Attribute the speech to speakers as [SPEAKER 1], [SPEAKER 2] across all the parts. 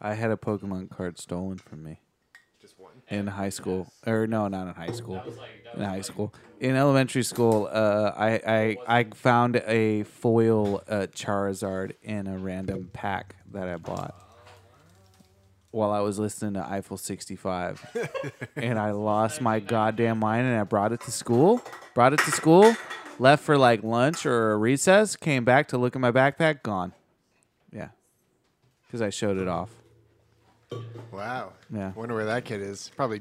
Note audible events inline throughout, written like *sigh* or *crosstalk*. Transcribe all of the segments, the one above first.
[SPEAKER 1] I had a Pokemon card stolen from me
[SPEAKER 2] Just one.
[SPEAKER 1] in high school, or no, not in high school.
[SPEAKER 3] was like- that
[SPEAKER 1] In
[SPEAKER 3] was
[SPEAKER 1] high
[SPEAKER 3] like-
[SPEAKER 1] school, in elementary school, uh, I, I I found a foil uh, Charizard in a random pack that I bought while I was listening to Eiffel 65,
[SPEAKER 2] *laughs*
[SPEAKER 1] and I lost my goddamn mind. And I brought it to school, brought it to school, left for like lunch or a recess, came back to look at my backpack, gone. Yeah, because I showed it off.
[SPEAKER 2] Wow.
[SPEAKER 1] Yeah.
[SPEAKER 2] Wonder where that kid is. Probably.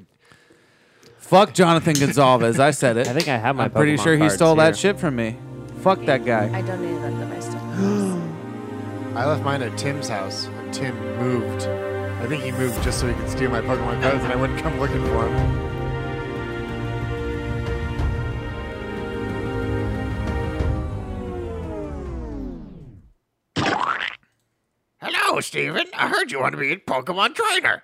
[SPEAKER 1] Fuck Jonathan Gonzalez. I said it.
[SPEAKER 3] I think I have my
[SPEAKER 1] I'm pretty
[SPEAKER 3] Pokemon
[SPEAKER 1] sure he
[SPEAKER 3] cards
[SPEAKER 1] stole that
[SPEAKER 3] here.
[SPEAKER 1] shit from me. Fuck that guy.
[SPEAKER 4] I donated them to my stuff.
[SPEAKER 2] I left mine at Tim's house, and Tim moved. I think he moved just so he could steal my Pokemon cards, and I wouldn't come looking for him.
[SPEAKER 5] Hello, Steven. I heard you want to be a Pokemon trainer.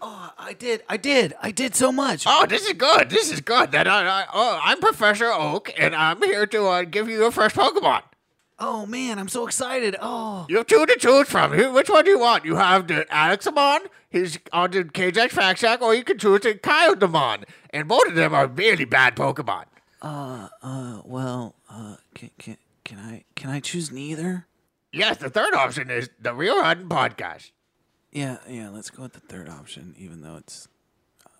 [SPEAKER 1] Oh, I did. I did. I did so much.
[SPEAKER 5] Oh, this is good. This is good. Then I, I, oh, I'm Professor Oak, and I'm here to uh, give you your first Pokemon.
[SPEAKER 1] Oh man, I'm so excited. Oh.
[SPEAKER 5] You have two to choose from. Who- Which one do you want? You have the Alexamon, he's on the KJX Fact Shack, or you can choose the Kyodemon. And both of them are really bad Pokemon.
[SPEAKER 1] Uh, well, uh, can, can can I can I choose neither?
[SPEAKER 5] Yes, the third option is the Real Hunting Podcast.
[SPEAKER 1] Yeah, yeah. Let's go with the third option, even though it's uh,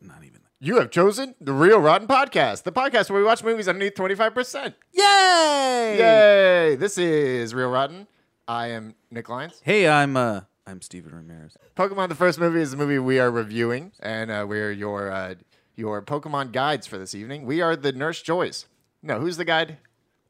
[SPEAKER 1] not even.
[SPEAKER 2] You have chosen the Real Rotten Podcast, the podcast where we watch movies underneath 25%.
[SPEAKER 1] Yay!
[SPEAKER 2] Yay! This is Real Rotten. I am Nick Lyons.
[SPEAKER 1] Hey, I'm uh, I'm Steven Ramirez.
[SPEAKER 2] Pokemon the first movie is the movie we are reviewing, and uh, we're your uh, your Pokemon guides for this evening. We are the Nurse Joys. No, who's the guide?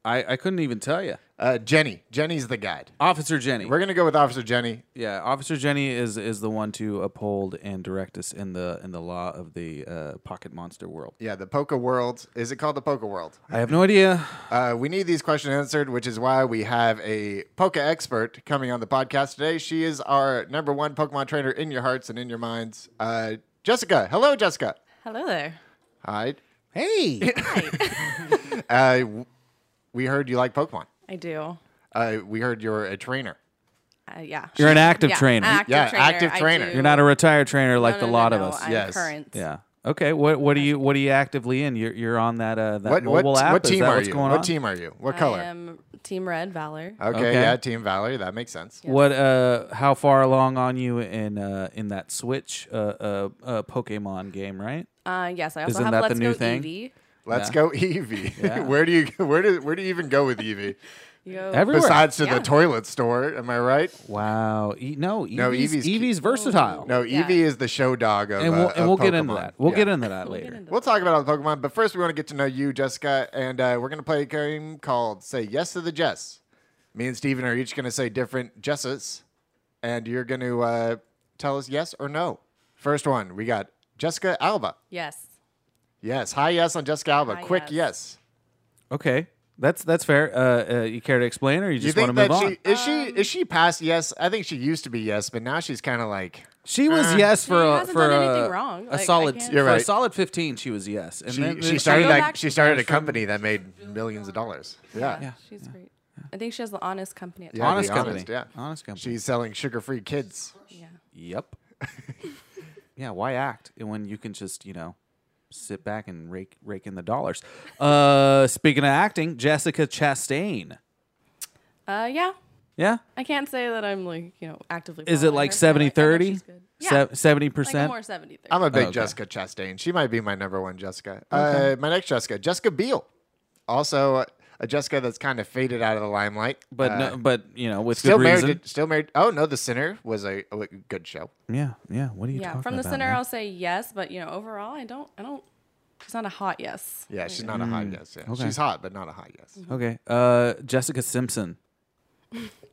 [SPEAKER 1] I I couldn't even tell you.
[SPEAKER 2] Uh, Jenny. Jenny's the guide.
[SPEAKER 1] Officer Jenny.
[SPEAKER 2] We're gonna go with Officer Jenny.
[SPEAKER 1] Yeah, Officer Jenny is is the one to uphold and direct us in the in the law of the uh, pocket monster world.
[SPEAKER 2] Yeah, the Poke World. Is it called the Poke World?
[SPEAKER 1] I have no idea.
[SPEAKER 2] Uh, we need these questions answered, which is why we have a Poke expert coming on the podcast today. She is our number one Pokemon trainer in your hearts and in your minds. Uh, Jessica. Hello, Jessica.
[SPEAKER 6] Hello there.
[SPEAKER 2] Hi.
[SPEAKER 1] Hey,
[SPEAKER 2] *laughs* Uh, w- we heard you like Pokemon.
[SPEAKER 6] I do.
[SPEAKER 2] Uh, we heard you're a trainer.
[SPEAKER 6] Uh, yeah.
[SPEAKER 1] You're an active
[SPEAKER 6] yeah,
[SPEAKER 1] trainer.
[SPEAKER 6] Active
[SPEAKER 2] Yeah,
[SPEAKER 6] trainer.
[SPEAKER 2] active
[SPEAKER 6] I
[SPEAKER 2] trainer.
[SPEAKER 6] do-
[SPEAKER 1] you're not a retired trainer like
[SPEAKER 6] No,
[SPEAKER 1] the
[SPEAKER 6] no, no,
[SPEAKER 1] lot
[SPEAKER 6] no,
[SPEAKER 1] of us.
[SPEAKER 6] I'm
[SPEAKER 2] Yes.
[SPEAKER 6] Current.
[SPEAKER 1] Yeah. Okay. What what do you what are you actively in? You're you're on that uh that
[SPEAKER 2] What
[SPEAKER 1] mobile
[SPEAKER 2] what,
[SPEAKER 1] app.
[SPEAKER 2] what
[SPEAKER 1] Is
[SPEAKER 2] team
[SPEAKER 1] that
[SPEAKER 2] are
[SPEAKER 1] what's
[SPEAKER 2] you?
[SPEAKER 1] Going
[SPEAKER 2] what
[SPEAKER 1] on?
[SPEAKER 2] team are you? What
[SPEAKER 6] I
[SPEAKER 2] color? Uh,
[SPEAKER 6] am Team Red Valor.
[SPEAKER 2] Okay,
[SPEAKER 1] Okay.
[SPEAKER 2] yeah, Team Valerie. That makes sense.
[SPEAKER 1] What uh how far along on you in uh in that Switch uh uh, uh Pokemon game right?
[SPEAKER 6] Uh, yes, I also
[SPEAKER 1] Isn't
[SPEAKER 6] have
[SPEAKER 1] that the
[SPEAKER 6] Let's
[SPEAKER 1] new
[SPEAKER 6] Go
[SPEAKER 1] thing?
[SPEAKER 6] Eevee.
[SPEAKER 2] Let's
[SPEAKER 1] Yeah.
[SPEAKER 2] go *laughs* Evie.
[SPEAKER 1] Yeah.
[SPEAKER 2] where do you where do where do you even go with Evie?
[SPEAKER 6] You go-
[SPEAKER 1] *laughs* Everywhere.
[SPEAKER 2] Besides to
[SPEAKER 6] Yeah.
[SPEAKER 2] the toilet store, am I right?
[SPEAKER 1] wow. E- no. Eevee's,
[SPEAKER 2] Eevee's-
[SPEAKER 1] Eevee's versatile.
[SPEAKER 2] No,
[SPEAKER 6] Yeah.
[SPEAKER 2] Evie is the show dog of
[SPEAKER 1] And we'll
[SPEAKER 2] uh,
[SPEAKER 1] and
[SPEAKER 2] of
[SPEAKER 1] we'll get into
[SPEAKER 2] Pokemon.
[SPEAKER 1] that. We'll
[SPEAKER 2] Yeah.
[SPEAKER 1] get into that later.
[SPEAKER 6] into
[SPEAKER 2] We'll talk about all the Pokemon, but first we want to get to know you, Jessica, and uh, we're gonna play a game called "Say Yes to the Jess." Me and Steven are each gonna say different Jesses, and you're gonna uh, tell us yes or no. First one, we got Jessica Alba.
[SPEAKER 6] Yes.
[SPEAKER 2] Yes, hi, yes on Jessica Alba.
[SPEAKER 6] Hi,
[SPEAKER 2] Quick
[SPEAKER 6] yes.
[SPEAKER 2] yes.
[SPEAKER 1] Okay. That's that's fair. Uh, uh you care to explain or you
[SPEAKER 2] Do you
[SPEAKER 1] just
[SPEAKER 2] think
[SPEAKER 1] want to move
[SPEAKER 2] that
[SPEAKER 1] on?
[SPEAKER 2] she is
[SPEAKER 6] Um,
[SPEAKER 2] she is she past yes? I think she used to be yes, but now she's kind of like
[SPEAKER 1] She was yes for
[SPEAKER 6] She
[SPEAKER 1] a
[SPEAKER 6] hasn't
[SPEAKER 1] for
[SPEAKER 6] done
[SPEAKER 1] a,
[SPEAKER 6] anything wrong.
[SPEAKER 1] a
[SPEAKER 6] Like, I
[SPEAKER 1] solid
[SPEAKER 6] can't-
[SPEAKER 2] Uh-huh. You're
[SPEAKER 1] for a
[SPEAKER 2] right.
[SPEAKER 1] solid fifteen. She was yes, and
[SPEAKER 2] she,
[SPEAKER 1] then,
[SPEAKER 2] she
[SPEAKER 1] then
[SPEAKER 2] started
[SPEAKER 6] go
[SPEAKER 2] like
[SPEAKER 6] back
[SPEAKER 2] she
[SPEAKER 6] to
[SPEAKER 2] started a
[SPEAKER 6] yes.
[SPEAKER 2] company that made millions of dollars. Yeah,
[SPEAKER 6] Yeah, She's great. I think she has the honest company. At
[SPEAKER 2] Yeah,
[SPEAKER 6] top.
[SPEAKER 1] honest
[SPEAKER 2] be
[SPEAKER 1] company.
[SPEAKER 2] honest, yeah.
[SPEAKER 1] honest company.
[SPEAKER 2] she's selling sugar-free kids.
[SPEAKER 6] Yeah.
[SPEAKER 2] *laughs*
[SPEAKER 1] yep. yeah. Why act when you can just you know sit back and rake rake in the
[SPEAKER 2] *laughs*
[SPEAKER 1] dollars? Uh, speaking of acting, Jessica Chastain.
[SPEAKER 6] Uh, yeah.
[SPEAKER 1] Yeah.
[SPEAKER 6] I can't say that I'm like you know actively.
[SPEAKER 1] Is it
[SPEAKER 6] following
[SPEAKER 1] like
[SPEAKER 6] her, but, Oh, I- I
[SPEAKER 1] 70
[SPEAKER 6] know
[SPEAKER 1] 30?
[SPEAKER 6] she's good. Yeah.
[SPEAKER 1] Seventy
[SPEAKER 6] Like a
[SPEAKER 1] percent.
[SPEAKER 6] more 70 30.
[SPEAKER 2] I'm a big
[SPEAKER 1] okay.
[SPEAKER 2] Jessica Chastain. She might be my number one Jessica. Uh, my next Jessica, Jessica Biel, also uh, a Jessica that's kind of faded out of the limelight,
[SPEAKER 1] But
[SPEAKER 2] uh,
[SPEAKER 1] no, but you know with
[SPEAKER 2] still
[SPEAKER 1] good
[SPEAKER 2] married.
[SPEAKER 1] reason.
[SPEAKER 2] To, still married. Oh no, The Sinner was a, a good show.
[SPEAKER 1] yeah. Yeah. What are you
[SPEAKER 6] yeah.
[SPEAKER 1] talking
[SPEAKER 6] From the
[SPEAKER 1] about,
[SPEAKER 6] center,
[SPEAKER 1] man?
[SPEAKER 6] I'll say yes, but you know overall, I don't. I don't. She's not a hot yes.
[SPEAKER 2] Yeah, she's not a hot yes. Yeah.
[SPEAKER 1] Mm, okay.
[SPEAKER 2] She's hot, but not a hot yes.
[SPEAKER 1] Okay. Uh, Jessica Simpson.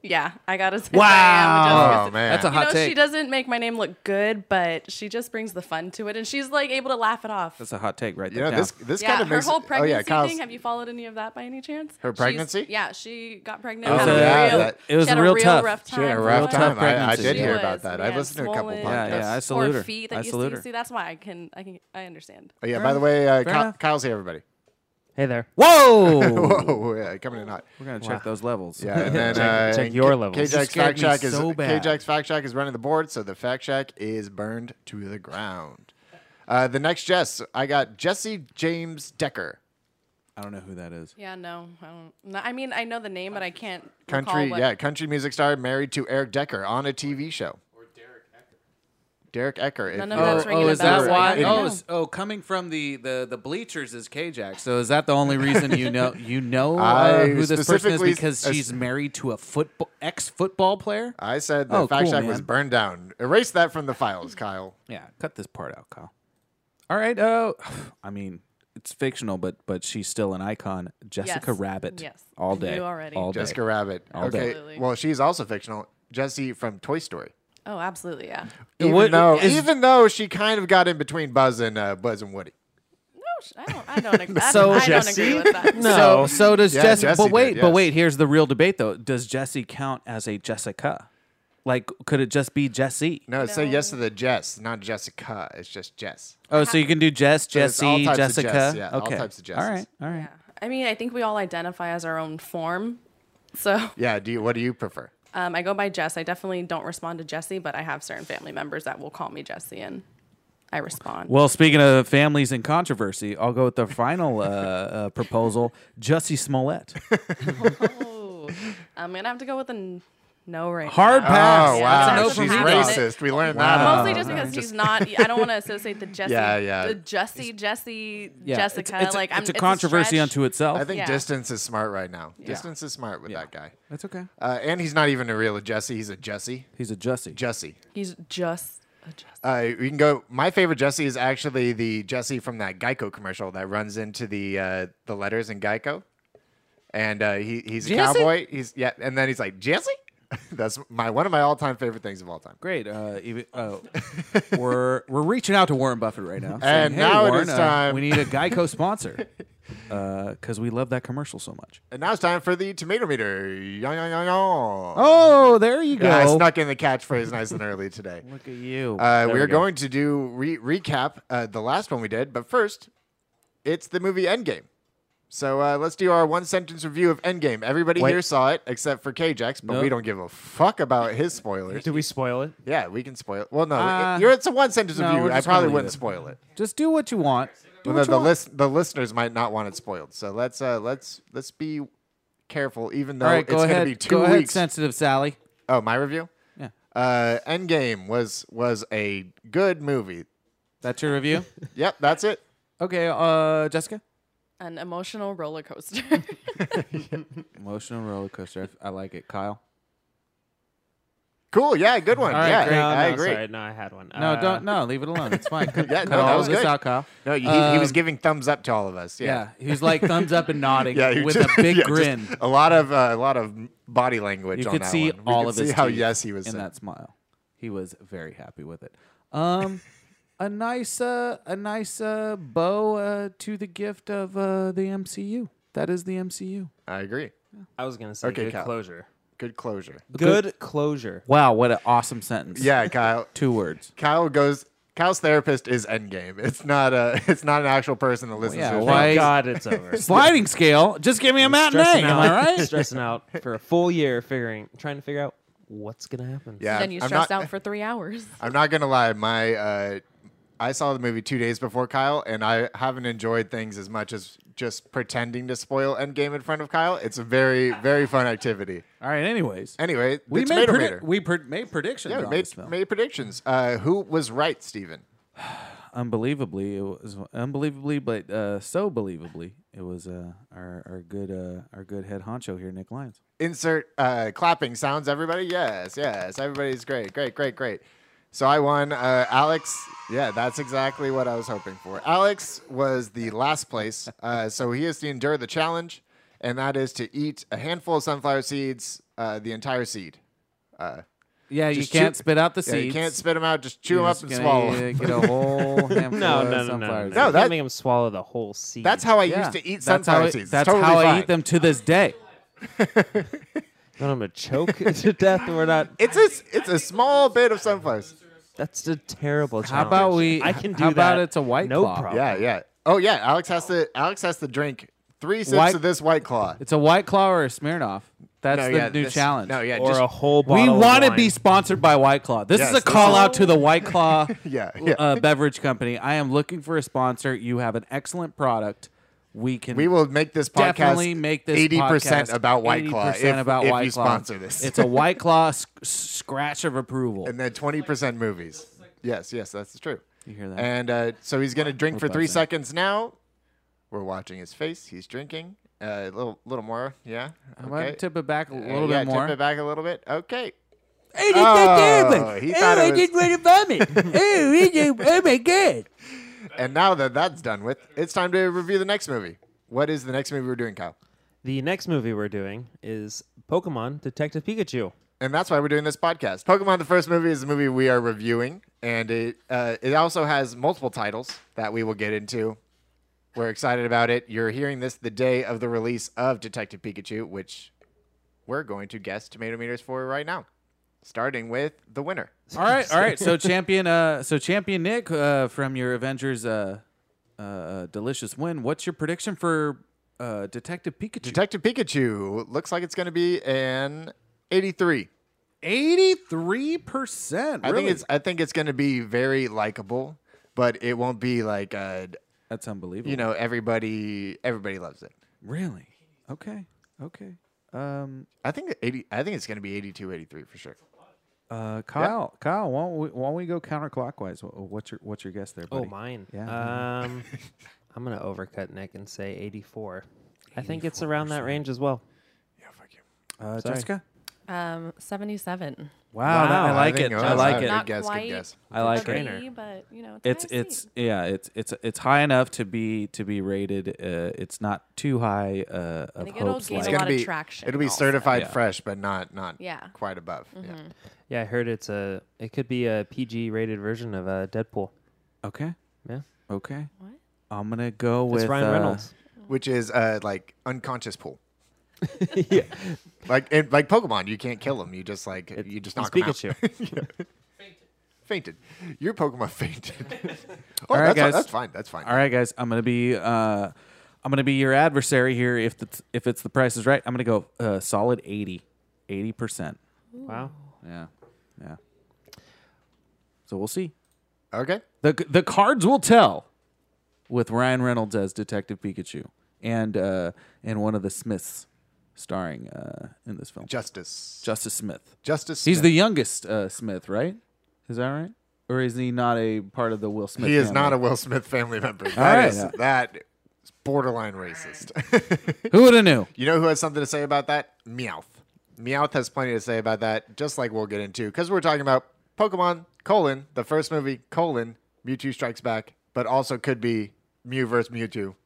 [SPEAKER 6] Yeah, I gotta *laughs* say.
[SPEAKER 1] Wow.
[SPEAKER 6] I am
[SPEAKER 2] Oh
[SPEAKER 6] just-
[SPEAKER 2] man,
[SPEAKER 1] That's a
[SPEAKER 6] you
[SPEAKER 1] hot
[SPEAKER 6] know,
[SPEAKER 1] take.
[SPEAKER 6] she doesn't make my name look good, but she just brings the fun to it, and she's like able to laugh it off.
[SPEAKER 1] That's a hot take right
[SPEAKER 2] You
[SPEAKER 1] there.
[SPEAKER 2] know, this this
[SPEAKER 6] yeah,
[SPEAKER 2] kind of
[SPEAKER 6] her
[SPEAKER 2] makes
[SPEAKER 6] whole pregnancy
[SPEAKER 2] oh yeah, Kyle's,
[SPEAKER 6] thing. Have you followed any of that by any chance?
[SPEAKER 2] Her
[SPEAKER 6] She's-
[SPEAKER 2] pregnancy?
[SPEAKER 6] yeah, she got pregnant.
[SPEAKER 2] Oh,
[SPEAKER 6] had a
[SPEAKER 2] yeah,
[SPEAKER 6] real,
[SPEAKER 2] that-
[SPEAKER 1] it was
[SPEAKER 6] she had
[SPEAKER 1] real
[SPEAKER 6] a real
[SPEAKER 1] tough.
[SPEAKER 6] rough time.
[SPEAKER 2] She had a rough
[SPEAKER 1] tough
[SPEAKER 2] time. I, I
[SPEAKER 1] pregnancy.
[SPEAKER 2] did
[SPEAKER 1] She
[SPEAKER 2] hear
[SPEAKER 6] was,
[SPEAKER 2] about that. I
[SPEAKER 6] man,
[SPEAKER 2] listened to a couple
[SPEAKER 6] swollen.
[SPEAKER 2] podcasts.
[SPEAKER 1] Yeah, yeah, I
[SPEAKER 6] Poor
[SPEAKER 1] salute her.
[SPEAKER 6] feet
[SPEAKER 1] I
[SPEAKER 6] that used
[SPEAKER 1] salute
[SPEAKER 6] to
[SPEAKER 1] her.
[SPEAKER 6] see. That's why I can, I can, I understand.
[SPEAKER 2] Oh yeah. By the way,
[SPEAKER 1] Fair
[SPEAKER 2] uh, Ky-
[SPEAKER 1] enough.
[SPEAKER 2] Kyle's here, everybody. *laughs*
[SPEAKER 3] Hey there.
[SPEAKER 1] Whoa!
[SPEAKER 2] Whoa, yeah, coming in hot.
[SPEAKER 1] We're gonna *laughs* check those levels.
[SPEAKER 2] Yeah, and then uh,
[SPEAKER 3] check your
[SPEAKER 2] K-
[SPEAKER 3] levels. This
[SPEAKER 2] KJack's
[SPEAKER 1] scared
[SPEAKER 2] fact
[SPEAKER 1] me
[SPEAKER 2] check is
[SPEAKER 1] so bad.
[SPEAKER 2] KJack's fact check is running the board, so the fact check is burned to the ground. Uh, the next Jess, I got Jesse James Decker,
[SPEAKER 1] I don't know who that is.
[SPEAKER 6] Yeah, no, I don't. No, I mean, I know the name, but I can't. recall
[SPEAKER 2] country
[SPEAKER 6] what-
[SPEAKER 2] yeah, country music star, married to Eric Decker on a TV show. Or Derek Ecker. Derek Ecker.
[SPEAKER 6] None
[SPEAKER 2] if
[SPEAKER 6] of
[SPEAKER 2] you're-
[SPEAKER 6] that's ringing a bell right now.
[SPEAKER 1] Oh,
[SPEAKER 6] No.
[SPEAKER 1] is- oh, coming from the, the the bleachers is Kajak. So is that the only reason you know you know uh,
[SPEAKER 2] *laughs* I
[SPEAKER 1] who this person is
[SPEAKER 2] specifically
[SPEAKER 1] because
[SPEAKER 2] as- Uh,
[SPEAKER 1] she's married to a football ex football player?
[SPEAKER 2] I said the
[SPEAKER 1] Oh,
[SPEAKER 2] fact
[SPEAKER 1] cool,
[SPEAKER 2] check was
[SPEAKER 1] man.
[SPEAKER 2] burned down. Erase that from
[SPEAKER 1] *laughs*
[SPEAKER 2] the files, Kyle.
[SPEAKER 1] Yeah, cut this part out, Kyle. All right. Uh, *sighs* I mean, it's fictional, but but she's still an icon. Jessica
[SPEAKER 6] Yes.
[SPEAKER 1] Rabbit.
[SPEAKER 6] Yes.
[SPEAKER 1] All
[SPEAKER 6] I
[SPEAKER 1] day.
[SPEAKER 6] knew already.
[SPEAKER 1] All day.
[SPEAKER 2] Jessica Rabbit.
[SPEAKER 1] All day.
[SPEAKER 2] okay.
[SPEAKER 6] Absolutely.
[SPEAKER 2] Well, she's also fictional. Jessie from Toy Story.
[SPEAKER 6] Oh, absolutely, yeah.
[SPEAKER 2] Even
[SPEAKER 3] What-
[SPEAKER 2] though,
[SPEAKER 3] is-
[SPEAKER 2] even though she kind of got in between Buzz and uh, Buzz and Woody.
[SPEAKER 6] No, sh- I don't.
[SPEAKER 2] *laughs*
[SPEAKER 6] I don't. Ag- I,
[SPEAKER 1] So-
[SPEAKER 6] I don't
[SPEAKER 3] Jesse?
[SPEAKER 6] agree with that.
[SPEAKER 1] So
[SPEAKER 3] No.
[SPEAKER 1] so does
[SPEAKER 2] Yeah,
[SPEAKER 1] Jessica.
[SPEAKER 2] Jessie
[SPEAKER 1] but
[SPEAKER 2] did,
[SPEAKER 1] wait, but
[SPEAKER 2] yes.
[SPEAKER 1] wait. Here's the real debate, though. Does Jessie count as a Jessica? Like, could it just be Jessie?
[SPEAKER 2] No, say yes to the Jess, not Jessica. It's just Jess.
[SPEAKER 1] Oh, so you can do Jess,
[SPEAKER 2] there's all
[SPEAKER 1] Jessie,
[SPEAKER 2] types of
[SPEAKER 1] Jessica.
[SPEAKER 2] Jess, yeah, all
[SPEAKER 1] okay.
[SPEAKER 2] types of
[SPEAKER 1] All right.
[SPEAKER 2] Jesses.
[SPEAKER 1] All right.
[SPEAKER 6] Yeah. I mean, I think we all identify as our own form. So
[SPEAKER 2] Yeah. Do you? What do you prefer?
[SPEAKER 6] um, I go by Jess. I definitely don't respond to Jesse, but I have certain family members that will call me Jesse, and I respond.
[SPEAKER 1] Well, speaking of families and controversy, I'll go with the final uh, uh, proposal: Jussie
[SPEAKER 6] *laughs*
[SPEAKER 1] Smollett.
[SPEAKER 6] Oh, I'm gonna have to go with a n- no right
[SPEAKER 1] Hard
[SPEAKER 6] now.
[SPEAKER 1] pass.
[SPEAKER 2] Oh
[SPEAKER 6] Yeah,
[SPEAKER 1] that's
[SPEAKER 2] wow,
[SPEAKER 6] a
[SPEAKER 2] she's
[SPEAKER 6] no from me.
[SPEAKER 2] racist. We learned that. uh,
[SPEAKER 6] Mostly just because he's not. I don't want to
[SPEAKER 1] *laughs*
[SPEAKER 6] associate the Jesse,
[SPEAKER 2] Yeah, yeah.
[SPEAKER 6] the Jesse, Jesse,
[SPEAKER 1] Yeah, it's-
[SPEAKER 6] Jessica.
[SPEAKER 1] it's, a-
[SPEAKER 6] like,
[SPEAKER 1] it's
[SPEAKER 6] I'm,
[SPEAKER 1] a controversy
[SPEAKER 6] stretch.
[SPEAKER 1] unto itself.
[SPEAKER 2] I think
[SPEAKER 6] Yeah.
[SPEAKER 2] distance is smart right now. Distance is smart with that guy.
[SPEAKER 1] that's okay.
[SPEAKER 2] Uh, and he's not even a real Jesse. He's a Jesse.
[SPEAKER 1] He's a Jussie.
[SPEAKER 2] Jesse.
[SPEAKER 6] He's just a Jesse.
[SPEAKER 2] Uh, we can go. My favorite Jesse is actually the Jesse from that Geico commercial that runs into the uh, the letters in Geico, and uh, he he's a
[SPEAKER 1] Jesse?
[SPEAKER 2] cowboy. He's yeah, and then he's like Jesse. *laughs* That's my one of my all time favorite things of all time.
[SPEAKER 1] Great. Uh, even,
[SPEAKER 2] *laughs*
[SPEAKER 1] oh, we're we're reaching out to Warren Buffett right now.
[SPEAKER 2] And
[SPEAKER 1] saying, hey,
[SPEAKER 2] now it
[SPEAKER 1] Warren,
[SPEAKER 2] is
[SPEAKER 1] uh,
[SPEAKER 2] time-
[SPEAKER 1] we need a
[SPEAKER 2] *laughs*
[SPEAKER 1] Geico sponsor because we love that commercial so much.
[SPEAKER 2] And now it's time for the tomato meter. Yong, yong, yong, yong.
[SPEAKER 1] Oh, there you go.
[SPEAKER 2] yeah, I snuck in the catchphrase nice and
[SPEAKER 1] *laughs*
[SPEAKER 2] early today.
[SPEAKER 1] Look at you.
[SPEAKER 2] Uh,
[SPEAKER 1] There
[SPEAKER 2] we are
[SPEAKER 1] go.
[SPEAKER 2] going to do re- recap uh, the last one we did, but first, it's the movie Endgame. So uh, let's do our one sentence review of Endgame. Everybody
[SPEAKER 3] Wait.
[SPEAKER 2] here saw it except for KJax, but
[SPEAKER 1] No.
[SPEAKER 2] we don't give a fuck about his spoilers.
[SPEAKER 3] Did we spoil it?
[SPEAKER 2] yeah, we can spoil. Well, no,
[SPEAKER 1] Uh,
[SPEAKER 2] it- you're it's a one sentence
[SPEAKER 1] no, we're
[SPEAKER 2] review. I
[SPEAKER 1] just gonna
[SPEAKER 2] probably
[SPEAKER 1] leave
[SPEAKER 2] wouldn't
[SPEAKER 1] it.
[SPEAKER 2] spoil it.
[SPEAKER 1] Just do what you want. Do what
[SPEAKER 2] Well, no,
[SPEAKER 1] you
[SPEAKER 2] the
[SPEAKER 1] want.
[SPEAKER 2] list the listeners might not want it spoiled. So let's uh, let's let's be careful, even though
[SPEAKER 1] All right,
[SPEAKER 2] it's
[SPEAKER 1] go
[SPEAKER 2] going to
[SPEAKER 1] ahead.
[SPEAKER 2] be two
[SPEAKER 1] go
[SPEAKER 2] weeks.
[SPEAKER 1] ahead, sensitive Sally.
[SPEAKER 2] Oh, my review.
[SPEAKER 1] Yeah.
[SPEAKER 2] Uh, Endgame was was a good movie.
[SPEAKER 1] That's your
[SPEAKER 2] *laughs*
[SPEAKER 1] review.
[SPEAKER 2] Yep, that's it.
[SPEAKER 1] okay, uh, Jessica.
[SPEAKER 6] An emotional roller coaster.
[SPEAKER 1] Emotional roller coaster. I, I like it, Kyle.
[SPEAKER 2] Cool. Yeah, good one.
[SPEAKER 3] All right,
[SPEAKER 2] yeah,
[SPEAKER 3] great. No,
[SPEAKER 2] I
[SPEAKER 3] no,
[SPEAKER 2] agree.
[SPEAKER 3] sorry. No, I had one.
[SPEAKER 1] No,
[SPEAKER 3] Uh,
[SPEAKER 1] don't. No, leave it alone. It's fine.
[SPEAKER 2] *laughs* Yeah, no,
[SPEAKER 1] Cut all
[SPEAKER 2] that was
[SPEAKER 1] this
[SPEAKER 2] good.
[SPEAKER 1] out, Kyle.
[SPEAKER 2] No, he, he was giving thumbs up to all of us. Yeah.
[SPEAKER 1] Um, Yeah, he was like thumbs up and nodding
[SPEAKER 2] you
[SPEAKER 1] with
[SPEAKER 2] just-
[SPEAKER 1] a big
[SPEAKER 2] *laughs* yeah, just
[SPEAKER 1] grin.
[SPEAKER 2] A lot of uh, a lot of body language.
[SPEAKER 1] You
[SPEAKER 2] on
[SPEAKER 1] could
[SPEAKER 2] that
[SPEAKER 1] see
[SPEAKER 2] one. We
[SPEAKER 1] all
[SPEAKER 2] could
[SPEAKER 1] of
[SPEAKER 2] see
[SPEAKER 1] his
[SPEAKER 2] how
[SPEAKER 1] teeth
[SPEAKER 2] yes he was
[SPEAKER 1] in
[SPEAKER 2] saying.
[SPEAKER 1] that smile. He was very happy with it. Um,
[SPEAKER 2] *laughs*
[SPEAKER 1] a nice uh, a nice uh, bow uh, to the gift of uh, the MCU. That is the MCU.
[SPEAKER 2] I agree.
[SPEAKER 3] I was gonna say
[SPEAKER 2] Okay,
[SPEAKER 3] good
[SPEAKER 2] Kyle.
[SPEAKER 3] closure.
[SPEAKER 2] Good closure.
[SPEAKER 3] Good, closure.
[SPEAKER 1] Wow, what an awesome sentence.
[SPEAKER 2] Yeah, *laughs* Kyle.
[SPEAKER 1] two words.
[SPEAKER 2] Kyle goes. Kyle's therapist is Endgame. It's not a. *laughs* It's not an actual person that listens.
[SPEAKER 1] yeah,
[SPEAKER 2] to his
[SPEAKER 1] why-
[SPEAKER 3] Thank
[SPEAKER 1] I-
[SPEAKER 3] God it's *laughs* over.
[SPEAKER 1] Sliding scale. Just give me a matinee.
[SPEAKER 3] Stressing
[SPEAKER 1] Am
[SPEAKER 3] out,
[SPEAKER 1] I right?
[SPEAKER 2] *laughs*
[SPEAKER 3] *laughs* Stressing out for a full year, figuring, trying to figure out what's gonna happen.
[SPEAKER 2] *laughs* Yeah,
[SPEAKER 6] then you
[SPEAKER 2] I'm
[SPEAKER 6] stressed
[SPEAKER 2] not-
[SPEAKER 6] out for three hours.
[SPEAKER 2] I'm not gonna lie. My uh, I saw the movie two days before Kyle, and I haven't enjoyed things as much as just pretending to spoil Endgame in front of Kyle. It's a very very fun activity.
[SPEAKER 1] All right. Anyways,
[SPEAKER 2] Anyway, the
[SPEAKER 1] we made
[SPEAKER 2] tomato
[SPEAKER 1] predi-
[SPEAKER 2] meter.
[SPEAKER 1] we pred- made predictions
[SPEAKER 2] yeah, we
[SPEAKER 1] on
[SPEAKER 2] made,
[SPEAKER 1] this film.
[SPEAKER 2] made predictions. Uh, who was right, Steven?
[SPEAKER 1] unbelievably, it was unbelievably, but uh, so believably, it was uh, our our good uh, our good head honcho here, Nick Lyons.
[SPEAKER 2] Insert uh, clapping sounds. Everybody, yes, yes. Everybody's great, great, great, great. So I won. Uh, Alex, yeah, that's exactly what I was hoping for. Alex was the last place, uh, so he has to endure the challenge, and that is to eat a handful of sunflower seeds, uh, the entire seed.
[SPEAKER 1] Yeah, you
[SPEAKER 2] Just
[SPEAKER 1] can't
[SPEAKER 2] chew-
[SPEAKER 1] spit out the
[SPEAKER 2] Yeah,
[SPEAKER 1] seeds.
[SPEAKER 2] you can't spit them out. Just chew
[SPEAKER 1] You're
[SPEAKER 2] them up
[SPEAKER 1] just gonna
[SPEAKER 2] and swallow.
[SPEAKER 1] get- *laughs*
[SPEAKER 2] 'em.
[SPEAKER 1] Get a whole handful
[SPEAKER 3] No,
[SPEAKER 1] of
[SPEAKER 3] no, no, no,
[SPEAKER 1] sunflower
[SPEAKER 3] no,
[SPEAKER 1] seeds.
[SPEAKER 2] No,
[SPEAKER 3] no.
[SPEAKER 2] that-
[SPEAKER 3] That make them swallow the whole seed.
[SPEAKER 2] That's how I
[SPEAKER 1] Yeah,
[SPEAKER 2] used to eat
[SPEAKER 1] that's
[SPEAKER 2] sunflower
[SPEAKER 1] how I-
[SPEAKER 2] seeds. It's
[SPEAKER 1] That's
[SPEAKER 2] totally
[SPEAKER 1] how I
[SPEAKER 2] fine.
[SPEAKER 1] eat them to this day.
[SPEAKER 3] Then I'm gonna choke *laughs* to death. We're not.
[SPEAKER 2] It's a s- it's a small bit of sunflower. seeds.
[SPEAKER 3] That's a terrible.
[SPEAKER 1] How
[SPEAKER 3] Challenge.
[SPEAKER 1] about we-
[SPEAKER 3] I can do
[SPEAKER 1] how
[SPEAKER 3] that.
[SPEAKER 1] about it's a White
[SPEAKER 3] No
[SPEAKER 1] Claw?
[SPEAKER 3] problem.
[SPEAKER 2] Yeah, yeah. Oh yeah, Alex has to Alex has to drink Three sips
[SPEAKER 1] White-
[SPEAKER 2] of this White Claw.
[SPEAKER 1] It's a White Claw or a Smirnoff. That's
[SPEAKER 2] No,
[SPEAKER 1] the
[SPEAKER 2] yeah,
[SPEAKER 1] new
[SPEAKER 2] this-
[SPEAKER 1] challenge.
[SPEAKER 2] No, yeah,
[SPEAKER 3] or
[SPEAKER 2] just
[SPEAKER 3] a whole
[SPEAKER 1] We
[SPEAKER 3] bottle.
[SPEAKER 1] want
[SPEAKER 3] want
[SPEAKER 1] to be sponsored by White Claw. This
[SPEAKER 2] Yes,
[SPEAKER 1] is a
[SPEAKER 2] this
[SPEAKER 1] call
[SPEAKER 2] is-
[SPEAKER 1] out to the White Claw
[SPEAKER 2] Yeah, yeah.
[SPEAKER 1] Uh, beverage company. I am looking for a sponsor. You have an excellent product. We can
[SPEAKER 2] we will make this podcast
[SPEAKER 1] definitely make this
[SPEAKER 2] eighty percent
[SPEAKER 1] podcast
[SPEAKER 2] about White Claw.
[SPEAKER 1] 80%
[SPEAKER 2] If,
[SPEAKER 1] about
[SPEAKER 2] if
[SPEAKER 1] White
[SPEAKER 2] you
[SPEAKER 1] Claw.
[SPEAKER 2] sponsor this,
[SPEAKER 1] It's a White Claw sc- scratch of approval.
[SPEAKER 2] *laughs* and then twenty percent movies. Yes, yes, that's true.
[SPEAKER 1] You hear that?
[SPEAKER 2] And uh, so he's gonna drink for
[SPEAKER 1] We're
[SPEAKER 2] three
[SPEAKER 1] buzzing.
[SPEAKER 2] seconds now. We're watching his face. He's drinking. Uh, a little, little more. Yeah.
[SPEAKER 1] I'm gonna
[SPEAKER 2] Okay.
[SPEAKER 1] tip it back a
[SPEAKER 2] Uh,
[SPEAKER 1] little
[SPEAKER 2] yeah,
[SPEAKER 1] bit more.
[SPEAKER 2] Tip it back a little bit. Okay.
[SPEAKER 1] Hey,
[SPEAKER 2] Oh, he thought it
[SPEAKER 1] want
[SPEAKER 2] was-
[SPEAKER 1] to
[SPEAKER 2] *laughs*
[SPEAKER 1] vomit. oh, he did- oh my god!
[SPEAKER 2] And now that that's done with, it's time to review the next movie. What is the next movie we're doing, Kyle?
[SPEAKER 3] The next movie we're doing is Pokemon Detective Pikachu.
[SPEAKER 2] and that's why we're doing this podcast. Pokemon: The First Movie is the movie we are reviewing, and it uh, it also has multiple titles that we will get into. We're excited about it. You're hearing this the day of the release of Detective Pikachu, which we're going to guess tomato meters for right now, starting with the winner.
[SPEAKER 1] All right, all right.
[SPEAKER 2] *laughs*
[SPEAKER 1] So champion, uh, so champion Nick uh, from your Avengers, uh, uh, delicious win. What's your prediction for uh, Detective Pikachu?
[SPEAKER 2] Detective Pikachu looks like it's going to be an 83.
[SPEAKER 1] Eighty-three percent.
[SPEAKER 2] I think it's I think it's going to be very likable, but it won't be like uh,
[SPEAKER 1] that's unbelievable.
[SPEAKER 2] you know everybody everybody loves it.
[SPEAKER 1] really? Okay, okay. Um,
[SPEAKER 2] I think 80 I think it's going to be 82 83 for sure.
[SPEAKER 1] uh, Kyle, Kyle, why don't, we, why don't we go counterclockwise? Wh- What's your what's your guess there, buddy?
[SPEAKER 3] Oh, mine.
[SPEAKER 1] Yeah.
[SPEAKER 2] *laughs*
[SPEAKER 3] Um, I'm gonna overcut Nick and say 84. I think it's around that range as well.
[SPEAKER 1] Uh, Jessica.
[SPEAKER 6] Um, 77.
[SPEAKER 1] Wow, that- I
[SPEAKER 3] Wow, I
[SPEAKER 1] like
[SPEAKER 2] think
[SPEAKER 1] it.
[SPEAKER 2] it was
[SPEAKER 1] I like
[SPEAKER 2] higher.
[SPEAKER 1] it.
[SPEAKER 2] Not
[SPEAKER 6] Not
[SPEAKER 2] guess, good
[SPEAKER 6] quite.
[SPEAKER 2] guess.
[SPEAKER 1] I like it.
[SPEAKER 3] Trainer.
[SPEAKER 6] But, you know,
[SPEAKER 1] It's it's yeah, it's it's it's high enough to be to be rated. Uh, it's not too high uh, of
[SPEAKER 6] think it'll
[SPEAKER 1] hopes.
[SPEAKER 6] gain
[SPEAKER 1] Like,
[SPEAKER 6] a
[SPEAKER 2] It's
[SPEAKER 6] lot
[SPEAKER 2] gonna
[SPEAKER 6] of
[SPEAKER 2] be-
[SPEAKER 6] traction
[SPEAKER 2] It'll be
[SPEAKER 6] also.
[SPEAKER 2] certified
[SPEAKER 1] Yeah.
[SPEAKER 2] fresh, but not not
[SPEAKER 6] Yeah. Mm-hmm.
[SPEAKER 2] quite above. Yeah.
[SPEAKER 3] Yeah, I heard it's a. It could be a PG-rated version of uh, Deadpool.
[SPEAKER 1] okay,
[SPEAKER 3] Yeah,
[SPEAKER 1] okay.
[SPEAKER 6] What?
[SPEAKER 1] I'm gonna go
[SPEAKER 3] it's
[SPEAKER 1] with
[SPEAKER 3] Ryan
[SPEAKER 1] uh,
[SPEAKER 3] Reynolds.
[SPEAKER 2] Which is uh, like
[SPEAKER 1] *laughs*
[SPEAKER 2] unconscious pool. Like and, like Pokemon, you can't kill them. You just like you just
[SPEAKER 3] It's
[SPEAKER 2] knock 'em
[SPEAKER 3] Pikachu.
[SPEAKER 2] out. *laughs* fainted. Your Pokemon *laughs* fainted.
[SPEAKER 1] *laughs*
[SPEAKER 2] oh,
[SPEAKER 1] All right,
[SPEAKER 2] that's,
[SPEAKER 1] guys.
[SPEAKER 2] that's fine. That's fine.
[SPEAKER 1] All right, guys, I'm gonna be uh, I'm gonna be your adversary here. If the if it's the price is right, I'm gonna go uh, solid 80, 80 percent.
[SPEAKER 3] wow.
[SPEAKER 1] Yeah, yeah. So we'll see.
[SPEAKER 2] Okay.
[SPEAKER 1] the The cards will tell. With Ryan Reynolds as Detective Pikachu and uh, and one of the Smiths starring uh, in this film.
[SPEAKER 2] Justice.
[SPEAKER 1] Justice Smith.
[SPEAKER 2] Justice.
[SPEAKER 1] He's
[SPEAKER 2] Smith.
[SPEAKER 1] the youngest uh, Smith, right? Is that right? Or is he not a part of the Will Smith?
[SPEAKER 2] He is
[SPEAKER 1] family?
[SPEAKER 2] not a Will Smith family member. That is
[SPEAKER 1] right.
[SPEAKER 2] that is borderline racist. *laughs*
[SPEAKER 1] Who would have knew?
[SPEAKER 2] You know who has something to say about that? Meowth. Meowth has plenty to say about that, just like we'll get into, because we're talking about Pokemon, colon, the first movie, colon, Mewtwo Strikes Back, but also could be Mew vs. Mewtwo.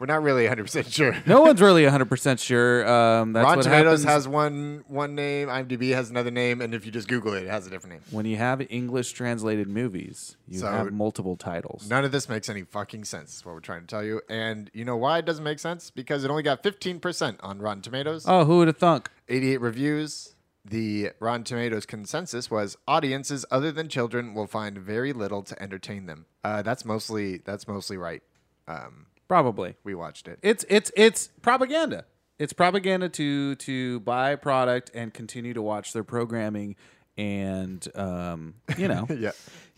[SPEAKER 2] We're not really 100% sure.
[SPEAKER 1] No one's really 100% sure. Um, that's
[SPEAKER 2] Rotten
[SPEAKER 1] what
[SPEAKER 2] Tomatoes
[SPEAKER 1] happens
[SPEAKER 2] has one one name, IMDb has another name, and if you just Google it, it has a different name.
[SPEAKER 1] when you have English translated movies, you
[SPEAKER 2] So-
[SPEAKER 1] have multiple titles.
[SPEAKER 2] None of this makes any fucking sense, is what we're trying to tell you. And you know why it doesn't make sense? Because it only got 15% on Rotten Tomatoes.
[SPEAKER 1] Oh, who would have thunk?
[SPEAKER 2] 88 reviews. The Rotten Tomatoes consensus was audiences other than children will find very little to entertain them. Uh, that's mostly that's mostly right. Um,
[SPEAKER 1] Probably.
[SPEAKER 2] we watched it.
[SPEAKER 1] It's it's it's propaganda. It's propaganda to to buy product and continue to watch their programming and um, you
[SPEAKER 3] *laughs*
[SPEAKER 1] know,
[SPEAKER 2] Yeah,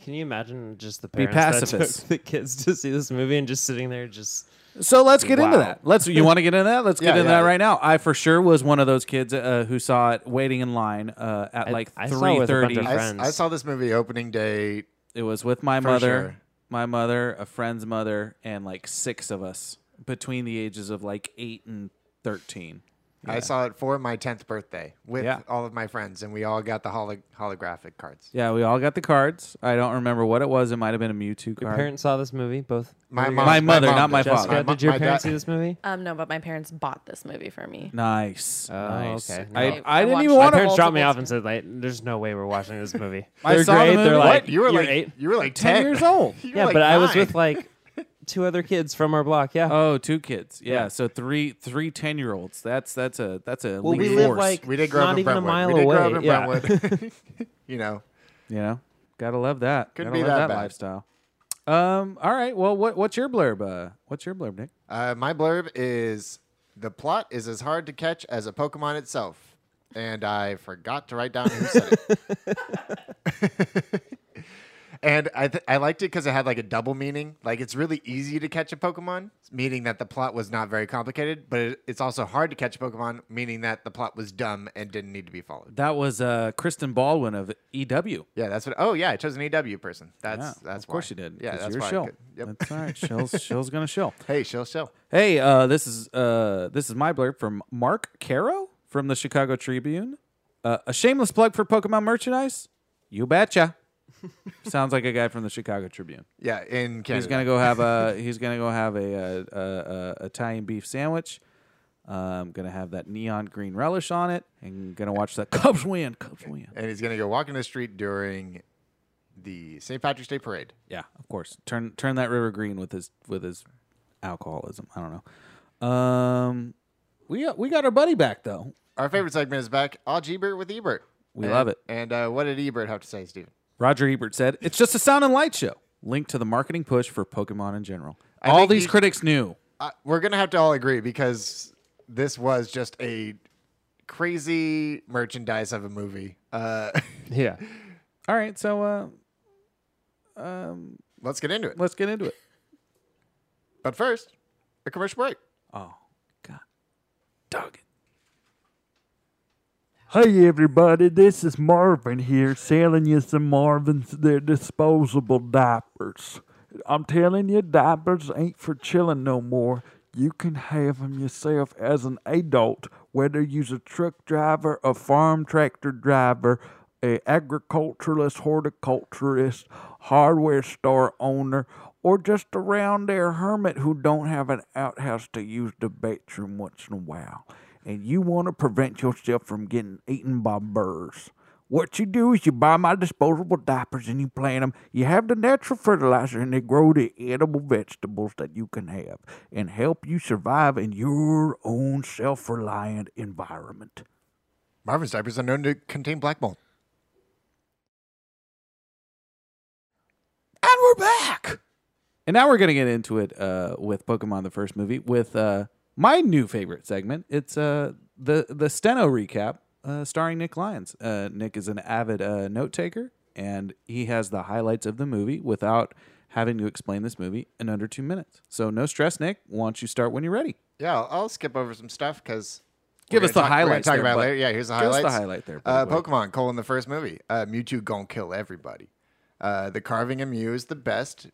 [SPEAKER 3] Can you imagine just the parents that
[SPEAKER 1] pacifist.
[SPEAKER 3] took *laughs* the kids to see this movie and just sitting there just
[SPEAKER 1] So let's get into
[SPEAKER 3] Wow.
[SPEAKER 1] that. Let's. You want to get into that?
[SPEAKER 3] *laughs*
[SPEAKER 1] Let's get
[SPEAKER 2] Yeah,
[SPEAKER 1] into
[SPEAKER 2] yeah.
[SPEAKER 1] that right now. I for sure was one of those kids uh, who saw it waiting in line uh, at
[SPEAKER 3] I-
[SPEAKER 1] like
[SPEAKER 3] I saw it
[SPEAKER 1] three
[SPEAKER 3] with a bunch
[SPEAKER 1] thirty.
[SPEAKER 3] of
[SPEAKER 2] I,
[SPEAKER 3] friends.
[SPEAKER 2] s- I saw this movie opening day.
[SPEAKER 1] It was with my mother,
[SPEAKER 2] sure.
[SPEAKER 1] my mother, a friend's mother, and like six of us between the ages of like eight and thirteen.
[SPEAKER 2] I saw it for my tenth birthday with
[SPEAKER 1] Yeah.
[SPEAKER 2] all of my friends, and we all got the holo- holographic cards.
[SPEAKER 1] Yeah, we all got the cards. I don't remember what it was. It might have been a Mewtwo
[SPEAKER 3] your
[SPEAKER 1] card.
[SPEAKER 3] parents saw this movie both.
[SPEAKER 2] My
[SPEAKER 3] Were
[SPEAKER 2] mom,
[SPEAKER 1] My mother,
[SPEAKER 2] mom
[SPEAKER 1] not my
[SPEAKER 2] did.
[SPEAKER 1] father.
[SPEAKER 3] Jessica,
[SPEAKER 1] My
[SPEAKER 2] mo-
[SPEAKER 3] did your
[SPEAKER 2] my
[SPEAKER 3] parents
[SPEAKER 2] dad-
[SPEAKER 3] see this movie?
[SPEAKER 6] Um, no, but my parents bought this movie for me.
[SPEAKER 1] Nice. nice.
[SPEAKER 3] okay.
[SPEAKER 1] I,
[SPEAKER 6] I-
[SPEAKER 1] Oh, I,
[SPEAKER 6] I
[SPEAKER 1] didn't even
[SPEAKER 6] watched-
[SPEAKER 3] My
[SPEAKER 1] want
[SPEAKER 3] parents dropped me
[SPEAKER 6] multiple
[SPEAKER 3] off and said, like, "There's no way we're watching this movie."
[SPEAKER 1] I
[SPEAKER 3] They're
[SPEAKER 1] saw the
[SPEAKER 3] great.
[SPEAKER 1] movie.
[SPEAKER 3] They're like,
[SPEAKER 2] What? You were
[SPEAKER 3] "You're
[SPEAKER 2] like
[SPEAKER 3] eight.
[SPEAKER 2] you were like ten,
[SPEAKER 1] ten years
[SPEAKER 2] *laughs*
[SPEAKER 1] old.
[SPEAKER 2] You were
[SPEAKER 3] Yeah,
[SPEAKER 2] like
[SPEAKER 3] but I was with
[SPEAKER 2] nine.
[SPEAKER 3] like two other kids from our block. Yeah.
[SPEAKER 1] Oh, two kids. Yeah, so three three ten year olds. That's that's a that's a
[SPEAKER 3] well,
[SPEAKER 1] leap
[SPEAKER 3] we live
[SPEAKER 1] force,
[SPEAKER 3] like
[SPEAKER 2] we did grow
[SPEAKER 3] not
[SPEAKER 2] up in
[SPEAKER 3] even
[SPEAKER 2] Brentwood.
[SPEAKER 3] a mile
[SPEAKER 2] we did
[SPEAKER 3] away.
[SPEAKER 2] grow up in
[SPEAKER 3] yeah.
[SPEAKER 2] Brentwood.
[SPEAKER 3] *laughs*
[SPEAKER 2] *laughs* you know,
[SPEAKER 1] you know. Gotta love that.
[SPEAKER 2] Couldn't
[SPEAKER 1] Gotta
[SPEAKER 2] be
[SPEAKER 1] love
[SPEAKER 2] that bad.
[SPEAKER 1] lifestyle. Um. All right. Well, what what's your blurb? Uh, what's your blurb, Nick?
[SPEAKER 2] Uh, my blurb is The plot is as hard to catch as a Pokemon itself. And I forgot to write down who said it. *laughs* and I, th- I liked it because it had like a double meaning. Like it's really easy to catch a Pokemon, meaning that the plot was not very complicated, but it, it's also hard to catch a Pokemon, meaning that the plot was dumb and didn't need to be followed.
[SPEAKER 1] That was uh, Kristen Baldwin of E EW.
[SPEAKER 2] Yeah, that's what. Oh, yeah, I chose an EW person. That's
[SPEAKER 1] Yeah,
[SPEAKER 2] that's
[SPEAKER 1] of course
[SPEAKER 2] why.
[SPEAKER 1] you did.
[SPEAKER 2] Yeah,
[SPEAKER 1] 'cause
[SPEAKER 2] that's
[SPEAKER 1] you're
[SPEAKER 2] why I
[SPEAKER 1] Shell.
[SPEAKER 2] could- Yep.
[SPEAKER 1] That's all
[SPEAKER 2] *laughs*
[SPEAKER 1] right. Shell's, Shell's gonna show.
[SPEAKER 2] Hey, shill, shill.
[SPEAKER 1] Hey, uh, this is uh, this is my blurb from Mark Caro from the Chicago Tribune. Uh, a shameless plug for Pokemon merchandise. You betcha. *laughs* Sounds like a guy from the Chicago Tribune.
[SPEAKER 2] Yeah, in Canada.
[SPEAKER 1] He's gonna go have *laughs* a he's gonna go have a, uh uh uh Italian beef sandwich. Um, gonna have that neon green relish on it, and gonna watch that Cubs win. Cubs win.
[SPEAKER 2] and he's gonna go walking the street during the St. Patrick's Day parade.
[SPEAKER 1] Yeah, of course. Turn turn that river green with his with his alcoholism. I don't know. Um, we got, we got our buddy back though.
[SPEAKER 2] Our favorite segment is back. All Ebert with Ebert.
[SPEAKER 1] We
[SPEAKER 2] And-
[SPEAKER 1] love it.
[SPEAKER 2] And uh, what did Ebert have to say, Steven?
[SPEAKER 1] Roger Ebert said, "It's just a sound and light show linked to the marketing push for Pokemon in general.
[SPEAKER 2] I
[SPEAKER 1] All
[SPEAKER 2] think
[SPEAKER 1] these
[SPEAKER 2] he-
[SPEAKER 1] critics knew.
[SPEAKER 2] Uh, we're gonna have to all agree because this was just a crazy merchandise of a movie. Uh, *laughs*
[SPEAKER 3] Yeah.
[SPEAKER 1] All right, so uh,
[SPEAKER 2] let's get into it.
[SPEAKER 1] let's get into it.
[SPEAKER 2] But first, a commercial break.
[SPEAKER 1] Oh, God, dog it.
[SPEAKER 4] Hey everybody, this is Marvin here selling you some Marvin's their disposable diapers. I'm telling you, diapers ain't for chilling no more. You can have 'em yourself as an adult, whether you's a truck driver, a farm tractor driver, a agriculturalist, horticulturist, hardware store owner, or just a round there hermit who don't have an outhouse to use the bathroom once in a while and you want to prevent yourself from getting eaten by birds. What you do is you buy my disposable diapers and you plant them. You have the natural fertilizer and they grow the edible vegetables that you can have and help you survive in your own self reliant environment.
[SPEAKER 2] Marvin's diapers are known to contain black mold.
[SPEAKER 1] And we're back. And now we're going to get into it uh, with Pokemon the first movie with uh, my new favorite segment. It's uh, the the Steno recap uh, starring Nick Lyons. Uh, Nick is an avid uh, note taker and he has the highlights of the movie without having to explain this movie in under two minutes. So no stress, Nick. Why don't you start when you're ready?
[SPEAKER 2] Yeah, I'll, I'll skip over some stuff because
[SPEAKER 1] Give us the highlights
[SPEAKER 2] Talk
[SPEAKER 1] there,
[SPEAKER 2] about it
[SPEAKER 1] bud.
[SPEAKER 2] later. Yeah, here's the
[SPEAKER 1] Give us
[SPEAKER 2] highlights.
[SPEAKER 1] the highlight there,
[SPEAKER 2] Uh,
[SPEAKER 1] bud.
[SPEAKER 2] Pokemon Cole in the first movie. Uh, Mewtwo gonna kill everybody. Uh, the carving of Mew is the best.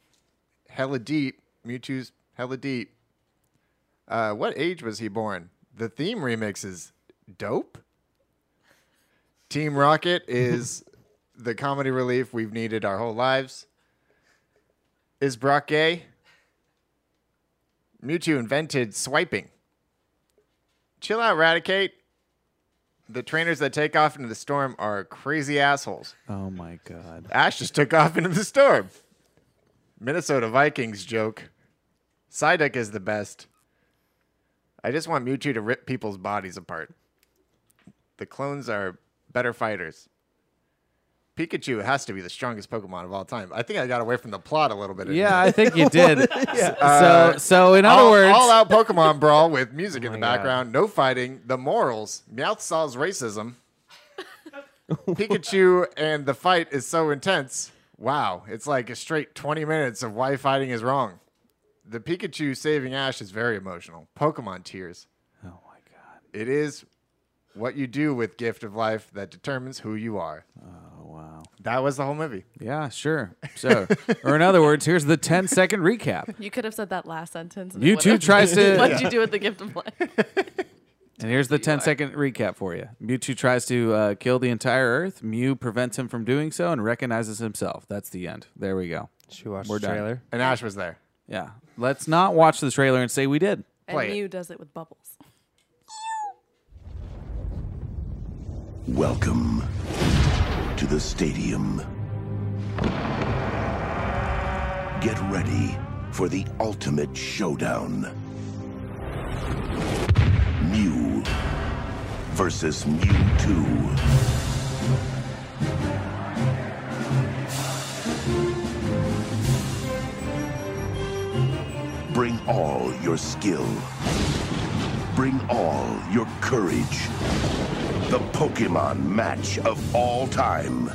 [SPEAKER 2] Hella deep. Mewtwo's hella deep. Uh, what age was he born? The theme remix is dope. Team Rocket
[SPEAKER 1] *laughs*
[SPEAKER 2] is the comedy relief we've needed our whole lives. Is Brock gay? Mewtwo invented swiping. Chill out, Radicate. The trainers that take off into the storm are crazy assholes.
[SPEAKER 1] Oh my god.
[SPEAKER 2] Ash just took off into the storm. Minnesota Vikings joke. Psyduck is the best. I just want Mewtwo to rip people's bodies apart. The clones are better fighters. Pikachu has to be the strongest Pokemon of all time. I think I got away from the plot a little bit. in
[SPEAKER 1] Yeah,
[SPEAKER 2] here.
[SPEAKER 1] I think you did.
[SPEAKER 2] *laughs*
[SPEAKER 1] So so in other
[SPEAKER 2] all,
[SPEAKER 1] words, Oh
[SPEAKER 2] all out Pokemon brawl with music in the
[SPEAKER 3] God.
[SPEAKER 2] background, no fighting, the morals, Meowth
[SPEAKER 1] *laughs*
[SPEAKER 2] solves racism. Pikachu and the fight is so intense. Wow, it's like a straight 20 minutes of why fighting is wrong. The Pikachu saving Ash is very emotional. Pokemon tears.
[SPEAKER 1] Oh my god.
[SPEAKER 2] It is what you do with Gift of Life that determines who you are.
[SPEAKER 1] Oh wow.
[SPEAKER 2] That was the whole movie.
[SPEAKER 1] Yeah, sure. So, or in other words, here's the 10 second recap.
[SPEAKER 6] You could have said that last sentence. and it
[SPEAKER 1] You
[SPEAKER 6] would
[SPEAKER 1] two
[SPEAKER 6] have- *laughs*
[SPEAKER 1] tries to-
[SPEAKER 6] What'd you do with the gift of
[SPEAKER 2] *laughs*
[SPEAKER 6] life?
[SPEAKER 1] And here's the 10 second recap for you. Mewtwo tries to uh, kill the entire Earth. Mew prevents him from doing so and recognizes himself. That's the end. There we go.
[SPEAKER 3] Should we watch
[SPEAKER 1] We're
[SPEAKER 3] the
[SPEAKER 1] done.
[SPEAKER 3] trailer?
[SPEAKER 2] And Ash was there.
[SPEAKER 1] Yeah. Let's not watch the trailer and say we did.
[SPEAKER 2] Play it.
[SPEAKER 6] and you does it with
[SPEAKER 2] *laughs*
[SPEAKER 6] bubbles.
[SPEAKER 7] Welcome to the stadium. Get ready for the ultimate showdown. Mew versus Mewtwo. Bring all your skill, Bring all your courage. The Pokemon match of all time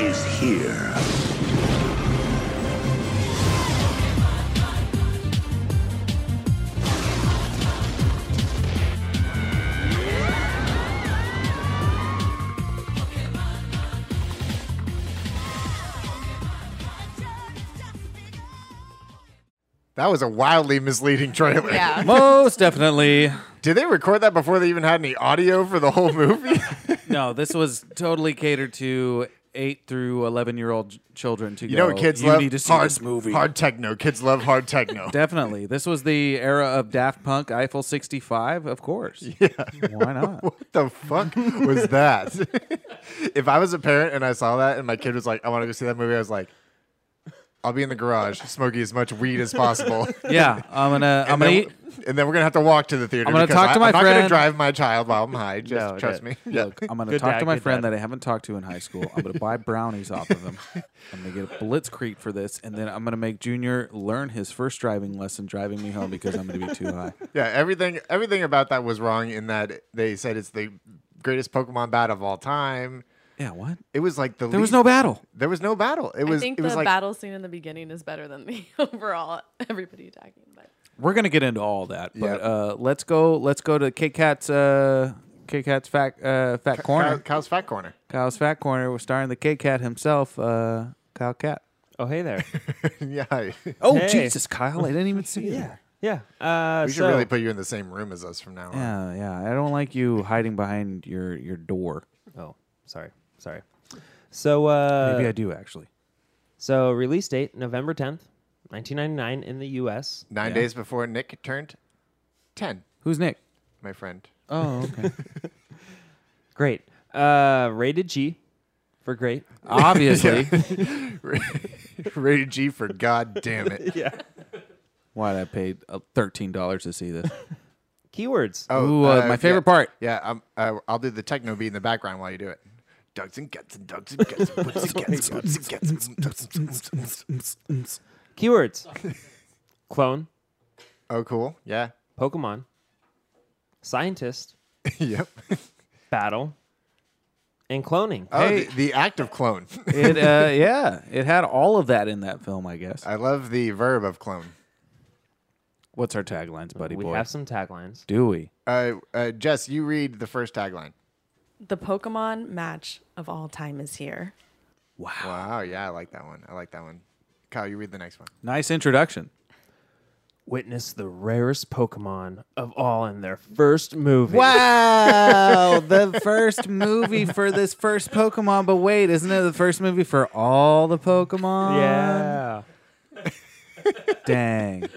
[SPEAKER 7] is here.
[SPEAKER 2] That was a wildly misleading trailer.
[SPEAKER 8] Yeah.
[SPEAKER 1] Most definitely.
[SPEAKER 2] Did they record that before they even had any audio for the whole movie? *laughs*
[SPEAKER 1] No, this was totally catered to eight through eleven year old children to
[SPEAKER 2] you
[SPEAKER 1] go.
[SPEAKER 2] know what kids
[SPEAKER 1] you
[SPEAKER 2] love?
[SPEAKER 1] need to see
[SPEAKER 2] hard,
[SPEAKER 1] this movie.
[SPEAKER 2] Hard techno. Kids love
[SPEAKER 1] *laughs*
[SPEAKER 2] hard techno.
[SPEAKER 1] Definitely. This was the era of Daft Punk, Eiffel 65, of
[SPEAKER 2] *laughs*
[SPEAKER 1] course. Yeah. Why not?
[SPEAKER 2] what the fuck was that? *laughs* if I was a parent and I saw that and my kid was like, I want to go see that movie, I was like, I'll be in the garage smoking as much weed as
[SPEAKER 1] *laughs*
[SPEAKER 2] possible. *laughs*
[SPEAKER 1] Yeah, I'm going to I'm going to
[SPEAKER 2] then,
[SPEAKER 1] eat
[SPEAKER 2] and then we're gonna have to walk to the theater.
[SPEAKER 1] I'm gonna
[SPEAKER 2] because
[SPEAKER 1] talk
[SPEAKER 2] I,
[SPEAKER 1] to my
[SPEAKER 2] I'm not gonna
[SPEAKER 1] friend.
[SPEAKER 2] drive my child while I'm high. Just
[SPEAKER 3] No,
[SPEAKER 2] trust
[SPEAKER 3] yeah.
[SPEAKER 2] me. *laughs* Yeah.
[SPEAKER 3] *laughs*
[SPEAKER 1] I'm gonna
[SPEAKER 3] Good
[SPEAKER 1] talk
[SPEAKER 3] dad,
[SPEAKER 1] to my
[SPEAKER 3] good
[SPEAKER 1] friend
[SPEAKER 3] dad.
[SPEAKER 1] that I haven't talked to in high school. I'm gonna buy brownies off of
[SPEAKER 3] *laughs*
[SPEAKER 1] him. I'm gonna get a blitzkrieg for this, and then I'm gonna make Junior learn his first driving lesson driving me home because I'm gonna be
[SPEAKER 3] *laughs*
[SPEAKER 1] too high.
[SPEAKER 2] yeah, everything everything about that was wrong in that they said it's the greatest Pokemon bat of all time.
[SPEAKER 1] Yeah, what?
[SPEAKER 2] It was like the
[SPEAKER 1] There was
[SPEAKER 2] least-
[SPEAKER 1] no battle.
[SPEAKER 2] there was no battle. It was
[SPEAKER 6] I think
[SPEAKER 2] it
[SPEAKER 6] the
[SPEAKER 2] was like
[SPEAKER 6] battle scene in the beginning is better than the *laughs* overall everybody attacking. But
[SPEAKER 1] We're gonna get into all that, but
[SPEAKER 2] Yep.
[SPEAKER 1] uh, let's go. Let's go to Kit Kat's. Uh, Kit Kat's fat uh, fat corner.
[SPEAKER 2] Cow, Cow's Fat Corner. *laughs*
[SPEAKER 1] Kyle's fat corner. We're starring the Kit Kat himself, uh, Kyle Cat.
[SPEAKER 3] Oh, hey there.
[SPEAKER 2] yeah, I-
[SPEAKER 1] Oh
[SPEAKER 3] Hey.
[SPEAKER 1] Jesus, Kyle! I didn't even see that.
[SPEAKER 3] yeah. Uh,
[SPEAKER 2] we should
[SPEAKER 3] so-
[SPEAKER 2] really put you in the same room as us from now on.
[SPEAKER 1] Yeah, yeah. I don't like you hiding behind your your door.
[SPEAKER 3] Oh, sorry, sorry. So, uh,
[SPEAKER 1] Maybe I do actually.
[SPEAKER 3] so release date November tenth, nineteen ninety nine in the U.S.
[SPEAKER 2] Nine days before Nick turned ten,
[SPEAKER 1] Who's Nick?
[SPEAKER 2] my friend. *laughs*
[SPEAKER 1] Oh, okay.
[SPEAKER 3] Great. Uh, rated G for great.
[SPEAKER 1] *laughs* Obviously.
[SPEAKER 2] Rated G for God damn
[SPEAKER 1] *laughs*
[SPEAKER 2] it.
[SPEAKER 1] Why I paid uh, thirteen dollars to see this?
[SPEAKER 3] Keywords.
[SPEAKER 2] Oh.
[SPEAKER 1] Ooh, uh, my favorite
[SPEAKER 2] yeah.
[SPEAKER 1] part.
[SPEAKER 2] Yeah, I'm, uh, I'll do the techno beat in the background while you do it. Dugs and guts and dugs and guts and
[SPEAKER 1] *laughs*
[SPEAKER 2] boots and guts and boots and guts and dugs and guts and boots and guts.
[SPEAKER 3] Keywords. Clone.
[SPEAKER 2] Oh, cool. Yeah. *laughs*
[SPEAKER 3] Pokemon. Scientist.
[SPEAKER 2] yep.
[SPEAKER 3] Battle. And cloning.
[SPEAKER 2] Oh, the, the act of clone.
[SPEAKER 1] *laughs*
[SPEAKER 2] *laughs*
[SPEAKER 1] It, uh, yeah, it had all of that in that film, I guess.
[SPEAKER 2] I love the verb of clone.
[SPEAKER 1] What's our taglines, buddy
[SPEAKER 3] we
[SPEAKER 1] boy?
[SPEAKER 3] have some taglines.
[SPEAKER 1] do we?
[SPEAKER 2] Uh, uh, Jess, you read the first tagline.
[SPEAKER 6] the Pokemon match of all time is here.
[SPEAKER 2] Wow. Yeah, I like that one. I like that one. Kyle, you read the next one.
[SPEAKER 1] Nice introduction.
[SPEAKER 3] Witness the rarest Pokemon of all in their first movie.
[SPEAKER 1] *laughs* Wow, the first movie for this first Pokemon. But wait, isn't it the first movie for all the Pokemon?
[SPEAKER 3] Yeah.
[SPEAKER 1] Dang.
[SPEAKER 2] That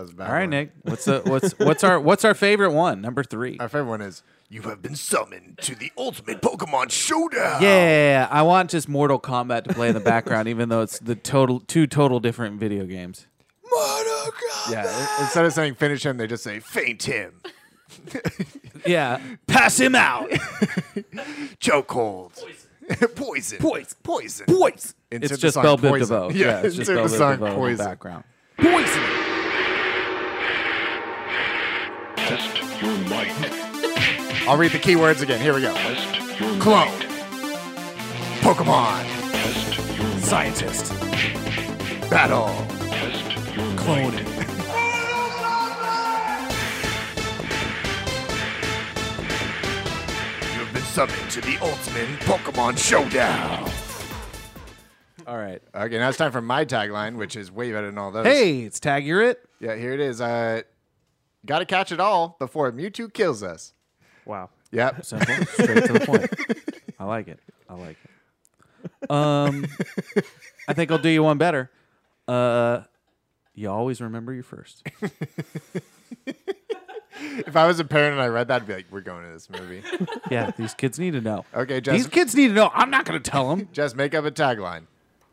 [SPEAKER 2] was a
[SPEAKER 1] *laughs*
[SPEAKER 2] bad.
[SPEAKER 1] All right,
[SPEAKER 2] one.
[SPEAKER 1] Nick. What's the what's what's our what's our favorite one? Number three.
[SPEAKER 2] My favorite one is
[SPEAKER 7] You have been summoned to the ultimate Pokemon Showdown.
[SPEAKER 1] Yeah, I want just Mortal Kombat to play in the background, even though it's the total two total different video games.
[SPEAKER 7] Mortal Kombat.
[SPEAKER 2] yeah. i- Instead of saying finish him, they just say
[SPEAKER 7] Faint him.
[SPEAKER 1] Yeah, *laughs* pass him out.
[SPEAKER 7] Chokehold.
[SPEAKER 2] *laughs*
[SPEAKER 7] Poison. Poison. Poison. Poison.
[SPEAKER 1] It's
[SPEAKER 2] insert the
[SPEAKER 1] just
[SPEAKER 2] song
[SPEAKER 1] Belle Biv
[SPEAKER 2] poison.
[SPEAKER 1] DeVoe.
[SPEAKER 2] Yeah,
[SPEAKER 1] it's just
[SPEAKER 2] insert
[SPEAKER 1] Belle
[SPEAKER 2] the song
[SPEAKER 1] Biv DeVoe in the
[SPEAKER 2] poison.
[SPEAKER 1] background.
[SPEAKER 7] Poison.
[SPEAKER 9] Test your might.
[SPEAKER 2] I'll read the keywords again. Here we go.
[SPEAKER 9] Test your
[SPEAKER 2] Clone.
[SPEAKER 9] might.
[SPEAKER 2] Pokemon.
[SPEAKER 9] Test your might.
[SPEAKER 2] Scientist. Battle.
[SPEAKER 9] Test your might.
[SPEAKER 7] You have been summoned to the ultimate Pokemon Showdown.
[SPEAKER 1] All right.
[SPEAKER 2] Okay, now it's time for my tagline, which is way better than all those.
[SPEAKER 1] Hey, it's Tag You're It.
[SPEAKER 2] Yeah, here it is. Uh, gotta catch it all before Mewtwo kills us.
[SPEAKER 3] Wow.
[SPEAKER 2] Yep. *laughs*
[SPEAKER 1] Simple, straight to the point. *laughs* I like it. I like it. Um, I think I'll do you one better. Uh, you always remember your first.
[SPEAKER 2] If I was a parent and I read that, I'd be like, we're going to this *laughs* movie.
[SPEAKER 1] Yeah, these kids need to know.
[SPEAKER 2] Okay,
[SPEAKER 1] These
[SPEAKER 2] Jess,
[SPEAKER 1] kids need to know. I'm not going to tell them.
[SPEAKER 2] Jess, make up a tagline.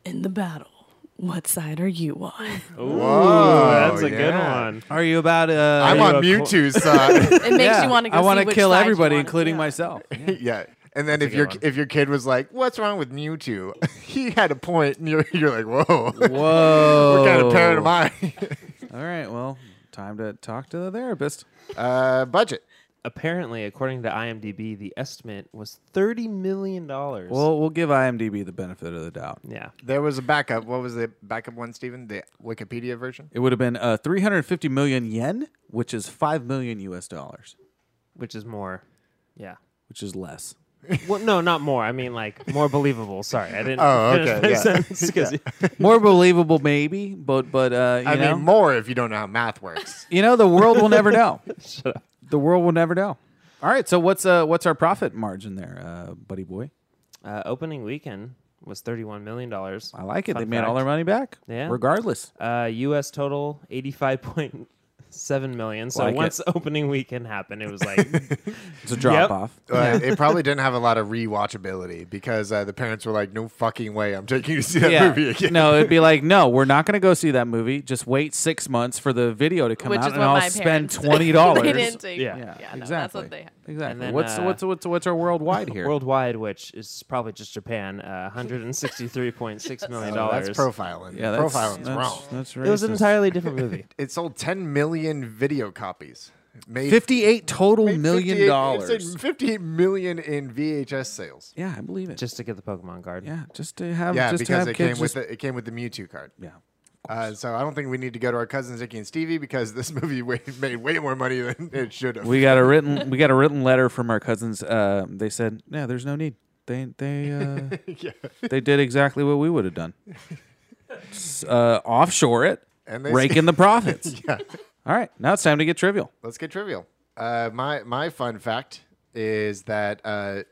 [SPEAKER 6] In the battle, what side are you
[SPEAKER 1] *laughs*
[SPEAKER 6] on?
[SPEAKER 2] Oh,
[SPEAKER 3] That's a good
[SPEAKER 2] yeah.
[SPEAKER 3] one.
[SPEAKER 1] Are you about? Uh,
[SPEAKER 2] I'm
[SPEAKER 3] you
[SPEAKER 2] on
[SPEAKER 3] a cl-
[SPEAKER 2] Mewtwo's side.
[SPEAKER 6] It makes you want to go.
[SPEAKER 1] I
[SPEAKER 6] want
[SPEAKER 1] wanna
[SPEAKER 6] to
[SPEAKER 1] kill everybody, including
[SPEAKER 6] yeah.
[SPEAKER 1] myself.
[SPEAKER 2] *laughs* yeah. And then if your
[SPEAKER 3] good one.
[SPEAKER 2] if your kid was like, "What's wrong with Mewtwo?" *laughs* he had a point, and you're, you're like, "Whoa, *laughs*
[SPEAKER 1] Whoa.
[SPEAKER 2] what kind of parent am I?"
[SPEAKER 1] All right, well, time to talk to the therapist.
[SPEAKER 2] *laughs* Uh, budget.
[SPEAKER 3] Apparently, according to IMDb, the estimate was thirty million dollars.
[SPEAKER 1] Well, we'll give IMDb the benefit of the doubt.
[SPEAKER 3] yeah,
[SPEAKER 2] There was a backup. What was the backup one, Steven? The Wikipedia version?
[SPEAKER 1] It would have been uh, 350 million yen, which is 5 million US dollars,
[SPEAKER 3] which is more. Yeah.
[SPEAKER 1] which is less.
[SPEAKER 3] Well, no, not more. I mean, like more believable. Sorry, I didn't
[SPEAKER 2] Oh,
[SPEAKER 3] finish
[SPEAKER 2] okay,
[SPEAKER 3] my
[SPEAKER 2] yeah.
[SPEAKER 3] *laughs* sentence 'cause you-
[SPEAKER 1] More believable maybe, but but uh, you
[SPEAKER 2] I
[SPEAKER 1] know
[SPEAKER 2] mean, more if you don't know how math works.
[SPEAKER 1] you know the world will never
[SPEAKER 2] *laughs*
[SPEAKER 1] know. The world will never know. All right, so what's uh what's our profit margin there, uh, buddy boy?
[SPEAKER 3] uh, opening weekend was thirty-one million dollars.
[SPEAKER 1] I like it.
[SPEAKER 3] Fun
[SPEAKER 1] they made all
[SPEAKER 3] fact.
[SPEAKER 1] their money back.
[SPEAKER 3] Yeah.
[SPEAKER 1] Regardless.
[SPEAKER 3] Uh, U.S. total eighty-five point seven million. So
[SPEAKER 1] Like it.
[SPEAKER 3] once opening weekend happened, it was
[SPEAKER 1] *laughs*
[SPEAKER 3] like
[SPEAKER 1] It's a drop
[SPEAKER 3] Yep.
[SPEAKER 1] off.
[SPEAKER 2] Uh, it probably didn't have a lot of rewatchability because uh, the parents were like, no fucking way I'm taking you to see that movie again.
[SPEAKER 1] no, it'd be like, no, we're not going to go see that movie. Just wait six months for the video to come
[SPEAKER 6] Which
[SPEAKER 1] out,
[SPEAKER 6] is
[SPEAKER 1] and
[SPEAKER 6] what
[SPEAKER 1] I'll
[SPEAKER 6] my
[SPEAKER 1] spend
[SPEAKER 6] parents- *laughs*
[SPEAKER 1] twenty dollars.
[SPEAKER 6] they didn't take.
[SPEAKER 3] Yeah.
[SPEAKER 1] Yeah,
[SPEAKER 6] yeah
[SPEAKER 1] exactly.
[SPEAKER 6] no, that's what they had.
[SPEAKER 1] Exactly.
[SPEAKER 3] And then,
[SPEAKER 1] what's
[SPEAKER 3] uh,
[SPEAKER 1] what's what's what's our world wide here?
[SPEAKER 3] worldwide, which is probably just Japan, uh, one hundred and sixty-three point
[SPEAKER 1] *laughs*
[SPEAKER 3] six million
[SPEAKER 2] Oh, *laughs*
[SPEAKER 3] dollars.
[SPEAKER 2] that's profiling.
[SPEAKER 1] yeah, that's,
[SPEAKER 2] Profiling's
[SPEAKER 1] that's,
[SPEAKER 2] wrong.
[SPEAKER 1] That's
[SPEAKER 3] it was an
[SPEAKER 1] racist.
[SPEAKER 3] entirely
[SPEAKER 1] *laughs*
[SPEAKER 3] different movie.
[SPEAKER 2] It sold 10 million video copies. Made
[SPEAKER 1] fifty-eight total
[SPEAKER 2] made
[SPEAKER 1] million
[SPEAKER 2] 58 it *laughs*
[SPEAKER 1] dollars.
[SPEAKER 2] said 58 million in VHS sales.
[SPEAKER 1] Yeah, I believe it.
[SPEAKER 3] just to get the Pokemon card.
[SPEAKER 1] yeah, just to have
[SPEAKER 2] Yeah,
[SPEAKER 1] just to
[SPEAKER 2] because
[SPEAKER 1] have
[SPEAKER 2] it
[SPEAKER 1] kids.
[SPEAKER 2] came with
[SPEAKER 1] just-
[SPEAKER 2] the, it came with the Mewtwo card.
[SPEAKER 1] yeah,
[SPEAKER 2] Uh, so I don't think we need to go to our cousins Icky and Stevie because this *laughs* movie wa- made way more money than it should *laughs* have.
[SPEAKER 1] we got a written we got a written letter from our cousins. Uh, they said, yeah, there's no need. They they
[SPEAKER 2] *laughs*
[SPEAKER 1] uh, they did exactly what we would have done. S- Uh, offshore it,
[SPEAKER 2] And they- *laughs*
[SPEAKER 1] rake in the profits. All right, now it's time to get trivial.
[SPEAKER 2] Let's get trivial. Uh, my my fun fact is that uh,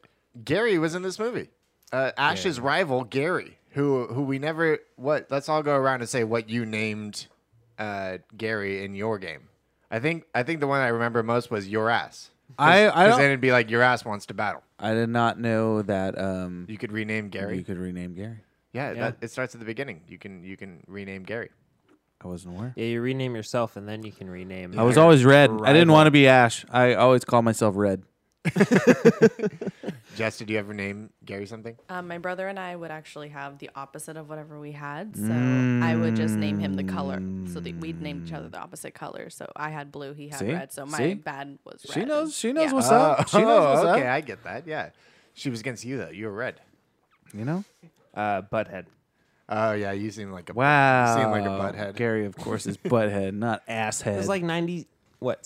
[SPEAKER 2] Gary was in this movie. Uh, Ash's rival Gary, who who we never what. Let's all go around and say what you named uh, Gary in your game. I think I think the one I remember most was your ass.
[SPEAKER 1] I I
[SPEAKER 2] Because then
[SPEAKER 1] don't,
[SPEAKER 2] it'd be like your ass wants to battle.
[SPEAKER 1] I did not know that um
[SPEAKER 2] You could rename Gary.
[SPEAKER 1] you could rename Gary.
[SPEAKER 2] yeah, That, it starts at the beginning. You can you can rename Gary.
[SPEAKER 1] I wasn't aware.
[SPEAKER 3] Yeah, you rename yourself and then you can rename.
[SPEAKER 1] I was always red. I didn't want to be Ash. I always called myself red.
[SPEAKER 2] Jess, did you ever name Gary something?
[SPEAKER 6] Um, my brother and I would actually have the opposite of whatever we had, so I would just name him the color. So that we'd name each other the opposite color. So I had blue, he had
[SPEAKER 1] See?
[SPEAKER 6] red. So my
[SPEAKER 1] See?
[SPEAKER 6] bad was red.
[SPEAKER 1] She knows. She knows
[SPEAKER 6] Yeah.
[SPEAKER 1] what's up. She knows what's
[SPEAKER 2] oh, okay,
[SPEAKER 1] up.
[SPEAKER 2] I get that. Yeah, she was against you though. You were red.
[SPEAKER 1] You know.
[SPEAKER 3] uh, butthead.
[SPEAKER 2] Oh yeah, you seem like a
[SPEAKER 1] Wow.
[SPEAKER 2] You seem like a butthead.
[SPEAKER 1] Gary, of course, is butthead, not asshead.
[SPEAKER 3] It was like ninety. What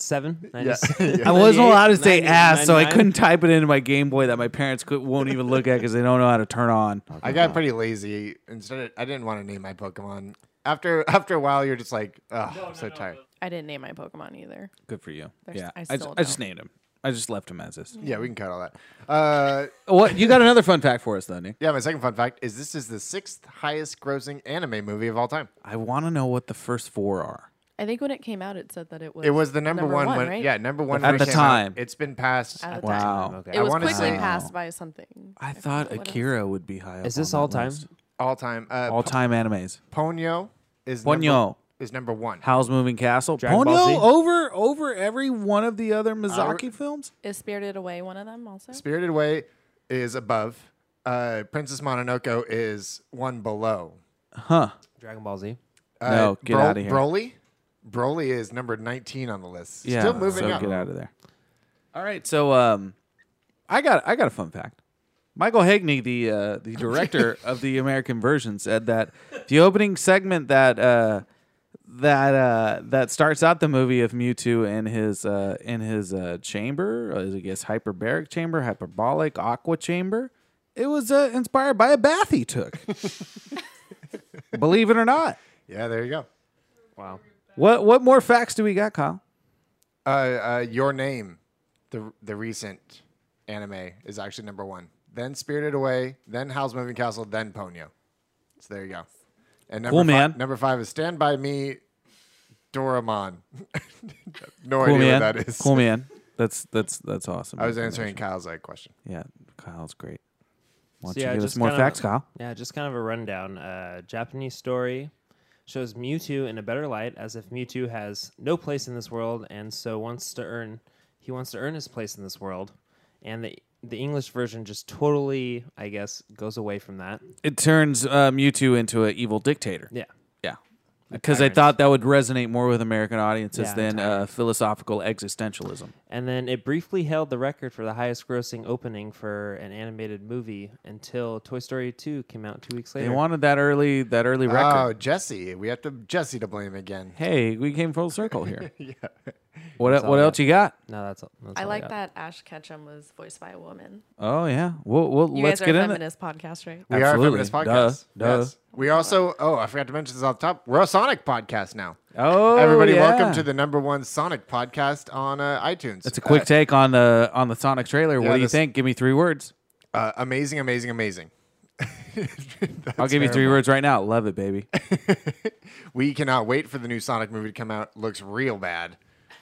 [SPEAKER 1] *laughs*
[SPEAKER 3] seven?
[SPEAKER 2] Yeah.
[SPEAKER 3] 96?
[SPEAKER 1] I wasn't
[SPEAKER 3] 98,
[SPEAKER 1] allowed to say
[SPEAKER 3] 90,
[SPEAKER 1] ass, so I
[SPEAKER 3] 99.
[SPEAKER 1] couldn't type it into my Game Boy that my parents could, won't even look at because they don't know how to turn on.
[SPEAKER 2] I got pretty lazy. Instead, of, I didn't want to name my Pokemon. After *laughs* after a while, you're just like, oh, I'm so tired.
[SPEAKER 6] I didn't name my Pokemon either.
[SPEAKER 1] Good for you.
[SPEAKER 6] There's-
[SPEAKER 1] Yeah,
[SPEAKER 6] I
[SPEAKER 1] I,
[SPEAKER 6] still
[SPEAKER 1] ju- I just
[SPEAKER 6] don't.
[SPEAKER 1] named him. I just left him as is.
[SPEAKER 2] Yeah, we can cut all that. Uh,
[SPEAKER 1] What you got another fun fact for us though, Nick?
[SPEAKER 2] yeah, my second fun fact is this is the sixth highest grossing anime movie of all time.
[SPEAKER 1] I want to know what the first four are.
[SPEAKER 6] I think when it came out, it said that it was.
[SPEAKER 2] It was the number, one. when,
[SPEAKER 6] right?
[SPEAKER 2] Yeah, number one
[SPEAKER 1] At
[SPEAKER 2] when
[SPEAKER 1] the
[SPEAKER 2] it came out.
[SPEAKER 1] time.
[SPEAKER 2] It's been passed.
[SPEAKER 6] At the time.
[SPEAKER 1] Wow.
[SPEAKER 3] Okay.
[SPEAKER 6] It was
[SPEAKER 2] wanna
[SPEAKER 6] quickly
[SPEAKER 2] say-
[SPEAKER 6] passed by something.
[SPEAKER 1] I
[SPEAKER 6] forgot
[SPEAKER 1] thought
[SPEAKER 6] what it was.
[SPEAKER 1] Akira would be high.
[SPEAKER 3] Is
[SPEAKER 1] up
[SPEAKER 3] this
[SPEAKER 1] on
[SPEAKER 3] all
[SPEAKER 1] that
[SPEAKER 3] time?
[SPEAKER 1] list.
[SPEAKER 2] all time. Uh,
[SPEAKER 1] All time animes.
[SPEAKER 2] Ponyo is
[SPEAKER 1] Ponyo.
[SPEAKER 2] number, is number one.
[SPEAKER 1] Howl's Moving Castle.
[SPEAKER 3] Dragon Ball Z?
[SPEAKER 1] Ponyo over over every one of the other Miyazaki films.
[SPEAKER 6] Is Spirited Away one of them also?
[SPEAKER 2] Spirited Away is above. Uh, Princess Mononoke is one below.
[SPEAKER 3] Dragon Ball Z.
[SPEAKER 2] Uh,
[SPEAKER 1] No, get
[SPEAKER 2] Bro-
[SPEAKER 1] outta here.
[SPEAKER 2] Broly. Broly is number 19 on the list.
[SPEAKER 1] Yeah,
[SPEAKER 2] Still moving
[SPEAKER 1] so
[SPEAKER 2] up.
[SPEAKER 1] get out of there. All right, so um, I got I got a fun fact. Michael Hagney, the uh, the
[SPEAKER 2] *laughs*
[SPEAKER 1] director of the American version, said that the opening segment that uh, that uh, that starts out the movie of Mewtwo in his uh, in his uh, chamber, uh, I guess hyperbaric chamber, hyperbolic aqua chamber. It was uh, inspired by a bath he
[SPEAKER 2] *laughs*
[SPEAKER 1] took. Believe it or not.
[SPEAKER 2] Yeah, there you go.
[SPEAKER 3] Wow.
[SPEAKER 1] What what more facts do we got, Kyle?
[SPEAKER 2] Uh, uh, Your Name, the the recent anime, is actually number one. Then Spirited Away, then Howl's Moving Castle, then Ponyo. So there you go. And number
[SPEAKER 1] Cool,
[SPEAKER 2] fi-
[SPEAKER 1] man.
[SPEAKER 2] Number five is Stand By Me, Doraemon. *laughs* no
[SPEAKER 1] Cool
[SPEAKER 2] idea
[SPEAKER 1] man.
[SPEAKER 2] what that is.
[SPEAKER 1] Cool man. That's that's that's awesome.
[SPEAKER 2] I was answering Kyle's like, question.
[SPEAKER 1] Yeah, Kyle's great. Why don't
[SPEAKER 3] So
[SPEAKER 1] you
[SPEAKER 3] yeah,
[SPEAKER 1] give us
[SPEAKER 3] just
[SPEAKER 1] more
[SPEAKER 3] kinda-
[SPEAKER 1] facts, Kyle?
[SPEAKER 3] Yeah, just kind of a rundown. Uh, Japanese story shows Mewtwo in a better light, as if Mewtwo has no place in this world, and so wants to earn. He wants to earn his place in this world, and the the English version just totally, I guess, goes away from that.
[SPEAKER 2] um,
[SPEAKER 1] It turns uh, Mewtwo into an evil dictator.
[SPEAKER 3] Yeah,
[SPEAKER 1] Yeah. because I
[SPEAKER 3] tyrant.
[SPEAKER 1] thought that would resonate more with American audiences
[SPEAKER 3] Yeah,
[SPEAKER 1] than uh, philosophical existentialism.
[SPEAKER 3] And then it briefly held the record for the highest grossing opening for an animated movie until Toy Story 2 came out two weeks
[SPEAKER 1] They
[SPEAKER 3] later.
[SPEAKER 1] wanted that early that early
[SPEAKER 2] Oh,
[SPEAKER 1] record.
[SPEAKER 2] Jesse. We have to Jesse to blame again.
[SPEAKER 1] Hey, we came full circle
[SPEAKER 2] *laughs*
[SPEAKER 1] here. What what else you got?
[SPEAKER 3] no, that's, all- that's
[SPEAKER 6] I
[SPEAKER 3] all
[SPEAKER 6] like
[SPEAKER 3] got.
[SPEAKER 6] that Ash Ketchum was voiced by a woman.
[SPEAKER 1] Oh yeah, well, well
[SPEAKER 6] You
[SPEAKER 1] let's
[SPEAKER 6] guys are
[SPEAKER 1] get
[SPEAKER 6] a
[SPEAKER 1] in it.
[SPEAKER 6] feminist podcast, right?
[SPEAKER 2] We are a feminist
[SPEAKER 1] Absolutely.
[SPEAKER 2] podcast.
[SPEAKER 1] Duh, duh.
[SPEAKER 2] Yes. We also, oh, I forgot to mention this off the top. We're a Sonic podcast now.
[SPEAKER 1] Oh,
[SPEAKER 2] Everybody, welcome
[SPEAKER 1] yeah.
[SPEAKER 2] to the number one Sonic podcast on uh, iTunes.
[SPEAKER 1] That's a
[SPEAKER 2] *laughs*
[SPEAKER 1] quick take on the on the Sonic trailer.
[SPEAKER 2] yeah,
[SPEAKER 1] what do you
[SPEAKER 2] this-
[SPEAKER 1] think? Give me three words.
[SPEAKER 2] Uh, uh, amazing, amazing, amazing.
[SPEAKER 1] I'll give you three words right now. Love it, baby.
[SPEAKER 2] We cannot wait for the new Sonic movie to come out. Looks real bad.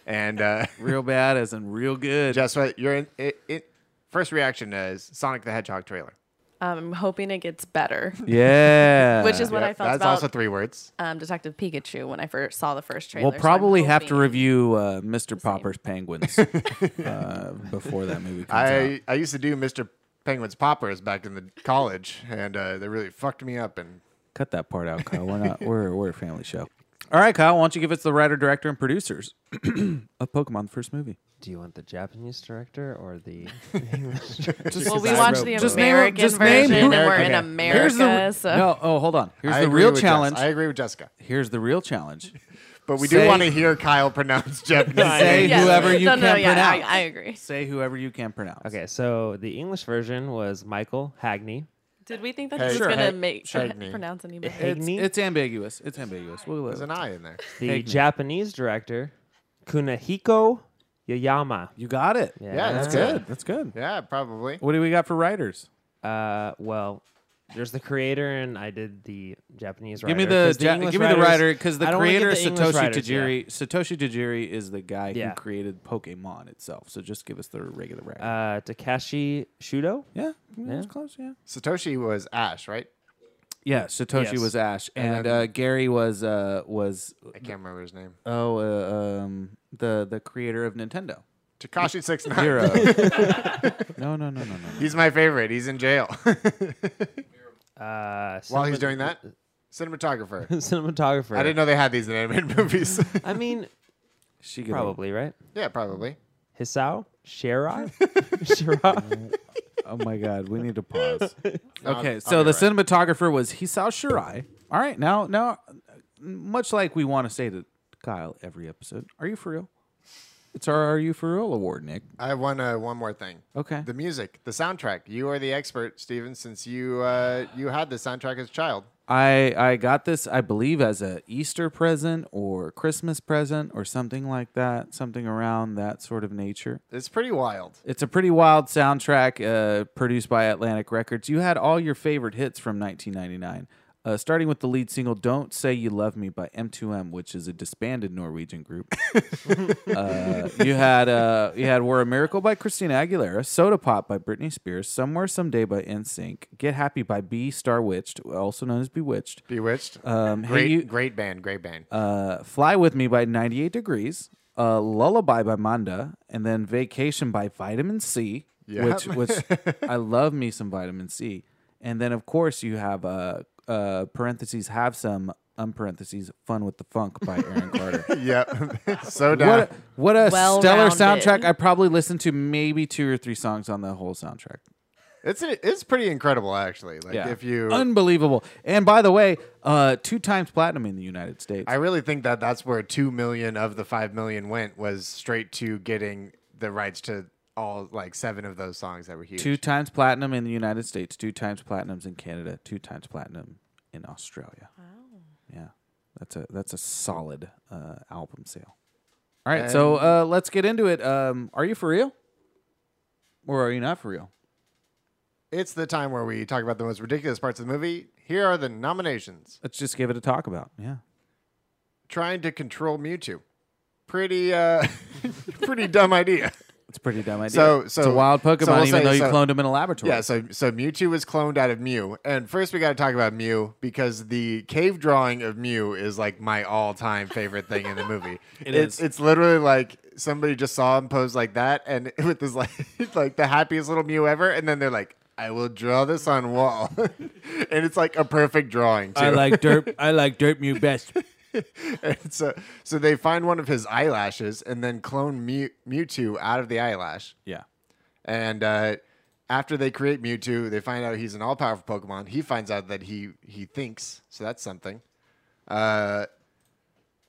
[SPEAKER 2] And uh,
[SPEAKER 1] *laughs*
[SPEAKER 2] *laughs*
[SPEAKER 1] real bad as in real good.
[SPEAKER 2] Jess, what your in, it, it, first reaction is Sonic the Hedgehog trailer,
[SPEAKER 6] Um, I'm hoping it
[SPEAKER 1] *laughs*
[SPEAKER 6] gets better,
[SPEAKER 1] yeah.
[SPEAKER 6] which is what
[SPEAKER 2] Yep,
[SPEAKER 6] I felt
[SPEAKER 2] That's
[SPEAKER 6] about
[SPEAKER 2] also three words.
[SPEAKER 6] um, Detective Pikachu when I first saw the first trailer.
[SPEAKER 1] We'll
[SPEAKER 6] so I'm
[SPEAKER 1] probably have to
[SPEAKER 6] hoping-
[SPEAKER 1] review uh, Mr. Popper's *laughs* Penguins uh, before that movie comes out.
[SPEAKER 2] I, I used to do Mr. Penguin's Poppers back in the college, and uh, they really fucked me up. And
[SPEAKER 1] Cut that part out, Kyle. We're not. We're we're a family show. All right, Kyle. Why don't you give us the writer, director, and producers *clears throat* of Pokemon the first movie?
[SPEAKER 3] Do you want the Japanese director or the.
[SPEAKER 1] Just,
[SPEAKER 6] Well, we watched the
[SPEAKER 1] Just name-
[SPEAKER 6] American
[SPEAKER 1] just name
[SPEAKER 6] version,
[SPEAKER 1] who-
[SPEAKER 6] and we're in
[SPEAKER 2] Okay.
[SPEAKER 6] America. so
[SPEAKER 1] no. Oh, hold on. Here's
[SPEAKER 2] I
[SPEAKER 1] the
[SPEAKER 2] agree
[SPEAKER 1] real
[SPEAKER 2] with Jess.
[SPEAKER 1] challenge.
[SPEAKER 2] I agree with Jessica,
[SPEAKER 1] Here's the real challenge.
[SPEAKER 2] but we
[SPEAKER 1] Say-
[SPEAKER 2] do want to hear Kyle pronounce *laughs* Japanese.
[SPEAKER 1] Say
[SPEAKER 6] Yes.
[SPEAKER 1] whoever you
[SPEAKER 6] no,
[SPEAKER 1] can
[SPEAKER 6] no, yeah,
[SPEAKER 1] pronounce.
[SPEAKER 6] I, I agree.
[SPEAKER 1] Say whoever you can pronounce.
[SPEAKER 3] okay, so the English version was Michael Hagney.
[SPEAKER 6] Did we think that
[SPEAKER 2] Hey,
[SPEAKER 6] he was
[SPEAKER 2] sure.
[SPEAKER 6] going to
[SPEAKER 2] Hey,
[SPEAKER 6] make *laughs*
[SPEAKER 2] sure, Agni.
[SPEAKER 6] pronounce any better?
[SPEAKER 1] It's,
[SPEAKER 3] Hagney.
[SPEAKER 1] it's ambiguous. It's ambiguous. We'll
[SPEAKER 2] There's an I in there.
[SPEAKER 3] the
[SPEAKER 1] Hagney.
[SPEAKER 3] Japanese director, Kunihiko Yoyama.
[SPEAKER 1] you got it.
[SPEAKER 2] Yeah, that's good.
[SPEAKER 1] That's good.
[SPEAKER 2] Yeah, probably.
[SPEAKER 1] What do we got for writers?
[SPEAKER 3] Uh, well, there's the creator, and I did the Japanese
[SPEAKER 1] Give
[SPEAKER 3] writer.
[SPEAKER 1] me the,
[SPEAKER 3] 'cause
[SPEAKER 1] ja-
[SPEAKER 3] English
[SPEAKER 1] give me the
[SPEAKER 3] writers-
[SPEAKER 1] writer because the
[SPEAKER 3] I don't wanna give
[SPEAKER 1] creator
[SPEAKER 3] the
[SPEAKER 1] Satoshi
[SPEAKER 3] English writers, yeah.
[SPEAKER 1] Tajiri Satoshi Tajiri is the guy
[SPEAKER 3] Yeah.
[SPEAKER 1] who created Pokemon itself. So just give us the regular writer.
[SPEAKER 3] Uh, Takashi Shudo.
[SPEAKER 1] yeah, yeah, that's close. Yeah,
[SPEAKER 2] Satoshi was Ash, right?
[SPEAKER 1] yeah. Satoshi
[SPEAKER 3] Yes.
[SPEAKER 1] was Ash, and
[SPEAKER 2] then-
[SPEAKER 1] uh, Gary was uh, was
[SPEAKER 2] I can't remember his name.
[SPEAKER 1] oh uh, um, the the creator of Nintendo.
[SPEAKER 2] Takashi Six Nine.
[SPEAKER 1] Hero. no, no, no, no, no.
[SPEAKER 2] *laughs* He's my favorite. He's in jail. *laughs*
[SPEAKER 3] Uh,
[SPEAKER 2] While he's
[SPEAKER 3] cinemat-
[SPEAKER 2] doing that,
[SPEAKER 1] *laughs*
[SPEAKER 2] cinematographer.
[SPEAKER 3] cinematographer.
[SPEAKER 2] I didn't know they had these in animated *laughs* movies.
[SPEAKER 1] *laughs*
[SPEAKER 3] I mean,
[SPEAKER 1] She could-
[SPEAKER 3] probably right.
[SPEAKER 2] yeah, probably.
[SPEAKER 3] Hisao
[SPEAKER 1] *laughs*
[SPEAKER 3] Shirai. Shirai.
[SPEAKER 1] Oh my God, we need to pause. *laughs* okay,
[SPEAKER 2] I'll
[SPEAKER 1] so
[SPEAKER 2] be
[SPEAKER 1] the cinematographer was Hisao Shirai. All right, now, now, much like we want to say to Kyle every episode, are you for real? It's our Are You For Real award, Nick.
[SPEAKER 2] I have one uh, one more thing.
[SPEAKER 1] Okay.
[SPEAKER 2] The music, the soundtrack. You are the expert, Steven, since you uh, you had the soundtrack as a child.
[SPEAKER 1] I I got this, I believe, as a Easter present or Christmas present or something like that, something around that sort of nature.
[SPEAKER 2] It's pretty wild.
[SPEAKER 1] It's a pretty wild soundtrack uh, produced by Atlantic Records. You had all your favorite hits from 1999, uh, starting with the lead single Don't Say You Love Me by M2M, which is a disbanded Norwegian group. *laughs* uh, you had uh, you had We're a Miracle by Christina Aguilera, Soda Pop by Britney Spears, Somewhere Someday by NSYNC, Get Happy by B Star Witched, also known as Bewitched,
[SPEAKER 2] Bewitched.
[SPEAKER 1] Um, hey,
[SPEAKER 2] great,
[SPEAKER 1] you-
[SPEAKER 2] great band, great band. *laughs*
[SPEAKER 1] uh, Fly With Me by 98 Degrees, uh, Lullaby by Manda, and then Vacation by Vitamin C,
[SPEAKER 2] Yeah.
[SPEAKER 1] which which I love me some Vitamin C. And then of course you have uh, uh, parentheses have some um parentheses fun with the funk by Aaron Carter.
[SPEAKER 2] *laughs* yeah, so down.
[SPEAKER 1] What a, what a stellar
[SPEAKER 6] Well-rounded.
[SPEAKER 1] soundtrack! I probably listened to maybe two or three songs on the whole soundtrack.
[SPEAKER 2] It's it's pretty incredible actually. Like if you,
[SPEAKER 1] unbelievable. And by the way, uh, two times platinum in the United States.
[SPEAKER 2] I really think that that's where two million of the five million went was straight to getting the rights to all like seven of those songs that were huge.
[SPEAKER 1] Two times platinum in the United States, two times platinums in Canada, two times platinum in Australia. Wow. Yeah. That's a that's a solid uh, album sale. All right, so uh, let's get into it. Um, are you for real? Or are you not for real?
[SPEAKER 2] It's the time where we talk about the most ridiculous parts of the movie. Here are the nominations:
[SPEAKER 1] Let's just give it a talk about. Yeah.
[SPEAKER 2] trying to control Mewtwo. Pretty uh, *laughs* pretty dumb idea.
[SPEAKER 1] It's a pretty dumb idea.
[SPEAKER 2] So-
[SPEAKER 1] it's a
[SPEAKER 2] so-
[SPEAKER 1] wild
[SPEAKER 2] so
[SPEAKER 1] Pokemon,
[SPEAKER 2] we'll
[SPEAKER 1] even
[SPEAKER 2] say-
[SPEAKER 1] though you
[SPEAKER 2] so-
[SPEAKER 1] cloned him in a laboratory.
[SPEAKER 2] Yeah, so so Mewtwo was cloned out of Mew, and first we got to talk about Mew because the cave drawing of Mew is like my all-time favorite thing in the movie. it's
[SPEAKER 1] is.
[SPEAKER 2] it's literally like somebody just saw him pose like that, and *laughs* with this like like the happiest little Mew ever, and then they're like, "I will draw this *laughs* on wall," and it's like a perfect drawing too. *laughs*
[SPEAKER 1] I like dirt. I like dirt Mew best.
[SPEAKER 2] and so, so they find one of his eyelashes and then clone Mew, Mewtwo out of the eyelash.
[SPEAKER 1] Yeah.
[SPEAKER 2] And uh, after they create Mewtwo, they find out he's an all-powerful Pokemon. He finds out that he he thinks, so that's something. Uh,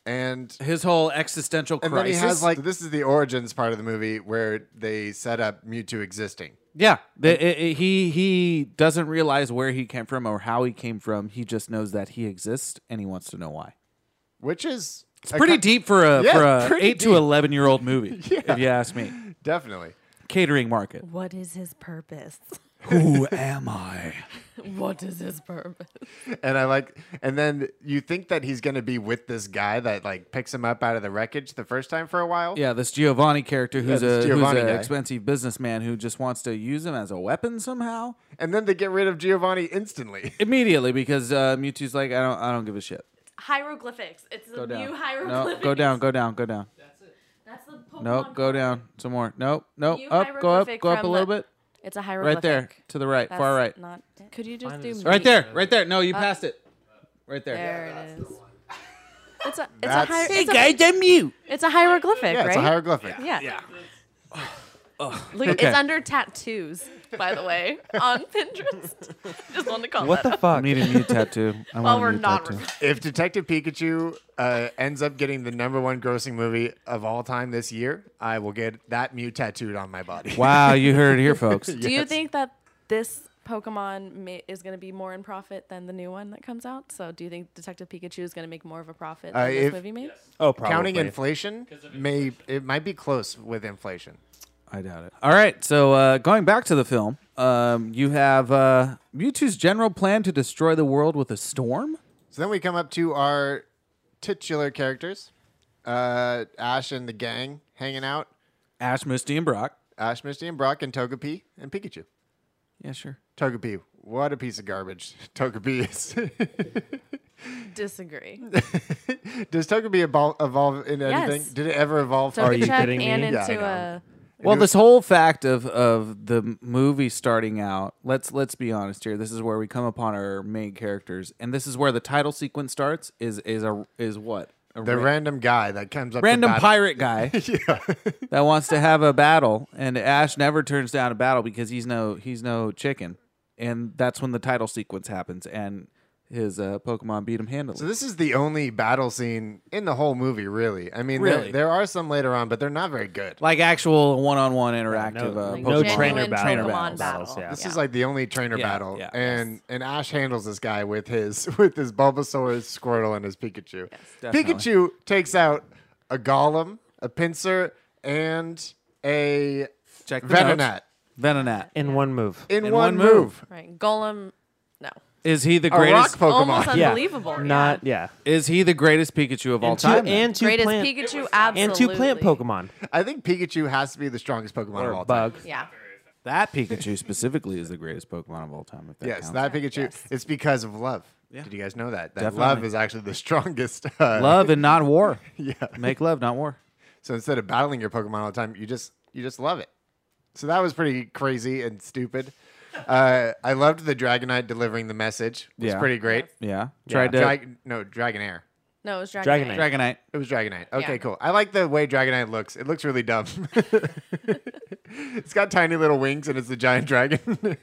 [SPEAKER 2] and
[SPEAKER 1] His whole existential
[SPEAKER 2] and
[SPEAKER 1] crisis.
[SPEAKER 2] then he has like this is the origins part of the movie where they set up Mewtwo existing.
[SPEAKER 1] yeah, the, it, it- he he doesn't realize where he came from or how he came from. He just knows that he exists and he wants to know why.
[SPEAKER 2] which is
[SPEAKER 1] It's pretty deep for a
[SPEAKER 2] Yeah,
[SPEAKER 1] for a
[SPEAKER 2] pretty
[SPEAKER 1] eight to
[SPEAKER 2] deep.
[SPEAKER 1] eleven year old
[SPEAKER 2] *laughs*
[SPEAKER 1] movie, if you ask me.
[SPEAKER 2] Definitely.
[SPEAKER 1] Catering market.
[SPEAKER 6] What is his purpose?
[SPEAKER 1] Who am I?
[SPEAKER 6] *laughs* what is his purpose?
[SPEAKER 2] And I like, and then you think that he's going to be with this guy that like picks him up out of the wreckage the first time for a while.
[SPEAKER 1] Yeah, this Giovanni character who's
[SPEAKER 2] this
[SPEAKER 1] a
[SPEAKER 2] Giovanni
[SPEAKER 1] who's
[SPEAKER 2] guy.
[SPEAKER 1] an expensive businessman who just wants to use him as a weapon somehow
[SPEAKER 2] And then they get rid of Giovanni instantly. *laughs*
[SPEAKER 1] immediately because uh, Mewtwo's like I don't I don't give a shit.
[SPEAKER 6] Hieroglyphics. It's
[SPEAKER 1] Go
[SPEAKER 6] the
[SPEAKER 1] down.
[SPEAKER 6] new
[SPEAKER 1] No,
[SPEAKER 6] hieroglyphics.
[SPEAKER 1] go down. Go down. Go down.
[SPEAKER 6] That's the Pokemon
[SPEAKER 1] Nope. Go
[SPEAKER 6] card.
[SPEAKER 1] down. Some more. Nope. Nope. Up.
[SPEAKER 6] New
[SPEAKER 1] Go up.
[SPEAKER 6] hieroglyphic
[SPEAKER 1] Go up a
[SPEAKER 6] from
[SPEAKER 1] little
[SPEAKER 6] the-
[SPEAKER 1] bit.
[SPEAKER 6] It's a hieroglyphic.
[SPEAKER 1] Right there. To the right.
[SPEAKER 6] That's
[SPEAKER 1] Far right.
[SPEAKER 6] Not. Could you just
[SPEAKER 3] Find
[SPEAKER 6] do
[SPEAKER 3] it.
[SPEAKER 1] Right there. Right there. No, you passed it. Right there.
[SPEAKER 6] Uh, There it is. It's a it's a,
[SPEAKER 2] That's-
[SPEAKER 6] hi-
[SPEAKER 2] Hey,
[SPEAKER 6] it's, a,
[SPEAKER 1] damn you.
[SPEAKER 6] it's a hieroglyphic,
[SPEAKER 2] Yeah,
[SPEAKER 6] right?
[SPEAKER 2] it's a hieroglyphic.
[SPEAKER 6] yeah. Look,
[SPEAKER 1] Okay.
[SPEAKER 6] it's under tattoos, by
[SPEAKER 3] *laughs*
[SPEAKER 6] the way, on Pinterest. just wanted to call
[SPEAKER 3] What
[SPEAKER 6] that
[SPEAKER 3] the
[SPEAKER 6] out.
[SPEAKER 1] I
[SPEAKER 3] fuck?
[SPEAKER 1] need a new tattoo. I
[SPEAKER 6] *laughs* Well,
[SPEAKER 1] want
[SPEAKER 6] we're
[SPEAKER 1] a new
[SPEAKER 6] not.
[SPEAKER 1] tattoo.
[SPEAKER 2] If Detective Pikachu uh, ends up getting the number one grossing movie of all time this year, I will get that Mew tattooed on my body.
[SPEAKER 1] Wow, you heard it
[SPEAKER 6] *laughs*
[SPEAKER 1] here, folks.
[SPEAKER 6] Do you think that this Pokemon ma- is going to be more in profit than the new one that comes out? So, do you think Detective Pikachu is going to make more of a profit than
[SPEAKER 2] Uh,
[SPEAKER 6] this
[SPEAKER 2] if-
[SPEAKER 6] movie made?
[SPEAKER 3] Oh, probably.
[SPEAKER 2] Counting inflation, may it might be close with inflation.
[SPEAKER 1] I doubt it. All right, so uh, going back to the film, um, you have uh, Mewtwo's general plan to destroy the world with a storm.
[SPEAKER 2] So then we come up to our titular characters, uh, Ash and the gang hanging out.
[SPEAKER 1] Ash, Misty, and Brock.
[SPEAKER 2] Ash, Misty, and Brock, and Togepi and Pikachu.
[SPEAKER 1] Yeah, sure.
[SPEAKER 2] Togepi, what a piece of garbage *laughs* Togepi is.
[SPEAKER 6] Disagree.
[SPEAKER 2] Does Togepi evol- evolve in anything?
[SPEAKER 6] Yes.
[SPEAKER 2] Did it ever evolve?
[SPEAKER 6] So,
[SPEAKER 2] from-
[SPEAKER 6] the check
[SPEAKER 3] kidding me?
[SPEAKER 6] and
[SPEAKER 2] Yeah, I
[SPEAKER 6] into
[SPEAKER 2] know.
[SPEAKER 6] a
[SPEAKER 1] Well,
[SPEAKER 2] do-
[SPEAKER 1] this whole fact of of the movie starting out. Let's let's be honest here. This is where we come upon our main characters, and this is where the title sequence starts. Is is a is what a
[SPEAKER 2] the
[SPEAKER 1] ra-
[SPEAKER 2] random guy that comes up. to
[SPEAKER 1] random
[SPEAKER 2] bat-
[SPEAKER 1] pirate
[SPEAKER 2] *laughs*
[SPEAKER 1] guy that wants to have a battle, and Ash never turns down a battle because he's no he's no chicken, and that's when the title sequence happens, and his uh, Pokemon beat him handily.
[SPEAKER 2] So this is the only battle scene in the whole movie, really. I mean,
[SPEAKER 1] Really?
[SPEAKER 2] there, there are some later on, but they're not very good.
[SPEAKER 1] like actual one-on-one interactive
[SPEAKER 3] no-
[SPEAKER 1] uh,
[SPEAKER 3] like
[SPEAKER 1] Pokemon.
[SPEAKER 3] no trainer
[SPEAKER 6] genuine
[SPEAKER 3] battle.
[SPEAKER 6] Pokemon
[SPEAKER 1] battles.
[SPEAKER 6] battle.
[SPEAKER 3] Yeah.
[SPEAKER 2] This is like the only trainer
[SPEAKER 1] Yeah,
[SPEAKER 2] battle,
[SPEAKER 1] yeah.
[SPEAKER 2] and and Ash handles this guy with his *laughs* with his Bulbasaur, his Squirtle, and his Pikachu.
[SPEAKER 1] definitely.
[SPEAKER 2] Pikachu takes out a Golem, a Pinsir, and a
[SPEAKER 1] Check the
[SPEAKER 2] Venonat
[SPEAKER 1] notes. Venonat.
[SPEAKER 3] In one move.
[SPEAKER 2] in,
[SPEAKER 1] In one
[SPEAKER 2] one,
[SPEAKER 1] move.
[SPEAKER 2] move.
[SPEAKER 6] right Golem. No,
[SPEAKER 1] Is he the
[SPEAKER 2] A rock
[SPEAKER 1] greatest?
[SPEAKER 6] almost
[SPEAKER 2] Pokemon.
[SPEAKER 3] Yeah.
[SPEAKER 6] unbelievable. yeah.
[SPEAKER 3] Not yeah.
[SPEAKER 1] Is he the greatest Pikachu of all
[SPEAKER 3] and two,
[SPEAKER 1] time? then?
[SPEAKER 3] and two
[SPEAKER 6] greatest
[SPEAKER 3] plant
[SPEAKER 6] Pikachu. Absolutely.
[SPEAKER 3] and two plant Pokemon
[SPEAKER 2] I think Pikachu has to be the strongest Pokemon
[SPEAKER 3] or
[SPEAKER 2] of all
[SPEAKER 3] bug.
[SPEAKER 2] time.
[SPEAKER 6] Yeah.
[SPEAKER 1] that Pikachu specifically is the greatest Pokemon of all time. If that
[SPEAKER 2] Yes,
[SPEAKER 1] counts.
[SPEAKER 2] that Pikachu.
[SPEAKER 6] Yes.
[SPEAKER 2] It's because of love.
[SPEAKER 1] Yeah.
[SPEAKER 2] Did you guys know that? That
[SPEAKER 1] Definitely.
[SPEAKER 2] love is actually the *laughs* strongest. Uh,
[SPEAKER 1] love and not war.
[SPEAKER 2] *laughs* Yeah.
[SPEAKER 1] Make love, not war.
[SPEAKER 2] So instead of battling your Pokemon all the time, you just you just love it. So that was pretty crazy and stupid. Uh, I loved the Dragonite delivering the message. It was
[SPEAKER 1] Yeah.
[SPEAKER 2] pretty great.
[SPEAKER 1] Yeah. Tried to
[SPEAKER 2] Drag- no, Dragonair.
[SPEAKER 6] No, it was Dragonite.
[SPEAKER 3] Dragonite.
[SPEAKER 1] Dragonite.
[SPEAKER 2] It was Dragonite. Okay,
[SPEAKER 6] Yeah.
[SPEAKER 2] cool. I like the way Dragonite looks. It looks really dumb. *laughs* it's got tiny little wings and it's a giant dragon. *laughs*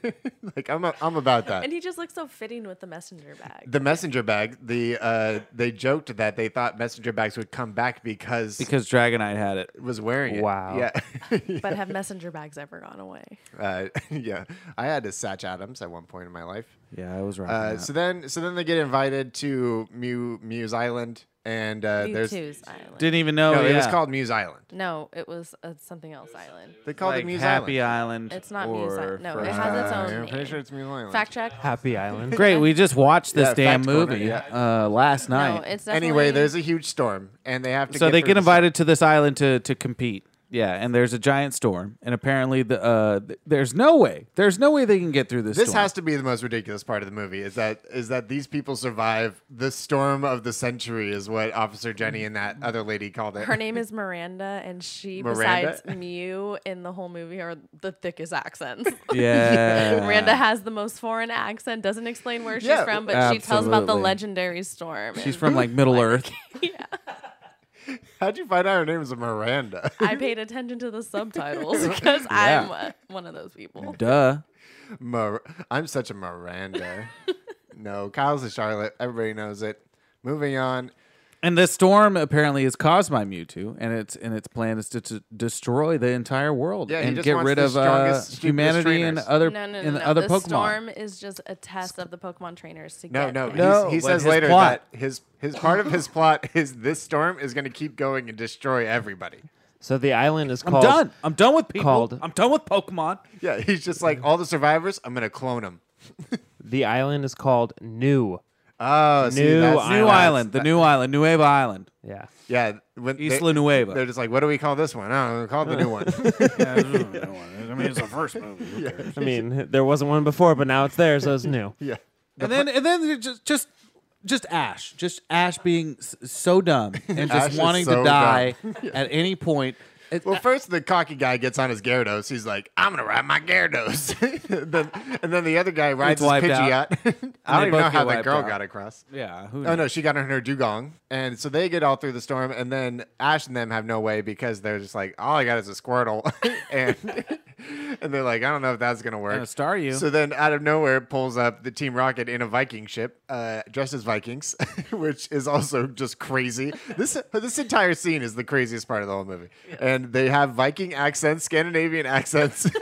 [SPEAKER 2] like I'm, a, I'm about that.
[SPEAKER 6] And he just looks so fitting with the messenger bag.
[SPEAKER 2] The messenger bag. The uh, they joked that they thought messenger bags would come back because,
[SPEAKER 1] Because Dragonite had it.
[SPEAKER 2] it was wearing it.
[SPEAKER 3] Wow.
[SPEAKER 2] Yeah. *laughs*
[SPEAKER 6] but have messenger bags ever gone away?
[SPEAKER 2] uh, *laughs* yeah. I had a Satch Adams at one point in my life.
[SPEAKER 1] Yeah, I was right.
[SPEAKER 2] Uh, so then, so then they get invited to Mew Mew's Island, and uh, there's no.
[SPEAKER 6] Mewtwo's Island.
[SPEAKER 1] Didn't even know.
[SPEAKER 2] it
[SPEAKER 1] Oh, yeah.
[SPEAKER 2] was called Mew's Island.
[SPEAKER 6] no, it was uh, something else island.
[SPEAKER 2] They called
[SPEAKER 1] like
[SPEAKER 2] it Mew's
[SPEAKER 1] Happy
[SPEAKER 2] Island.
[SPEAKER 1] Island.
[SPEAKER 6] It's not
[SPEAKER 1] or
[SPEAKER 6] Mew's Island. No, it
[SPEAKER 1] Frozen.
[SPEAKER 6] has its
[SPEAKER 2] Uh,
[SPEAKER 6] own
[SPEAKER 2] I'm pretty
[SPEAKER 6] name.
[SPEAKER 2] sure it's Mew's Island.
[SPEAKER 6] Fact check.
[SPEAKER 3] Happy *laughs* Island.
[SPEAKER 1] Great. We just watched this
[SPEAKER 2] Yeah,
[SPEAKER 1] damn
[SPEAKER 2] Fact Corner,
[SPEAKER 1] movie
[SPEAKER 2] yeah.
[SPEAKER 1] uh, last
[SPEAKER 6] No,
[SPEAKER 1] night.
[SPEAKER 6] it's definitely
[SPEAKER 2] Anyway, there's a huge storm, and they have to.
[SPEAKER 1] so they
[SPEAKER 2] through
[SPEAKER 1] get
[SPEAKER 2] the storm.
[SPEAKER 1] invited to this island to to compete. Yeah, and there's a giant storm, and apparently the uh, th- there's no way, there's no way they can get through this.
[SPEAKER 2] This
[SPEAKER 1] storm.
[SPEAKER 2] has to be the most ridiculous part of the movie is that is that these people survive the storm of the century is what Officer Jenny and that other lady called it.
[SPEAKER 6] Her name
[SPEAKER 2] *laughs*
[SPEAKER 6] is Miranda, and she,
[SPEAKER 2] Miranda?
[SPEAKER 6] besides Mew in the whole movie, are the
[SPEAKER 2] *laughs*
[SPEAKER 6] thickest accents.
[SPEAKER 1] Yeah,
[SPEAKER 6] *laughs* Miranda has the most foreign accent, doesn't explain where she's
[SPEAKER 2] Yeah,
[SPEAKER 6] from, but she tells about the
[SPEAKER 1] absolutely.
[SPEAKER 6] legendary storm.
[SPEAKER 1] She's
[SPEAKER 6] and
[SPEAKER 1] from like Middle Earth.
[SPEAKER 2] How'd you find out her name is Miranda? *laughs*
[SPEAKER 6] I paid attention to the subtitles because I'm uh, one of those people.
[SPEAKER 1] Duh.
[SPEAKER 2] Mir- I'm such
[SPEAKER 1] *laughs*
[SPEAKER 2] a Miranda. no, Kyle's a Charlotte. Everybody knows it. Moving on.
[SPEAKER 1] And the storm apparently is caused by Mewtwo, and its and its plan is to, to destroy the entire world
[SPEAKER 2] Yeah, he
[SPEAKER 1] and
[SPEAKER 2] just
[SPEAKER 1] get
[SPEAKER 2] wants
[SPEAKER 1] rid
[SPEAKER 2] the
[SPEAKER 1] of uh,
[SPEAKER 2] strongest, stupidest
[SPEAKER 1] humanity and
[SPEAKER 2] trainers.
[SPEAKER 1] other
[SPEAKER 6] No, no, no,
[SPEAKER 1] and
[SPEAKER 6] no.
[SPEAKER 1] other
[SPEAKER 6] the
[SPEAKER 1] Pokemon.
[SPEAKER 6] storm is just a test of the Pokemon trainers to
[SPEAKER 2] No,
[SPEAKER 6] get
[SPEAKER 2] no,
[SPEAKER 6] there.
[SPEAKER 1] No,
[SPEAKER 2] he's- He
[SPEAKER 1] but
[SPEAKER 2] says
[SPEAKER 1] his
[SPEAKER 2] later
[SPEAKER 1] plot.
[SPEAKER 2] that his his part
[SPEAKER 1] *laughs*
[SPEAKER 2] of his plot is this storm is going to keep going and destroy everybody.
[SPEAKER 3] So the island is
[SPEAKER 1] I'm
[SPEAKER 3] called.
[SPEAKER 1] done. I'm done with people.
[SPEAKER 3] Called-
[SPEAKER 1] I'm done with Pokemon.
[SPEAKER 2] Yeah, he's just like all the survivors. I'm going to clone them.
[SPEAKER 3] The island is called New.
[SPEAKER 2] Oh, see,
[SPEAKER 3] New
[SPEAKER 2] that's-
[SPEAKER 1] New
[SPEAKER 3] Island.
[SPEAKER 1] Island, the new island, Nueva Island,
[SPEAKER 3] Yeah.
[SPEAKER 2] Yeah, when
[SPEAKER 1] Isla Nueva.
[SPEAKER 2] They're just like, what do we call this one? Oh, we call it the new one.
[SPEAKER 1] *laughs*
[SPEAKER 8] I mean, it's the first movie. Who cares?
[SPEAKER 3] I mean, there wasn't one before, but now it's there, so *laughs* it's new.
[SPEAKER 2] yeah.
[SPEAKER 1] and then and then they're just just just Ash, just Ash being s- so dumb
[SPEAKER 2] *laughs*
[SPEAKER 1] and
[SPEAKER 2] Ash
[SPEAKER 1] just
[SPEAKER 2] is
[SPEAKER 1] wanting to
[SPEAKER 2] so
[SPEAKER 1] die
[SPEAKER 2] *laughs*
[SPEAKER 1] at any point. It-
[SPEAKER 2] Well, first the cocky guy gets on his Gyarados. He's like, I'm gonna ride my Gyarados. *laughs* and, then, and then the other guy rides his
[SPEAKER 1] wiped *laughs*
[SPEAKER 2] Pidgeot. *laughs*
[SPEAKER 1] out.
[SPEAKER 2] I
[SPEAKER 1] they
[SPEAKER 2] don't even know
[SPEAKER 1] both
[SPEAKER 2] how
[SPEAKER 1] get
[SPEAKER 2] that
[SPEAKER 1] wiped
[SPEAKER 2] girl
[SPEAKER 1] out.
[SPEAKER 2] got across.
[SPEAKER 1] yeah. Who
[SPEAKER 2] Oh
[SPEAKER 1] knows?
[SPEAKER 2] no, she got on her dugong, and so they get all through the storm, and then Ash and them have no way because they're just like, all I got is a Squirtle, *laughs* and and they're like, I don't know if that's gonna work.
[SPEAKER 1] Gonna star you.
[SPEAKER 2] So then, out of nowhere, pulls up the Team Rocket in a Viking ship, uh, dressed as Vikings, *laughs* which is also just crazy. This this entire scene is the craziest part of the whole movie, and they have Viking accents, Scandinavian accents. *laughs*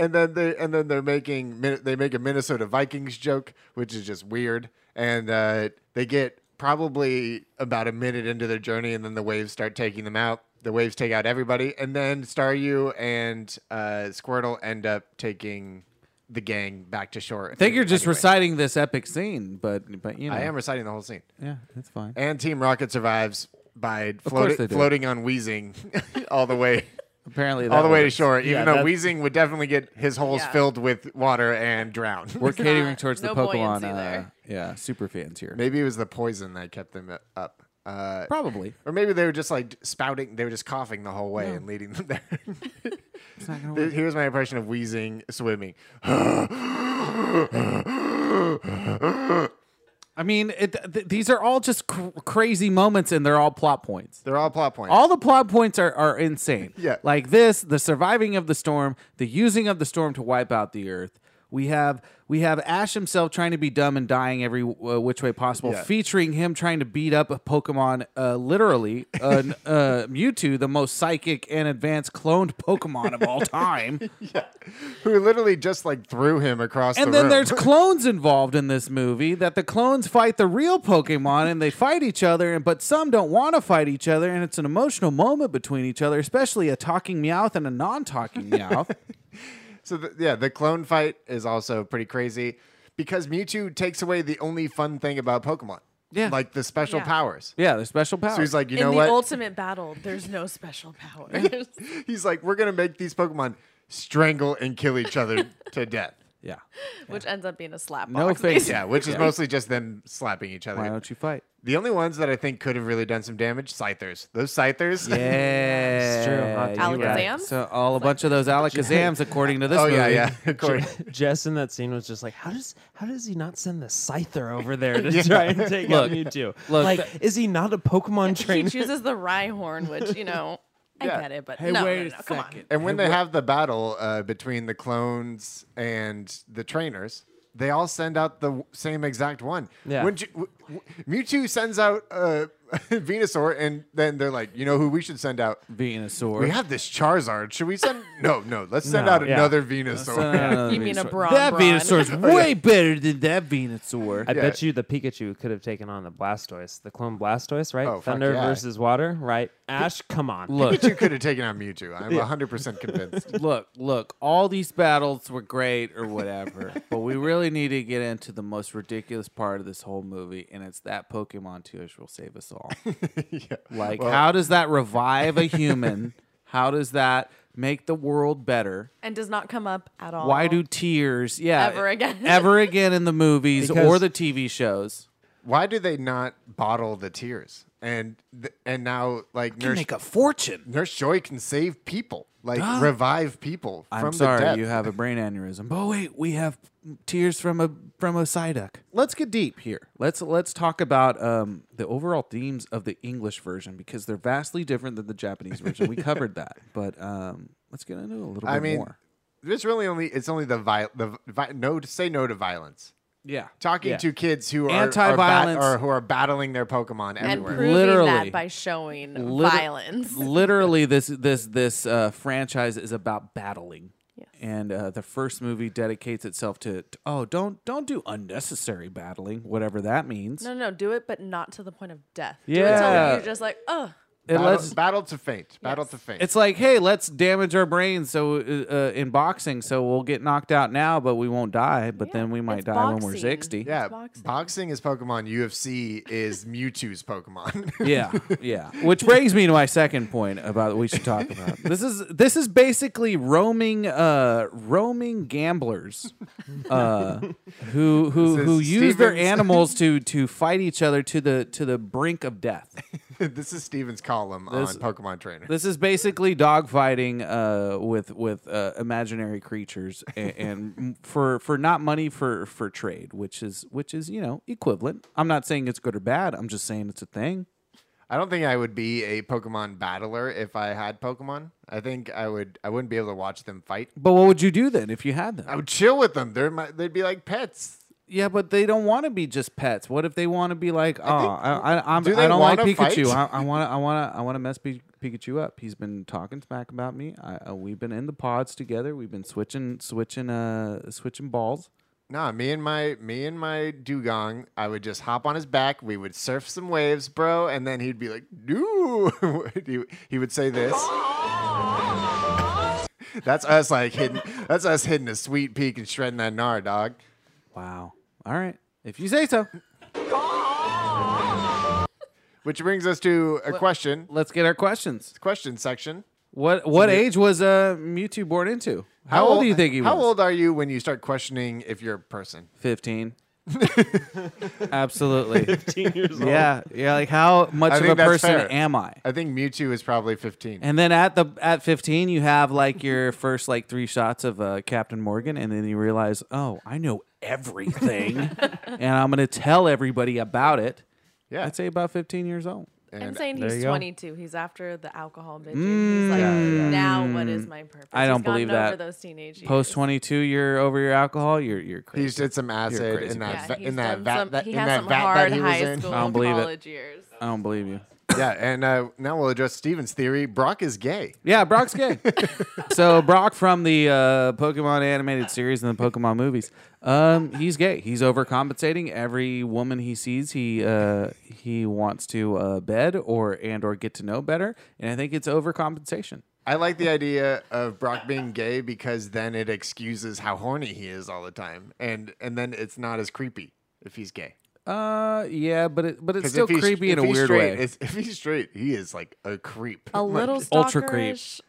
[SPEAKER 2] And then they and then they're making Min- they make a Minnesota Vikings joke, which is just weird. And uh, they get probably about a minute into their journey, and then the waves start taking them out. The waves take out everybody, and then Staryu and uh, Squirtle end up taking the gang back to shore.
[SPEAKER 1] I think you're just
[SPEAKER 2] Anyway,
[SPEAKER 1] reciting this epic scene, but but you know,
[SPEAKER 2] I am reciting the whole scene.
[SPEAKER 1] yeah, that's fine.
[SPEAKER 2] And Team Rocket survives by
[SPEAKER 1] course
[SPEAKER 2] float-
[SPEAKER 1] they do.
[SPEAKER 2] floating on Wheezing *laughs* all the way
[SPEAKER 1] Apparently, *laughs* that
[SPEAKER 2] all the way to
[SPEAKER 1] works.
[SPEAKER 2] shore. Even
[SPEAKER 3] Yeah,
[SPEAKER 2] though
[SPEAKER 3] that-
[SPEAKER 2] Wheezing would definitely get his holes
[SPEAKER 6] Yeah.
[SPEAKER 2] filled with water and drown. *laughs*
[SPEAKER 1] We're catering
[SPEAKER 6] not-
[SPEAKER 1] towards the
[SPEAKER 6] no
[SPEAKER 1] Pokemon,
[SPEAKER 6] buoyancy
[SPEAKER 1] uh,
[SPEAKER 6] there.
[SPEAKER 1] yeah, super fans here.
[SPEAKER 2] Maybe it was the poison that kept them up. Uh,
[SPEAKER 1] Probably.
[SPEAKER 2] or maybe they were just like spouting, they were just coughing the whole way and leading them there. *laughs* Here's my impression of wheezing swimming. *gasps*
[SPEAKER 1] I mean, it, th- these are all just cr- crazy moments, and they're all plot points.
[SPEAKER 2] They're all plot points.
[SPEAKER 1] All the plot points are, are *laughs* insane.
[SPEAKER 2] Yeah.
[SPEAKER 1] Like this, the surviving of the storm, the using of the storm to wipe out the earth. We have we have Ash himself trying to be dumb and dying every uh, which way possible,
[SPEAKER 2] Yeah.
[SPEAKER 1] featuring him trying to beat up a Pokemon, uh, literally uh, n- uh, *laughs* Mewtwo, the most psychic and advanced cloned Pokemon of all time.
[SPEAKER 2] Who literally just like threw him across the
[SPEAKER 1] And then
[SPEAKER 2] room.
[SPEAKER 1] there's clones involved in this movie that the clones fight the real Pokemon and they fight each other, and but some don't want to fight each other, and it's an emotional moment between each other, especially a talking Meowth and a non-talking
[SPEAKER 2] *laughs*
[SPEAKER 1] Meowth.
[SPEAKER 2] So the, yeah, the clone fight is also pretty crazy because Mewtwo takes away the only fun thing about Pokemon.
[SPEAKER 1] Yeah.
[SPEAKER 2] Like the special
[SPEAKER 6] Yeah.
[SPEAKER 2] powers.
[SPEAKER 1] yeah, they're special powers.
[SPEAKER 2] So he's like, you
[SPEAKER 6] In
[SPEAKER 2] know
[SPEAKER 6] the
[SPEAKER 2] what?
[SPEAKER 6] ultimate battle, there's
[SPEAKER 2] *laughs*
[SPEAKER 6] no special powers.
[SPEAKER 2] he's like, we're gonna make these Pokemon strangle and kill
[SPEAKER 1] *laughs*
[SPEAKER 2] each other to death.
[SPEAKER 1] yeah,
[SPEAKER 6] which ends up being a slap.
[SPEAKER 1] No
[SPEAKER 6] box,
[SPEAKER 1] face.
[SPEAKER 6] basically.
[SPEAKER 2] Yeah, which is mostly just them slapping each other.
[SPEAKER 1] why don't you
[SPEAKER 2] *laughs*
[SPEAKER 1] fight?
[SPEAKER 2] The only ones that I think could have really done some damage, Scythers. Those Scythers.
[SPEAKER 1] Yeah,
[SPEAKER 3] It's true, huh?
[SPEAKER 1] you're right.
[SPEAKER 6] Alakazam?
[SPEAKER 1] So all a bunch of
[SPEAKER 6] *laughs*
[SPEAKER 1] those Alakazams, according to this
[SPEAKER 2] *laughs* *laughs* oh
[SPEAKER 1] movie.
[SPEAKER 2] yeah, yeah. Of course.
[SPEAKER 3] Jess in that scene was just like, how does how does he not send the Scyther over there *laughs* to try and take out Mewtwo?
[SPEAKER 1] look,
[SPEAKER 3] like,
[SPEAKER 1] th-
[SPEAKER 3] is he not a Pokemon
[SPEAKER 6] He
[SPEAKER 3] trainer?
[SPEAKER 6] chooses the Rhyhorn, which you know,
[SPEAKER 2] *laughs*
[SPEAKER 6] I
[SPEAKER 2] Yeah.
[SPEAKER 6] get it, but
[SPEAKER 1] Hey,
[SPEAKER 6] no,
[SPEAKER 1] wait
[SPEAKER 6] no, no,
[SPEAKER 1] a
[SPEAKER 6] come on.
[SPEAKER 1] second.
[SPEAKER 2] And when they have the battle uh, between the clones and the trainers, they all send out the w- same exact one.
[SPEAKER 3] Yeah.
[SPEAKER 2] When Ju- w- w- Mewtwo sends out uh, *laughs* Venusaur, and then they're like, you know who we should send out?
[SPEAKER 1] Venusaur.
[SPEAKER 2] We have this Charizard. Should we send? No, no. Let's send
[SPEAKER 3] No,
[SPEAKER 2] out
[SPEAKER 3] yeah.
[SPEAKER 2] another Venusaur.
[SPEAKER 1] Another
[SPEAKER 6] You mean a
[SPEAKER 1] Venusaur.
[SPEAKER 6] Brawn
[SPEAKER 1] That
[SPEAKER 6] Brawn. *laughs*
[SPEAKER 1] Venusaur's way better than that Venusaur.
[SPEAKER 3] I bet you the Pikachu could have taken on the Blastoise, the clone Blastoise, right?
[SPEAKER 2] Oh, fuck
[SPEAKER 3] Thunder
[SPEAKER 2] yeah.
[SPEAKER 3] versus water, right? Ash, come
[SPEAKER 2] *laughs*
[SPEAKER 3] on.
[SPEAKER 1] Look,
[SPEAKER 2] Mewtwo could have taken out Mewtwo. I'm 100% convinced.
[SPEAKER 1] look, look, all these battles were great or whatever, *laughs* but we really need to get into the most ridiculous part of this whole movie, and it's that *laughs* *laughs* Pokemon Tush will save us all. Like, how does that revive a human? How does that make the world better?
[SPEAKER 6] and does not come up at all.
[SPEAKER 1] Why do tears, yeah,
[SPEAKER 6] Uh-huh. Ever again.
[SPEAKER 1] *laughs* ever again in the movies or
[SPEAKER 3] Because-
[SPEAKER 1] the TV shows?
[SPEAKER 2] Why do they not bottle the tears? And th- and now like
[SPEAKER 8] You
[SPEAKER 2] Nurse
[SPEAKER 8] make a fortune.
[SPEAKER 2] Nurse Joy can save people, like revive people
[SPEAKER 1] I'm
[SPEAKER 2] from the death.
[SPEAKER 1] sorry, you have a brain aneurysm. But wait, we have tears from a from a side duck. Let's get deep here. Let's let's talk about um, the overall themes of the English version because they're vastly different than the Japanese version. We covered that, but um, let's get into it a little
[SPEAKER 2] I
[SPEAKER 1] bit
[SPEAKER 2] mean,
[SPEAKER 1] more.
[SPEAKER 2] there's really only it's only the vi- the vi- no say no to violence.
[SPEAKER 1] Yeah,
[SPEAKER 2] Talking to kids who are
[SPEAKER 1] Anti-violence.
[SPEAKER 2] are, bat- or who are battling their Pokemon
[SPEAKER 6] and
[SPEAKER 2] everywhere.
[SPEAKER 6] proving
[SPEAKER 1] Literally.
[SPEAKER 6] that by showing
[SPEAKER 1] Liter-
[SPEAKER 6] violence.
[SPEAKER 1] Literally, this this this uh, franchise is about battling.
[SPEAKER 6] Yes.
[SPEAKER 1] And uh, the first movie dedicates itself to, to oh don't don't do unnecessary battling whatever that means.
[SPEAKER 6] No, no, do it, but not to the point of death.
[SPEAKER 1] Yeah.
[SPEAKER 6] do it till you're just like, oh,
[SPEAKER 1] It
[SPEAKER 2] battle,
[SPEAKER 1] lets-
[SPEAKER 2] battle to faint. Battle to faint.
[SPEAKER 1] It's like, hey, let's damage our brains so uh, uh, in boxing, so we'll get knocked out now, but we won't die. But then we might
[SPEAKER 6] it's
[SPEAKER 1] die when we're
[SPEAKER 6] boxing.
[SPEAKER 1] sixty.
[SPEAKER 2] yeah,
[SPEAKER 6] boxing.
[SPEAKER 2] boxing. is Pokemon. UFC is Mewtwo's Pokemon.
[SPEAKER 1] yeah, yeah. Which brings me to my second point about what we should talk about. This is this is basically roaming, uh, roaming *laughs* gamblers, uh, who who
[SPEAKER 2] This is
[SPEAKER 1] who use their
[SPEAKER 2] Stevens. *laughs*
[SPEAKER 1] animals to to fight each other to the to the brink of death.
[SPEAKER 2] *laughs* this is Steven's column
[SPEAKER 1] This-
[SPEAKER 2] on Pokemon Trainer.
[SPEAKER 1] This is basically dogfighting uh, with with uh, imaginary creatures,
[SPEAKER 2] *laughs*
[SPEAKER 1] and, and for for not money for for trade, which is which is you know equivalent. I'm not saying it's good or bad. I'm just saying it's a thing.
[SPEAKER 2] I don't think I would be a Pokemon battler if I had Pokemon. I think I would. I wouldn't be able to watch them fight.
[SPEAKER 1] But what would you do then if you had
[SPEAKER 2] I
[SPEAKER 1] them?
[SPEAKER 2] would chill with them. They're my, they'd be like pets.
[SPEAKER 1] Yeah, but they don't want to be just pets. What if they want to be like, oh, I, I, I'm,
[SPEAKER 2] do
[SPEAKER 1] I
[SPEAKER 2] they
[SPEAKER 1] don't like
[SPEAKER 2] wanna
[SPEAKER 1] Pikachu. I,
[SPEAKER 2] fight?
[SPEAKER 1] I want to, I want to, I want to mess Pi- Pikachu up. He's been talking smack about me. I, uh, we've been in the pods together. We've been switching, switching, uh, switching balls.
[SPEAKER 2] Nah, me and my me and my dugong, I would just hop on his back. We would surf some waves, bro, and then he'd be like, "No," *laughs* he, he would say this. *laughs* that's us like hitting. That's us hitting a sweet peak and shredding that gnar, dog.
[SPEAKER 1] Wow. All right, if you say so.
[SPEAKER 2] Which brings us to a question.
[SPEAKER 1] Let's get our questions.
[SPEAKER 2] Question section.
[SPEAKER 1] What what age was uh, Mewtwo born into? How, old, do you think he was?
[SPEAKER 2] How old are you when you start questioning if you're a person? *laughs*
[SPEAKER 1] Fifteen. Absolutely.
[SPEAKER 3] 15 years old.
[SPEAKER 1] yeah. Yeah. Like how much
[SPEAKER 2] I
[SPEAKER 1] of
[SPEAKER 2] think
[SPEAKER 1] a
[SPEAKER 2] that's
[SPEAKER 1] person
[SPEAKER 2] fair.
[SPEAKER 1] am I?
[SPEAKER 2] I think Mewtwo is probably 15.
[SPEAKER 1] And then at the at fifteen, you have like
[SPEAKER 2] *laughs*
[SPEAKER 1] your first like three shots of uh, Captain Morgan, and then you realize, oh, I know
[SPEAKER 2] *laughs*
[SPEAKER 1] everything, and I'm gonna tell everybody about it.
[SPEAKER 2] yeah,
[SPEAKER 1] I'd say about fifteen years old.
[SPEAKER 6] I'm saying
[SPEAKER 3] There you
[SPEAKER 6] he's
[SPEAKER 3] go.
[SPEAKER 6] 22. He's after the alcohol binge. he's
[SPEAKER 1] Mm,
[SPEAKER 6] like, now what
[SPEAKER 2] Mm.
[SPEAKER 6] is my purpose?
[SPEAKER 1] I don't
[SPEAKER 6] He's gotten
[SPEAKER 1] believe
[SPEAKER 6] over
[SPEAKER 1] that.
[SPEAKER 6] Those teenage years.
[SPEAKER 1] Post twenty two, you're over your alcohol. You're you're crazy.
[SPEAKER 2] he's did some acid
[SPEAKER 1] crazy
[SPEAKER 2] in
[SPEAKER 6] Yeah,
[SPEAKER 2] that va-
[SPEAKER 6] he's
[SPEAKER 2] in that
[SPEAKER 6] done
[SPEAKER 2] vat
[SPEAKER 6] some,
[SPEAKER 2] that,
[SPEAKER 6] he
[SPEAKER 2] in
[SPEAKER 6] has
[SPEAKER 2] that
[SPEAKER 6] some
[SPEAKER 2] vat
[SPEAKER 6] hard
[SPEAKER 2] that he was
[SPEAKER 6] high
[SPEAKER 2] in.
[SPEAKER 6] school,
[SPEAKER 1] I don't believe it.
[SPEAKER 6] college years.
[SPEAKER 1] I don't believe you.
[SPEAKER 2] yeah, and uh, now we'll address Steven's theory. Brock is gay.
[SPEAKER 1] Yeah, Brock's gay. *laughs* so Brock from the uh, Pokemon animated series and the Pokemon movies, um, he's gay. He's overcompensating. Every woman he sees, he uh, he wants to uh, bed or and or get to know better. And I think it's overcompensation.
[SPEAKER 2] I like the idea of Brock being gay because then it excuses how horny he is all the time, and and then it's not as creepy if he's gay.
[SPEAKER 1] Uh, yeah, but it but it's
[SPEAKER 2] 'Cause
[SPEAKER 1] still
[SPEAKER 2] if he's-
[SPEAKER 1] creepy in
[SPEAKER 2] if
[SPEAKER 1] a
[SPEAKER 2] he's
[SPEAKER 1] weird
[SPEAKER 2] straight,
[SPEAKER 1] way.
[SPEAKER 2] it's- If he's straight, he is like a creep.
[SPEAKER 6] A little
[SPEAKER 1] ultra creep.
[SPEAKER 6] stalkerish.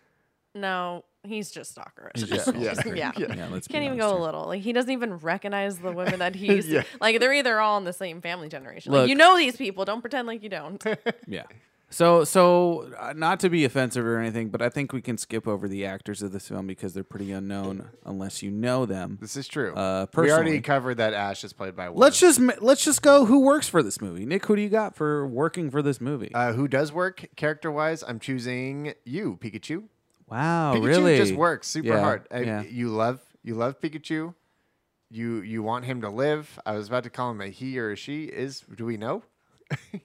[SPEAKER 6] No, he's just stalkerish.
[SPEAKER 1] just stalkerish.
[SPEAKER 6] *laughs* yeah.
[SPEAKER 1] Yeah, let's be
[SPEAKER 6] Can't
[SPEAKER 1] honest
[SPEAKER 6] even go a
[SPEAKER 1] here.
[SPEAKER 6] little. Like he doesn't even recognize the
[SPEAKER 2] *laughs*
[SPEAKER 6] women that he's
[SPEAKER 2] Yeah.
[SPEAKER 6] like. They're either all in the same family generation.
[SPEAKER 1] Look.
[SPEAKER 6] like, you know these people. Don't pretend like
[SPEAKER 2] *laughs*
[SPEAKER 6] you don't.
[SPEAKER 1] Yeah. So so uh, not to be offensive or anything, but I think we can skip over the actors of this film because they're pretty unknown unless you know them.
[SPEAKER 2] This is true.
[SPEAKER 1] Uh,
[SPEAKER 2] we
[SPEAKER 1] personally.
[SPEAKER 2] already covered that Ash is played by. a woman.
[SPEAKER 1] Let's just ma- let's just go. Who works for this movie, Nick? Who do you got for working for this movie?
[SPEAKER 2] Uh, who does work character wise? I'm choosing you, Pikachu.
[SPEAKER 1] wow,
[SPEAKER 2] Pikachu
[SPEAKER 1] Oh, really?
[SPEAKER 2] just works super
[SPEAKER 1] Yeah,
[SPEAKER 2] hard. I-
[SPEAKER 1] yeah.
[SPEAKER 2] You love you love Pikachu. You you want him to live. I was about to call him a he or a she. Is do we know?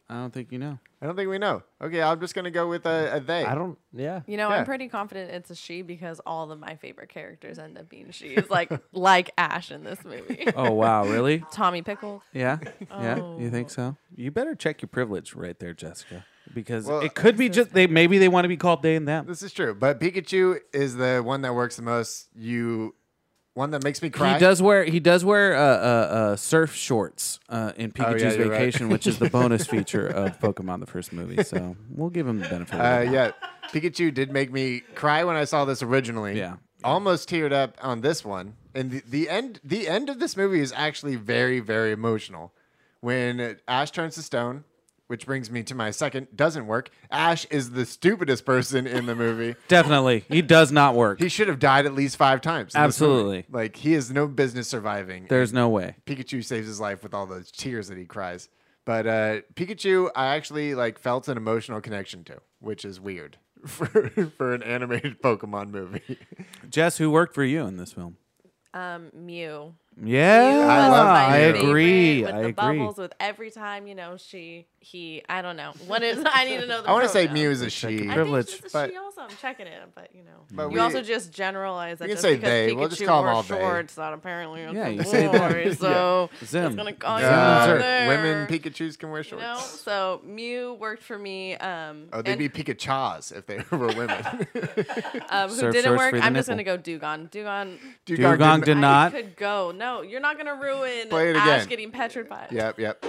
[SPEAKER 1] I don't think you know.
[SPEAKER 2] I don't think we know. Okay, I'm just gonna go with a, a they.
[SPEAKER 3] I don't. Yeah.
[SPEAKER 6] You know,
[SPEAKER 2] Yeah.
[SPEAKER 6] I'm pretty confident it's a she because all of my favorite characters end up being she's, like like Ash in this movie.
[SPEAKER 1] Oh wow, really?
[SPEAKER 6] Tommy Pickle.
[SPEAKER 1] *laughs* Yeah, yeah. You think so? You better check your privilege right there, Jessica, because
[SPEAKER 2] Well,
[SPEAKER 1] it could be just they. Maybe they want to be called they and them.
[SPEAKER 2] This is true, but Pikachu is the one that works the most. You one that makes me cry.
[SPEAKER 1] He does wear he does wear uh, uh, uh, surf shorts uh, in
[SPEAKER 2] Oh, yeah,
[SPEAKER 1] Pikachu's
[SPEAKER 2] you're right.
[SPEAKER 1] Vacation, which
[SPEAKER 2] *laughs*
[SPEAKER 1] is the bonus feature of Pokemon the first movie. So we'll give him the benefit. of
[SPEAKER 2] Uh,
[SPEAKER 1] the doubt.
[SPEAKER 2] yeah, Pikachu did make me cry when I saw this originally.
[SPEAKER 1] Yeah.
[SPEAKER 2] almost teared up on this one. And the, the end, the end of this movie is actually very, very emotional. When Ash turns to stone, which brings me to my second, doesn't work. Ash is the stupidest person in
[SPEAKER 1] *laughs*
[SPEAKER 2] the movie.
[SPEAKER 1] definitely. He does not work.
[SPEAKER 2] He should have died at least five times. in this movie.
[SPEAKER 1] Absolutely.
[SPEAKER 2] like he has no business surviving.
[SPEAKER 1] There's no way.
[SPEAKER 2] Pikachu saves his life with all those tears that he cries. But uh, Pikachu, I actually like felt an emotional connection to, which is weird *laughs* for, for an animated Pokemon movie.
[SPEAKER 1] Jess, who worked for you in this film?
[SPEAKER 6] Um, Mew.
[SPEAKER 2] Oh,
[SPEAKER 1] Yeah,
[SPEAKER 6] Mew was my
[SPEAKER 1] I
[SPEAKER 6] favorite
[SPEAKER 1] agree.
[SPEAKER 6] With
[SPEAKER 1] I
[SPEAKER 6] the
[SPEAKER 1] agree.
[SPEAKER 6] bubbles, with every time you know she, he, I don't know what is. I need to know. The
[SPEAKER 2] *laughs* I want to say
[SPEAKER 6] pronoun.
[SPEAKER 2] Mew is a she.
[SPEAKER 6] I
[SPEAKER 2] We
[SPEAKER 6] think
[SPEAKER 1] Privilege,
[SPEAKER 6] she's a
[SPEAKER 2] but-
[SPEAKER 6] she also. I'm checking it, but you know,
[SPEAKER 2] But
[SPEAKER 6] you
[SPEAKER 2] we-
[SPEAKER 6] also just generalize that.
[SPEAKER 2] you can
[SPEAKER 6] just
[SPEAKER 2] say
[SPEAKER 6] because
[SPEAKER 2] they.
[SPEAKER 6] Pikachu
[SPEAKER 2] We'll just call 'em
[SPEAKER 6] wore
[SPEAKER 2] all they.
[SPEAKER 6] shorts, not apparently.
[SPEAKER 1] Yeah, you
[SPEAKER 6] it's a
[SPEAKER 1] say them.
[SPEAKER 6] boy,
[SPEAKER 1] Yeah.
[SPEAKER 6] So
[SPEAKER 1] Zim.
[SPEAKER 6] it's gonna call you
[SPEAKER 1] Zim and
[SPEAKER 6] out
[SPEAKER 1] Zerk.
[SPEAKER 6] there,
[SPEAKER 2] Uh, women Pikachu's can wear
[SPEAKER 6] You
[SPEAKER 2] shorts.
[SPEAKER 6] know, so Mew worked for me. Um,
[SPEAKER 2] Oh, they'd
[SPEAKER 6] and-
[SPEAKER 2] be Pikachas if they *laughs* were women.
[SPEAKER 6] um, who
[SPEAKER 1] Surf
[SPEAKER 6] didn't
[SPEAKER 1] shorts
[SPEAKER 6] work.
[SPEAKER 1] for the
[SPEAKER 6] I'm just gonna
[SPEAKER 1] nipple.
[SPEAKER 6] go Dugon. Dugon.
[SPEAKER 1] Dugong did
[SPEAKER 6] I
[SPEAKER 1] not.
[SPEAKER 6] could go. No, you're not gonna ruin
[SPEAKER 2] Play it
[SPEAKER 6] Ash
[SPEAKER 2] again.
[SPEAKER 6] getting petrified.
[SPEAKER 2] Yep, yep.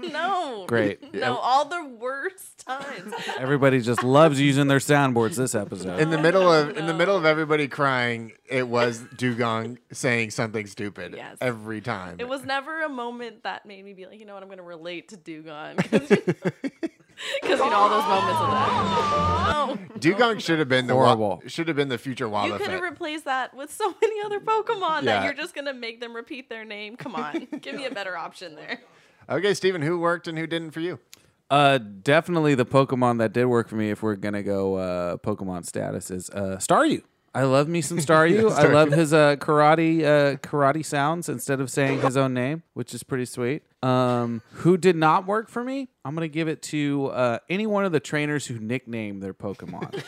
[SPEAKER 6] No.
[SPEAKER 1] Great.
[SPEAKER 6] *laughs* No, all the worst times.
[SPEAKER 1] Everybody just loves using their soundboards this
[SPEAKER 2] *laughs*
[SPEAKER 1] episode.
[SPEAKER 2] In the middle of in the middle of everybody crying, it was Dugong saying something stupid
[SPEAKER 6] Yes.
[SPEAKER 2] every time.
[SPEAKER 6] It was never a moment that made me be like, you know what, I'm gonna relate to *laughs* Dugon because you know all those moments of that. No.
[SPEAKER 2] Dugong should have been the
[SPEAKER 1] Horrible.
[SPEAKER 2] wa- should have been the future
[SPEAKER 6] You
[SPEAKER 2] Wobbuffet.
[SPEAKER 6] could have replaced that with so many other Pokemon
[SPEAKER 2] Yeah.
[SPEAKER 6] that you're just gonna make them repeat their name. Come on, give me a better option there. *laughs*
[SPEAKER 2] Okay, Steven, who worked and who didn't for you?
[SPEAKER 1] Uh, definitely the Pokemon that did work for me. If we're gonna go uh, Pokemon status is uh, Staryu. I love me some Staryu. I love his uh, karate uh, karate sounds instead of saying his own name, which is pretty sweet. Um, who did not work for me? I'm gonna give it to uh, any one of the trainers who nickname their Pokemon.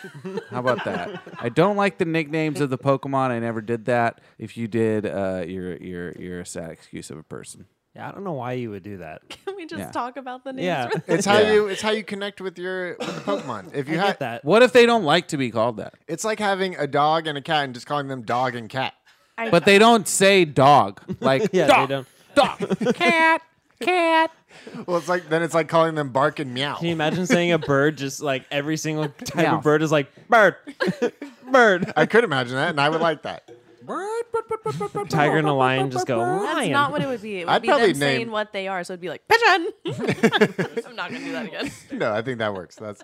[SPEAKER 1] How about that? I don't like the nicknames of the Pokemon. I never did that. If you did, uh, you're you're you're a sad excuse of a person.
[SPEAKER 3] Yeah, I don't know why you would do that.
[SPEAKER 6] Can we just
[SPEAKER 1] Yeah.
[SPEAKER 6] talk about the names?
[SPEAKER 3] Yeah.
[SPEAKER 6] for
[SPEAKER 2] It's how you it's how you connect with your with the Pokemon.
[SPEAKER 3] *laughs*
[SPEAKER 2] If you
[SPEAKER 3] You
[SPEAKER 2] have
[SPEAKER 3] get that.
[SPEAKER 1] What if they don't like to be called that?
[SPEAKER 2] it's like having a dog and a cat and just calling them dog and cat.
[SPEAKER 1] But they don't say dog. Like
[SPEAKER 3] *laughs* Yeah,
[SPEAKER 1] dog,
[SPEAKER 3] they don't.
[SPEAKER 1] dog, cat, cat.
[SPEAKER 2] Well, it's like then it's like calling them bark and meow.
[SPEAKER 3] Can you imagine saying a bird just like every single type
[SPEAKER 1] Meow.
[SPEAKER 3] of bird is like bird, *laughs* bird. *laughs*
[SPEAKER 2] I could imagine that, and I would like that. *laughs*
[SPEAKER 3] Tiger and a lion just go
[SPEAKER 6] That's
[SPEAKER 3] lion.
[SPEAKER 6] not what it would be. It would
[SPEAKER 2] I'd
[SPEAKER 6] be them
[SPEAKER 2] probably name-
[SPEAKER 6] saying what they are. So it'd be like pigeon.
[SPEAKER 2] *laughs*
[SPEAKER 6] *laughs* I'm not gonna do that again.
[SPEAKER 2] No, I think that works. That's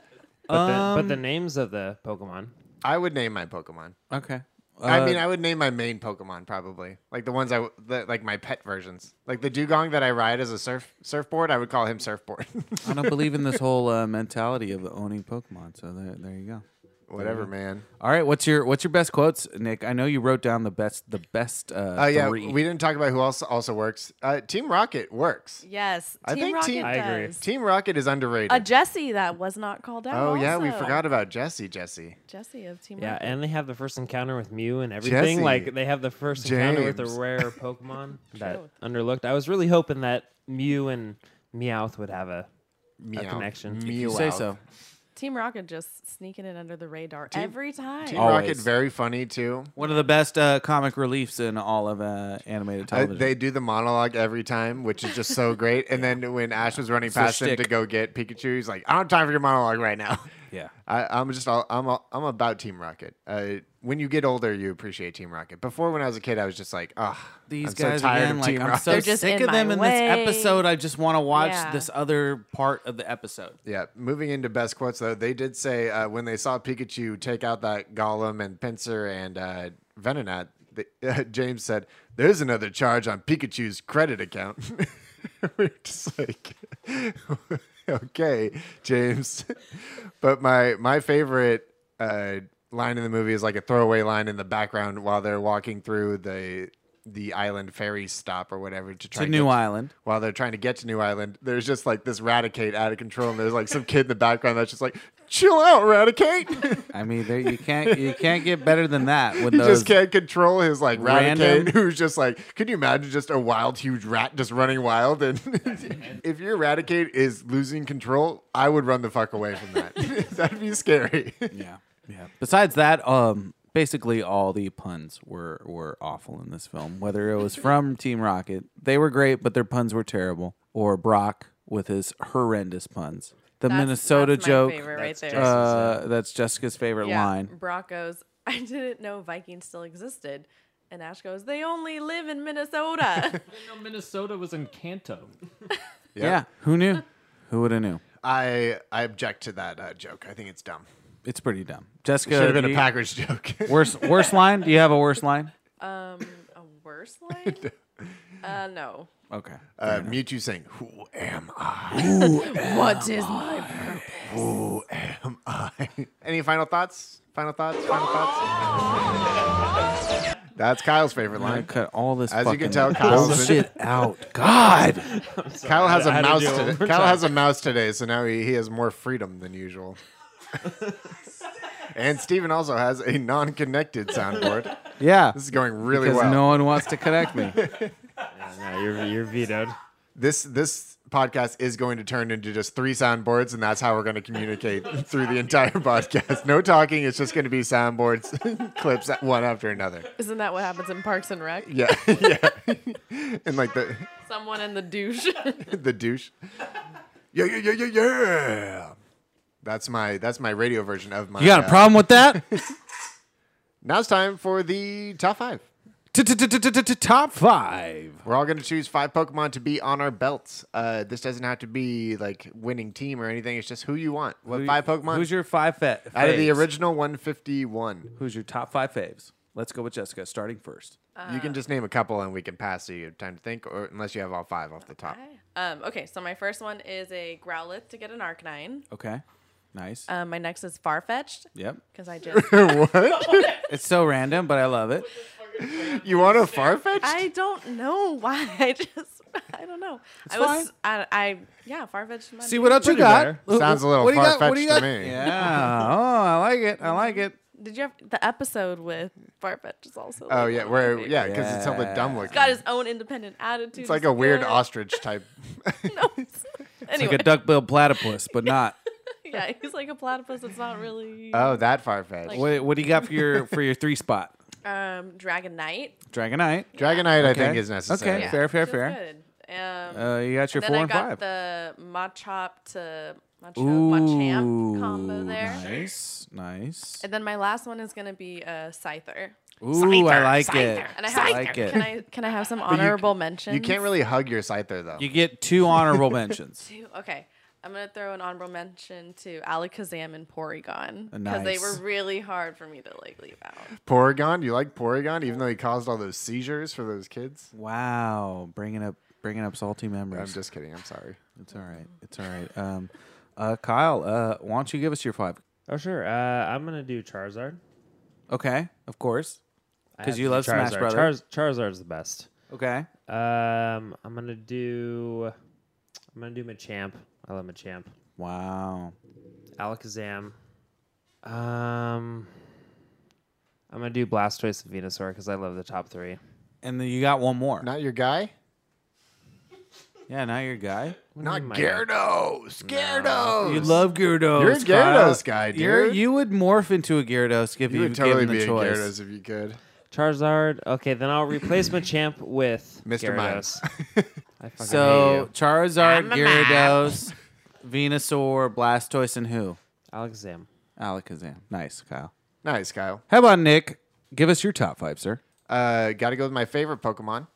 [SPEAKER 3] but, the, but the names of the Pokemon.
[SPEAKER 2] I would name my Pokemon.
[SPEAKER 1] Okay. Uh,
[SPEAKER 2] I
[SPEAKER 3] Uh,
[SPEAKER 2] mean, I would name my main Pokemon probably, like the ones I w- the, like my pet versions, like the dugong that I ride as a surf surfboard. I would call him surfboard. *laughs*
[SPEAKER 1] I don't believe in this whole uh, mentality of owning Pokemon. So there, there you go.
[SPEAKER 3] Mm-hmm.
[SPEAKER 2] Whatever, man.
[SPEAKER 1] All right, what's your what's your best quotes, Nick? I know you wrote down the best the best. Uh,
[SPEAKER 2] Oh yeah,
[SPEAKER 1] three.
[SPEAKER 2] we didn't talk about who else also works. Uh, Team Rocket works.
[SPEAKER 6] Yes,
[SPEAKER 2] I
[SPEAKER 6] Team
[SPEAKER 2] think
[SPEAKER 6] Rocket
[SPEAKER 2] Team-
[SPEAKER 3] I agree.
[SPEAKER 6] does.
[SPEAKER 2] Team Rocket is underrated.
[SPEAKER 6] A Jesse that was not called out.
[SPEAKER 2] Oh yeah, we
[SPEAKER 6] also.
[SPEAKER 2] forgot about Jesse. Jesse.
[SPEAKER 6] Jesse of Team
[SPEAKER 3] Yeah,
[SPEAKER 6] Rocket.
[SPEAKER 3] and they have the first encounter with Mew and everything.
[SPEAKER 2] Jesse.
[SPEAKER 3] Like they have the first encounter with a
[SPEAKER 2] James.
[SPEAKER 3] rare *laughs* Pokemon that underlooked. I was really hoping that Mew and Meowth would have a
[SPEAKER 2] Meow.
[SPEAKER 3] connection. If
[SPEAKER 1] you say so.
[SPEAKER 6] Team Rocket just sneaking it under the radar every time.
[SPEAKER 2] Team
[SPEAKER 1] Always.
[SPEAKER 2] Rocket very funny too.
[SPEAKER 1] One of the best uh, comic reliefs in all of uh, animated
[SPEAKER 2] Uh,
[SPEAKER 1] television.
[SPEAKER 2] they do the monologue every time, which is just so great. And then when Ash was running
[SPEAKER 1] their
[SPEAKER 2] past him to
[SPEAKER 1] shtick.
[SPEAKER 2] go get Pikachu, he's like, "I don't have time for your monologue right now."
[SPEAKER 1] *laughs* yeah.
[SPEAKER 2] I, I'm just all I'm all, I'm about Team Rocket. Uh, when you get older, you appreciate Team Rocket. Before, when I was a kid, I was just like, "Ah,
[SPEAKER 1] These
[SPEAKER 2] I'm
[SPEAKER 1] guys
[SPEAKER 2] so tired
[SPEAKER 1] again,
[SPEAKER 2] of
[SPEAKER 1] like
[SPEAKER 2] Team
[SPEAKER 1] I'm
[SPEAKER 2] Rocket."
[SPEAKER 1] so
[SPEAKER 6] They're just
[SPEAKER 1] sick
[SPEAKER 6] in
[SPEAKER 1] of them
[SPEAKER 6] my
[SPEAKER 1] in
[SPEAKER 6] way.
[SPEAKER 1] this episode. I just want to watch
[SPEAKER 6] Yeah.
[SPEAKER 1] this other part of the episode.
[SPEAKER 2] Yeah, moving into best quotes though, they did say uh, when they saw Pikachu take out that Golem and Pinsir and uh, Venonat, the, *laughs* uh, James said, "There's another charge on Pikachu's credit account." *laughs* We're just like, *laughs* okay, James. *laughs* but my my favorite uh, line in the movie is like a throwaway line in the background while they're walking through the the island ferry stop or whatever to try
[SPEAKER 1] To
[SPEAKER 2] and
[SPEAKER 1] New
[SPEAKER 2] get-
[SPEAKER 1] Island.
[SPEAKER 2] while they're trying to get to New Island, there's just like this Raticate out of control, and there's like some kid in the background that's just like, "Chill out, Raticate."
[SPEAKER 1] I mean, there, you can't you can't get better than that with
[SPEAKER 2] *laughs* he
[SPEAKER 1] those
[SPEAKER 2] just can't control his like Raticate,
[SPEAKER 1] Random.
[SPEAKER 2] *laughs* who's just like, "Can you imagine just a wild, huge rat just running wild?" And *laughs* if your Raticate is losing control, *laughs* I would run the fuck away from that. That'd be scary.
[SPEAKER 1] Yeah, yeah. Besides that, um, basically all the puns were were awful in this film. Whether it was
[SPEAKER 2] *laughs*
[SPEAKER 1] from Team Rocket, they were great, but their puns were terrible. Or Brock with his horrendous puns. The
[SPEAKER 6] That's-
[SPEAKER 1] Minnesota
[SPEAKER 6] that's my
[SPEAKER 1] joke.
[SPEAKER 6] favorite right
[SPEAKER 3] That's
[SPEAKER 6] there.
[SPEAKER 1] Uh,
[SPEAKER 3] Jessica's,
[SPEAKER 1] that's Jessica's favorite
[SPEAKER 6] yeah,
[SPEAKER 1] line.
[SPEAKER 6] Brock goes, *laughs* I didn't know Vikings still existed. And Ash goes, they only live
[SPEAKER 2] *laughs*
[SPEAKER 6] in Minnesota.
[SPEAKER 10] No, Minnesota was in Canto.
[SPEAKER 1] Yeah. Who
[SPEAKER 6] *laughs*
[SPEAKER 1] knew? Who would have knew?
[SPEAKER 2] I I object to that uh, joke. I think it's dumb.
[SPEAKER 1] It's pretty dumb. Jessica
[SPEAKER 2] Should have been
[SPEAKER 1] do
[SPEAKER 2] a
[SPEAKER 1] you-
[SPEAKER 2] Packers joke.
[SPEAKER 1] Worst worst line? Do you have a worst line?
[SPEAKER 6] A worse line?
[SPEAKER 2] *laughs*
[SPEAKER 6] Uh, no.
[SPEAKER 1] Okay.
[SPEAKER 2] *laughs* uh, Mewtwo saying, "Who am I?
[SPEAKER 6] What is my
[SPEAKER 2] Who am I?" *laughs* Any final thoughts? Final thoughts? Final thoughts? That's Kyle's favorite
[SPEAKER 1] I'm gonna
[SPEAKER 2] line.
[SPEAKER 1] cut all this.
[SPEAKER 2] As you can
[SPEAKER 1] fucking
[SPEAKER 2] tell,
[SPEAKER 1] *laughs*
[SPEAKER 2] Kyle's been-
[SPEAKER 1] bullshit out. God.
[SPEAKER 2] Kyle has a
[SPEAKER 3] had to
[SPEAKER 2] mouse
[SPEAKER 3] do it one
[SPEAKER 2] today.
[SPEAKER 3] more
[SPEAKER 2] Kyle
[SPEAKER 3] time.
[SPEAKER 2] has a mouse today, so now he, he has more freedom than usual. *laughs* and Steven also has a non-connected soundboard.
[SPEAKER 1] Yeah.
[SPEAKER 2] This is going really
[SPEAKER 1] Because
[SPEAKER 2] well.
[SPEAKER 1] no one wants to connect me.
[SPEAKER 3] No, you're, you're vetoed.
[SPEAKER 2] this this podcast is going to turn into just three soundboards, and that's how we're going to communicate through the entire *laughs* podcast. No talking. It's just going to be soundboards, *laughs* clips one after another.
[SPEAKER 6] Isn't that what happens in Parks and Rec?
[SPEAKER 2] Yeah, *laughs* yeah. *laughs* and like the
[SPEAKER 6] Someone in
[SPEAKER 2] *laughs*
[SPEAKER 6] the douche.
[SPEAKER 2] the douche. Yeah, yeah, yeah, yeah, yeah. That's my that's my radio version of my.
[SPEAKER 1] You got a
[SPEAKER 2] uh,
[SPEAKER 1] problem with that?
[SPEAKER 2] *laughs* Now it's time for the top five.
[SPEAKER 1] Top five.
[SPEAKER 2] We're all going to choose five Pokemon to be on our belts. Uh, this doesn't have to be like winning team or anything. It's just who you want. What five Pokemon?
[SPEAKER 1] Who's your five fa- faves?
[SPEAKER 2] out of the original 151.
[SPEAKER 1] Who's your top five faves? Let's go with Jessica, starting first.
[SPEAKER 2] you can just name a couple and we can pass so you have time to think, or unless you have all five off the top. *laughs*
[SPEAKER 6] *laughs* um, okay, so my first one is a Growlithe to get an Arcanine.
[SPEAKER 1] Okay. Nice.
[SPEAKER 6] Um, my next is Farfetch'd
[SPEAKER 1] yep.
[SPEAKER 6] because
[SPEAKER 2] *laughs*
[SPEAKER 6] I just
[SPEAKER 1] It's so random, but I love it.
[SPEAKER 2] You want a Farfetch?
[SPEAKER 6] I don't know why. *laughs* I just I don't know. I was I, I yeah Farfetch'd. might
[SPEAKER 1] See
[SPEAKER 6] be-
[SPEAKER 1] what else you got. Wh-
[SPEAKER 2] Sounds a little
[SPEAKER 1] what do you got? What do you
[SPEAKER 2] far-fetched to
[SPEAKER 1] got?
[SPEAKER 2] me.
[SPEAKER 1] Yeah. Oh, I like it. I like it.
[SPEAKER 6] Did you have the episode with Farfetch is also?
[SPEAKER 2] Oh
[SPEAKER 6] like,
[SPEAKER 2] yeah,
[SPEAKER 6] one
[SPEAKER 2] where
[SPEAKER 6] of my
[SPEAKER 2] yeah,
[SPEAKER 6] favorites.
[SPEAKER 2] because it's hella dumb looking.
[SPEAKER 6] Got his own independent attitude.
[SPEAKER 2] it's like
[SPEAKER 6] he's
[SPEAKER 2] a weird
[SPEAKER 6] good. *laughs*
[SPEAKER 2] ostrich type. *laughs*
[SPEAKER 6] No. it's-
[SPEAKER 1] It's
[SPEAKER 6] anyway,
[SPEAKER 1] like a duck-billed platypus, but not.
[SPEAKER 6] *laughs*
[SPEAKER 1] *laughs*
[SPEAKER 6] yeah, he's like a platypus. It's not really
[SPEAKER 2] oh, that Farfetch.
[SPEAKER 6] Like-
[SPEAKER 1] What, what do you got for your for your three spot?
[SPEAKER 6] um Dragon Knight.
[SPEAKER 1] Dragonite.
[SPEAKER 2] Dragonite, I
[SPEAKER 1] Okay.
[SPEAKER 2] think, is necessary.
[SPEAKER 1] Okay. Fair, fair,
[SPEAKER 6] Just
[SPEAKER 1] fair.
[SPEAKER 6] Good. Um,
[SPEAKER 1] Uh, you got your
[SPEAKER 6] then
[SPEAKER 1] four
[SPEAKER 6] I
[SPEAKER 1] and
[SPEAKER 6] got
[SPEAKER 1] five.
[SPEAKER 6] the Machop to Machop,
[SPEAKER 1] Ooh,
[SPEAKER 6] Machamp combo there.
[SPEAKER 1] nice, nice.
[SPEAKER 6] And then my last one is gonna be uh, Scyther.
[SPEAKER 1] Ooh, I like it.
[SPEAKER 6] And I have
[SPEAKER 1] I like it.
[SPEAKER 6] Can I can I have some honorable mentions?
[SPEAKER 2] You can't really hug your Scyther though.
[SPEAKER 1] you get two honorable mentions.
[SPEAKER 6] Two- Okay, I'm gonna throw an honorable mention to Alakazam and Porygon because they
[SPEAKER 1] Nice.
[SPEAKER 6] were really hard for me to like leave out.
[SPEAKER 2] Porygon, you like Porygon, even though he caused all those seizures for those kids.
[SPEAKER 1] Wow, bringing up bringing up salty memories.
[SPEAKER 2] I'm just kidding. I'm sorry.
[SPEAKER 1] it's all right. It's all right. Um, uh, Kyle, uh, why don't you give us your five?
[SPEAKER 3] Oh, sure. Uh, I'm going to do Charizard.
[SPEAKER 1] Okay, of course.
[SPEAKER 3] I
[SPEAKER 1] 'Cause
[SPEAKER 3] have
[SPEAKER 1] you
[SPEAKER 3] to do
[SPEAKER 1] love Smash
[SPEAKER 3] Charizard.
[SPEAKER 1] Brothers.
[SPEAKER 3] Charz- Charizard's the best.
[SPEAKER 1] Okay,
[SPEAKER 3] Um, I'm gonna do. I'm gonna do Machamp. I love Machamp.
[SPEAKER 1] wow.
[SPEAKER 3] Alakazam. Um, I'm gonna do Blastoise and Venusaur because I love the top three.
[SPEAKER 1] And then you got one more.
[SPEAKER 2] Not your guy.
[SPEAKER 1] yeah, now you're guy.
[SPEAKER 2] Not
[SPEAKER 3] my
[SPEAKER 2] Gyarados. Gyarados.
[SPEAKER 1] You love Gyarados.
[SPEAKER 2] You're a
[SPEAKER 1] Kyle.
[SPEAKER 2] Gyarados guy,
[SPEAKER 1] You're,
[SPEAKER 2] dude.
[SPEAKER 1] you would morph into a Gyarados if
[SPEAKER 2] You
[SPEAKER 1] you,
[SPEAKER 2] would totally
[SPEAKER 1] given the
[SPEAKER 2] be a
[SPEAKER 1] choice.
[SPEAKER 2] Gyarados if you could.
[SPEAKER 3] Charizard. Okay, then I'll replace Machamp with
[SPEAKER 2] Mr. Mime. *laughs*
[SPEAKER 3] Gyarados. I fucking hate
[SPEAKER 1] So
[SPEAKER 3] you.
[SPEAKER 1] Charizard,
[SPEAKER 2] *laughs*
[SPEAKER 1] Gyarados, Venusaur, Blastoise, and who?
[SPEAKER 3] Alakazam.
[SPEAKER 1] Alakazam. Nice, Kyle.
[SPEAKER 2] Nice, Kyle.
[SPEAKER 1] How about Nick? Give us your top five, sir.
[SPEAKER 2] Uh, got to go with my favorite Pokemon,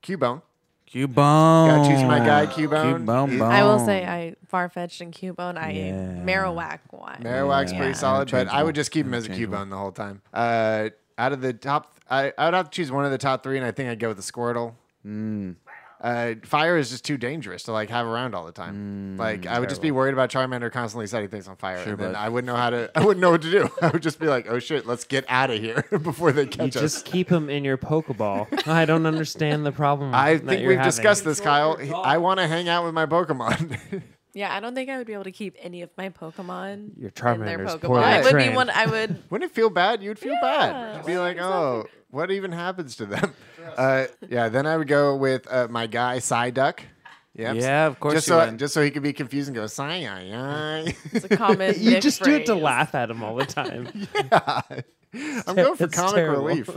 [SPEAKER 2] Cubone.
[SPEAKER 1] Cubone.
[SPEAKER 2] Got to choose my guy, Cubone.
[SPEAKER 1] Cubone. Bone.
[SPEAKER 6] I will say I Farfetch'd and Cubone. I
[SPEAKER 1] Oh. Yeah.
[SPEAKER 6] Marowak one.
[SPEAKER 2] Marowak's pretty solid, but I would just keep him as a
[SPEAKER 1] Interchangeable.
[SPEAKER 2] Cubone the whole time. Uh, out of the top, I, I would have to choose one of the top three, and I think I'd go with the Squirtle.
[SPEAKER 3] Mm.
[SPEAKER 2] Uh, fire is just too dangerous to like have around all the
[SPEAKER 3] Mm,
[SPEAKER 2] time. like I would just be worried about Charmander constantly setting things on fire, and then
[SPEAKER 1] bud.
[SPEAKER 2] I wouldn't know how to. *laughs* I wouldn't know what to do. I would just be like, "Oh shit, let's get out of here *laughs* before they
[SPEAKER 3] You
[SPEAKER 2] catch us."
[SPEAKER 3] just keep him in your Pokeball. I don't understand the problem.
[SPEAKER 2] I
[SPEAKER 3] that
[SPEAKER 2] think
[SPEAKER 3] you're
[SPEAKER 2] we've
[SPEAKER 3] having.
[SPEAKER 2] discussed this, Kyle. I want to hang out with my Pokemon. *laughs*
[SPEAKER 6] Yeah, I don't think I would be able to keep any of my Pokemon.
[SPEAKER 3] Your
[SPEAKER 6] in their
[SPEAKER 3] Charmander's
[SPEAKER 6] Pokemon.
[SPEAKER 3] poorly
[SPEAKER 6] I would be
[SPEAKER 3] trained.
[SPEAKER 6] one. I would.
[SPEAKER 2] Wouldn't it feel bad? You'd feel bad.
[SPEAKER 6] Yeah,
[SPEAKER 2] You'd be like, oh, what even happens to them? Uh, yeah, then I would go with uh, my guy, Psyduck. Yep.
[SPEAKER 1] Yeah, of course
[SPEAKER 2] Just
[SPEAKER 1] you
[SPEAKER 2] so,
[SPEAKER 1] would.
[SPEAKER 2] just so he could be confused and go, Psy,
[SPEAKER 6] It's a common.
[SPEAKER 3] *laughs* You
[SPEAKER 6] Nick
[SPEAKER 3] just do it to
[SPEAKER 6] phrase.
[SPEAKER 3] laugh at him all the time.
[SPEAKER 2] I'm going for
[SPEAKER 3] It's
[SPEAKER 2] comic
[SPEAKER 3] terrible.
[SPEAKER 2] relief.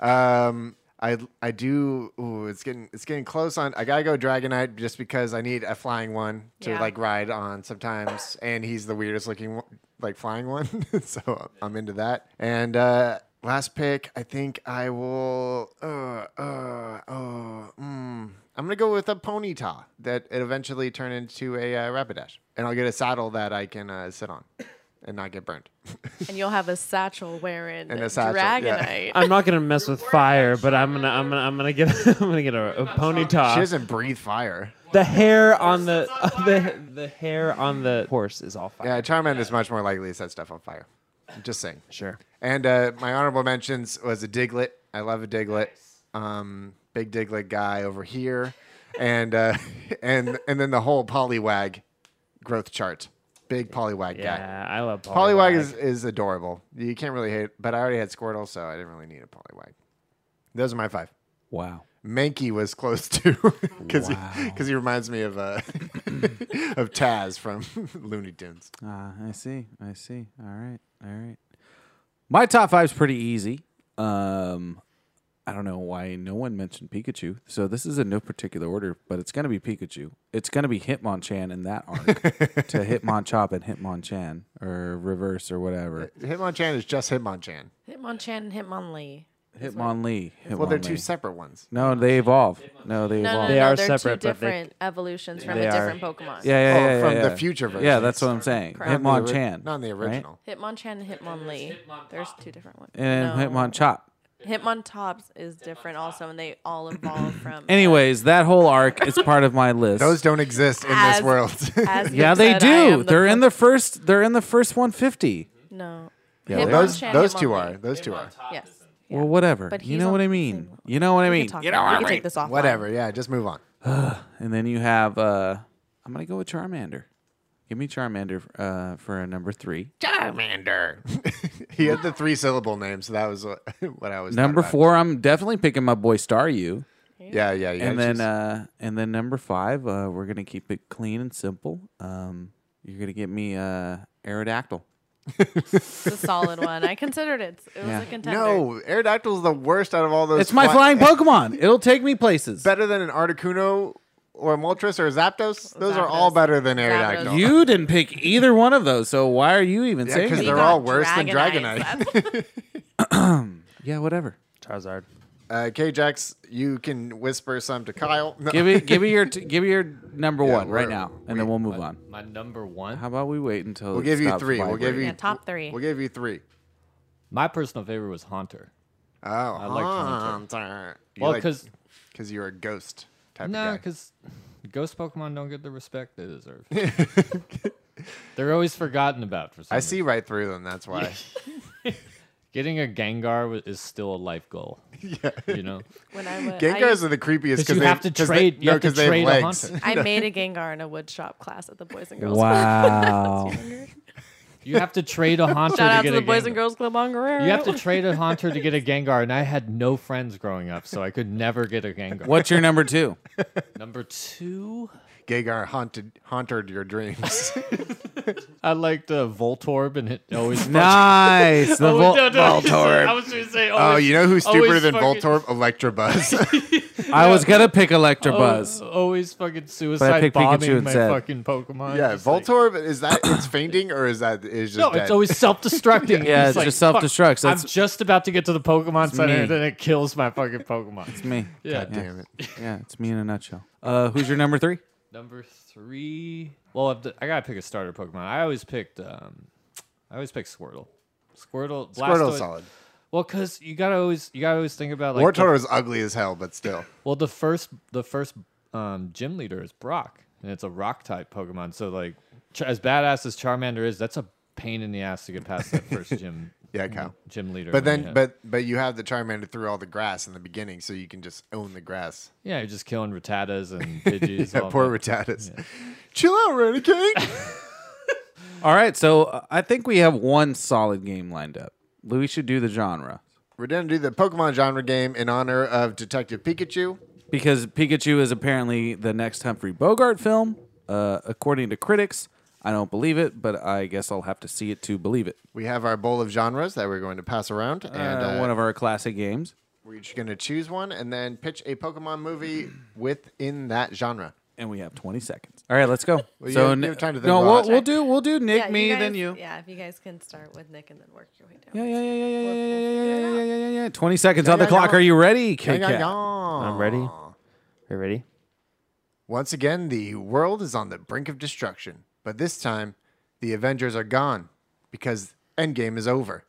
[SPEAKER 2] Um, I I do. Ooh, it's getting it's getting close on. I gotta go Dragonite just because I need a flying one to
[SPEAKER 6] Yeah.
[SPEAKER 2] like ride on sometimes, and he's the weirdest looking one- like flying one, *laughs* so I'm into that. And uh, last pick, I think I will. Uh, uh, oh, mm, I'm gonna go with a Ponyta that it eventually turned into a uh, Rapidash, and I'll get a saddle that I can uh, sit on and not get burned. *laughs*
[SPEAKER 6] and you'll have a satchel wearing
[SPEAKER 2] And a satchel, yeah.
[SPEAKER 1] Uh,
[SPEAKER 6] Dragonite.
[SPEAKER 3] I'm not gonna mess with fire, but I'm gonna I'm gonna I'm gonna get *laughs* I'm gonna get a, a
[SPEAKER 2] She
[SPEAKER 3] ponyta.
[SPEAKER 2] doesn't breathe fire.
[SPEAKER 3] The hair on *laughs* the the the hair on the horse is all fire.
[SPEAKER 2] Yeah, Charmander is much more likely to set stuff on fire. Just saying.
[SPEAKER 3] Sure.
[SPEAKER 2] And uh, my honorable mentions was a Diglett. I love a Diglett. Um, big Diglett guy over here, and uh, *laughs* and and then the whole Poliwag growth chart. Big Poliwag guy.
[SPEAKER 3] Yeah, I love polywag.
[SPEAKER 2] Poliwag is, is adorable. You can't really hate, but I already had Squirtle, so I didn't really need a Poliwag. Those are my five.
[SPEAKER 1] Wow.
[SPEAKER 2] Mankey was close *laughs* too, because he, 'cause he reminds me of uh, *laughs* of Taz from *laughs* Looney Tunes.
[SPEAKER 1] Ah, I see. I see. All right. All right. My top five's pretty easy. Um, I don't know why no one mentioned Pikachu. So this is in no particular order, but it's going to be Pikachu. It's going to be Hitmonchan in that *laughs* arc to Hitmonchop and Hitmonchan or reverse or whatever.
[SPEAKER 2] Hitmonchan is just Hitmonchan.
[SPEAKER 6] Hitmonchan and Hitmonlee.
[SPEAKER 1] Hitmonlee. Hitmonlee.
[SPEAKER 2] Well, they're two separate ones.
[SPEAKER 1] No, they evolve. No, they
[SPEAKER 6] No, no,
[SPEAKER 1] evolve.
[SPEAKER 3] They
[SPEAKER 6] no,
[SPEAKER 3] are
[SPEAKER 6] they're
[SPEAKER 3] separate,
[SPEAKER 6] two
[SPEAKER 3] but they-
[SPEAKER 6] different evolutions from
[SPEAKER 3] They
[SPEAKER 6] a
[SPEAKER 3] are.
[SPEAKER 6] different Pokemon.
[SPEAKER 1] Yeah, yeah, yeah,
[SPEAKER 2] Oh,
[SPEAKER 1] yeah,
[SPEAKER 2] from the
[SPEAKER 1] yeah.
[SPEAKER 2] future
[SPEAKER 1] Yeah,
[SPEAKER 2] versions.
[SPEAKER 1] that's what I'm saying.
[SPEAKER 2] Not in
[SPEAKER 6] Correct.
[SPEAKER 2] the ori-
[SPEAKER 1] Hitmonchan.
[SPEAKER 2] Not in the
[SPEAKER 1] right?
[SPEAKER 2] original.
[SPEAKER 6] Hitmonchan and Hitmonlee. There's two different ones.
[SPEAKER 1] And
[SPEAKER 6] No.
[SPEAKER 1] Hitmonchop.
[SPEAKER 6] Hitmontops is different also, and they
[SPEAKER 1] *clears throat*
[SPEAKER 6] all evolve from.
[SPEAKER 1] Anyways, that whole arc is part of my list.
[SPEAKER 2] Those don't exist in
[SPEAKER 6] As-
[SPEAKER 2] this world.
[SPEAKER 1] *laughs*
[SPEAKER 6] As Nick
[SPEAKER 1] yeah, they
[SPEAKER 6] said, I
[SPEAKER 1] do.
[SPEAKER 6] am the
[SPEAKER 1] they're in the
[SPEAKER 6] first-
[SPEAKER 1] first. They're in the first 150.
[SPEAKER 6] No.
[SPEAKER 1] Yeah,
[SPEAKER 6] Hitmonchan,
[SPEAKER 2] *laughs* those those two
[SPEAKER 6] Hitmonlee.
[SPEAKER 2] are. Those two are.
[SPEAKER 6] Yes.
[SPEAKER 1] Well, whatever.
[SPEAKER 6] But
[SPEAKER 1] you
[SPEAKER 6] he's
[SPEAKER 1] know
[SPEAKER 6] on
[SPEAKER 1] what I
[SPEAKER 6] the
[SPEAKER 1] mean.
[SPEAKER 6] same-
[SPEAKER 1] You know what I
[SPEAKER 6] We
[SPEAKER 1] mean.
[SPEAKER 6] can talk about it. We can take this off.
[SPEAKER 2] Whatever. Yeah, just move on.
[SPEAKER 1] And then you have. uh I'm gonna go with Charmander. Give me Charmander uh, for a number three.
[SPEAKER 5] Charmander.
[SPEAKER 2] He had the three syllable name, so that was what, *laughs* what I was. thought
[SPEAKER 1] number
[SPEAKER 2] about.
[SPEAKER 1] four, I'm definitely picking my boy Staryu.
[SPEAKER 2] Yeah, yeah, yeah.
[SPEAKER 1] and then uh, and then number five, uh, we're gonna keep it clean and simple. Um, you're gonna get me uh, Aerodactyl.
[SPEAKER 6] It's a solid one. I considered it. It was
[SPEAKER 1] Yeah.
[SPEAKER 6] a contender.
[SPEAKER 2] no, Aerodactyl's the worst out of all those.
[SPEAKER 1] It's my
[SPEAKER 2] fly-
[SPEAKER 1] flying Pokemon. It'll take me places.
[SPEAKER 2] Better than an Articuno or a Moltres or a Zapdos. Those are
[SPEAKER 6] Zapdos.
[SPEAKER 2] all better than Aerodactyl.
[SPEAKER 6] Zapdos.
[SPEAKER 1] You didn't pick either one of those, so why are you even
[SPEAKER 2] yeah,
[SPEAKER 1] saying
[SPEAKER 2] because
[SPEAKER 6] We
[SPEAKER 1] it?
[SPEAKER 2] they're
[SPEAKER 6] got
[SPEAKER 2] all worse than
[SPEAKER 6] Dragonite.
[SPEAKER 2] *laughs* Dragonite.
[SPEAKER 1] Yeah, whatever.
[SPEAKER 3] Charizard.
[SPEAKER 2] uh, K-Jax, you can whisper some to Kyle. *laughs* No.
[SPEAKER 1] Give me, give me your, t- give me your number one right
[SPEAKER 2] we're-
[SPEAKER 1] now, and then we'll move on.
[SPEAKER 10] My number one.
[SPEAKER 1] How about we wait until
[SPEAKER 2] We'll
[SPEAKER 1] it
[SPEAKER 2] give you
[SPEAKER 1] stops
[SPEAKER 2] three. We'll give
[SPEAKER 1] vibrating?
[SPEAKER 2] you
[SPEAKER 6] Yeah, top three.
[SPEAKER 2] We'll give you three.
[SPEAKER 10] My personal favorite was Haunter.
[SPEAKER 2] Oh,
[SPEAKER 10] like
[SPEAKER 2] Haunter. You
[SPEAKER 10] well,
[SPEAKER 2] like-
[SPEAKER 10] because
[SPEAKER 2] because you're a ghost type
[SPEAKER 10] no,
[SPEAKER 2] of guy.
[SPEAKER 10] because ghost Pokemon don't get the respect
[SPEAKER 2] *laughs*
[SPEAKER 10] they deserve. They're always forgotten about for some.
[SPEAKER 2] I see right through them. That's
[SPEAKER 10] *laughs*
[SPEAKER 2] why.
[SPEAKER 10] Getting a Gengar wa- is still a life goal. Yeah. You know,
[SPEAKER 6] When I was,
[SPEAKER 2] Gengars
[SPEAKER 6] I,
[SPEAKER 2] are the creepest because
[SPEAKER 10] 'Cause you
[SPEAKER 2] they
[SPEAKER 10] have to
[SPEAKER 2] 'cause they-
[SPEAKER 10] trade- you
[SPEAKER 2] no,
[SPEAKER 10] have to
[SPEAKER 2] 'cause they have
[SPEAKER 10] trade a
[SPEAKER 2] legs.
[SPEAKER 10] hunter.
[SPEAKER 6] I made a Gengar in a woodshop class at the Boys and Girls *laughs*
[SPEAKER 1] Wow.
[SPEAKER 10] you have to
[SPEAKER 2] *laughs*
[SPEAKER 10] trade a Haunter
[SPEAKER 6] Club. Shout
[SPEAKER 10] to
[SPEAKER 6] out
[SPEAKER 10] get
[SPEAKER 6] to the
[SPEAKER 10] a
[SPEAKER 6] Boys
[SPEAKER 10] Gengar.
[SPEAKER 6] and Girls Club on Guerrero.
[SPEAKER 10] You have to trade a Haunter to get a Gengar, and I had no friends growing up, so I could never get a Gengar.
[SPEAKER 1] What's your number
[SPEAKER 2] *laughs*
[SPEAKER 1] two?
[SPEAKER 10] Number two,
[SPEAKER 2] *laughs* Gengar haunted haunted your
[SPEAKER 10] *laughs*
[SPEAKER 2] dreams.
[SPEAKER 10] I liked uh, Voltorb, and it
[SPEAKER 2] *laughs*
[SPEAKER 10] always.
[SPEAKER 1] nice.
[SPEAKER 6] Oh,
[SPEAKER 1] The
[SPEAKER 10] Always-
[SPEAKER 1] Vol-
[SPEAKER 10] no, no, I was- I was going to say.
[SPEAKER 2] oh,
[SPEAKER 10] always-
[SPEAKER 2] you know who's
[SPEAKER 10] always
[SPEAKER 2] stupider than
[SPEAKER 10] fucking-
[SPEAKER 2] Voltorb?
[SPEAKER 10] *laughs*
[SPEAKER 2] Electrobuzz.
[SPEAKER 1] I was gonna pick
[SPEAKER 6] Oh.
[SPEAKER 1] Electabuzz.
[SPEAKER 10] al- Always fucking suicide
[SPEAKER 1] picked Pikachu
[SPEAKER 10] bombing my
[SPEAKER 1] instead.
[SPEAKER 10] fucking Pokemon.
[SPEAKER 2] yeah,
[SPEAKER 10] Just like-
[SPEAKER 2] Voltorb is that it's fainting or is that is just
[SPEAKER 10] no,
[SPEAKER 2] dead?
[SPEAKER 10] it's always *laughs* self-destructing.
[SPEAKER 1] Yeah, it's just
[SPEAKER 10] "Fuck,
[SPEAKER 1] self-destructs. That's-
[SPEAKER 10] I'm just about to get to the Pokemon Center,
[SPEAKER 1] me.
[SPEAKER 10] and then it kills my fucking Pokemon.
[SPEAKER 1] It's me.
[SPEAKER 10] Yeah.
[SPEAKER 1] yeah.
[SPEAKER 2] Damn it.
[SPEAKER 1] Yeah, it's me in a nutshell. Uh, who's your number three?
[SPEAKER 10] *laughs* Number three. Well, I've d- I gotta pick a starter Pokemon. I always picked. Um, I always pick Squirtle. Squirtle.
[SPEAKER 2] Squirtle's
[SPEAKER 10] Blastoise-
[SPEAKER 2] solid.
[SPEAKER 10] Well, cause you gotta always you gotta always think about like. the-
[SPEAKER 2] Wartorb is ugly as hell, but still.
[SPEAKER 10] well, the first the first um, gym leader is Brock, and it's a rock type Pokemon. So like, ch- as badass as Charmander is, that's a pain in the ass to get past that first
[SPEAKER 2] *laughs*
[SPEAKER 10] gym.
[SPEAKER 2] Yeah, Kyle.
[SPEAKER 10] Gym leader.
[SPEAKER 2] But
[SPEAKER 10] when
[SPEAKER 2] then,
[SPEAKER 10] you have-
[SPEAKER 2] but but you have the Charmander through all the grass in the beginning, so you can just own the grass.
[SPEAKER 10] yeah, you're just killing Rattatas
[SPEAKER 2] *laughs*
[SPEAKER 10] and Pidgeys.
[SPEAKER 2] Yeah,
[SPEAKER 10] all
[SPEAKER 2] poor
[SPEAKER 10] that.
[SPEAKER 2] Rattatas. Chill out, Raticate.
[SPEAKER 1] All right, so uh, I think we have one solid game lined up. We should do the genre
[SPEAKER 2] We're gonna do the Pokemon genre game in honor of Detective Pikachu.
[SPEAKER 1] because Pikachu is apparently the next Humphrey Bogart film, uh, according to critics. I don't believe it, but I guess I'll have to see it to believe it.
[SPEAKER 2] We have our bowl of genres that we're going to pass around, and
[SPEAKER 1] Uh,
[SPEAKER 2] uh,
[SPEAKER 1] one of our classic games.
[SPEAKER 2] we're each going to choose one and then pitch a Pokemon movie within that genre.
[SPEAKER 1] And we have 20 seconds. All right, let's go.
[SPEAKER 2] Well, you
[SPEAKER 1] so
[SPEAKER 2] have- you
[SPEAKER 1] n-
[SPEAKER 2] have time to think
[SPEAKER 1] no,
[SPEAKER 2] about
[SPEAKER 1] we'll,
[SPEAKER 2] it.
[SPEAKER 1] we'll do we'll do Nick,
[SPEAKER 6] Yeah,
[SPEAKER 1] me,
[SPEAKER 6] guys,
[SPEAKER 1] then you.
[SPEAKER 6] Yeah, if you guys can start with Nick and then work your way down.
[SPEAKER 1] Yeah, yeah, yeah, yeah, yeah, yeah,
[SPEAKER 6] We'll-
[SPEAKER 1] yeah, yeah,
[SPEAKER 6] we'll figure it
[SPEAKER 1] yeah,
[SPEAKER 6] out.
[SPEAKER 1] yeah, yeah, yeah. Twenty seconds on the
[SPEAKER 2] Yeah, yeah,
[SPEAKER 1] clock.
[SPEAKER 2] yeah.
[SPEAKER 1] Are you ready,
[SPEAKER 2] Yeah,
[SPEAKER 1] Kit
[SPEAKER 2] yeah,
[SPEAKER 1] Kat?
[SPEAKER 2] yeah.
[SPEAKER 3] I'm Um, ready. Are you ready?
[SPEAKER 2] Once again, the world is on the brink of destruction, but this time, the Avengers are gone because Endgame is over.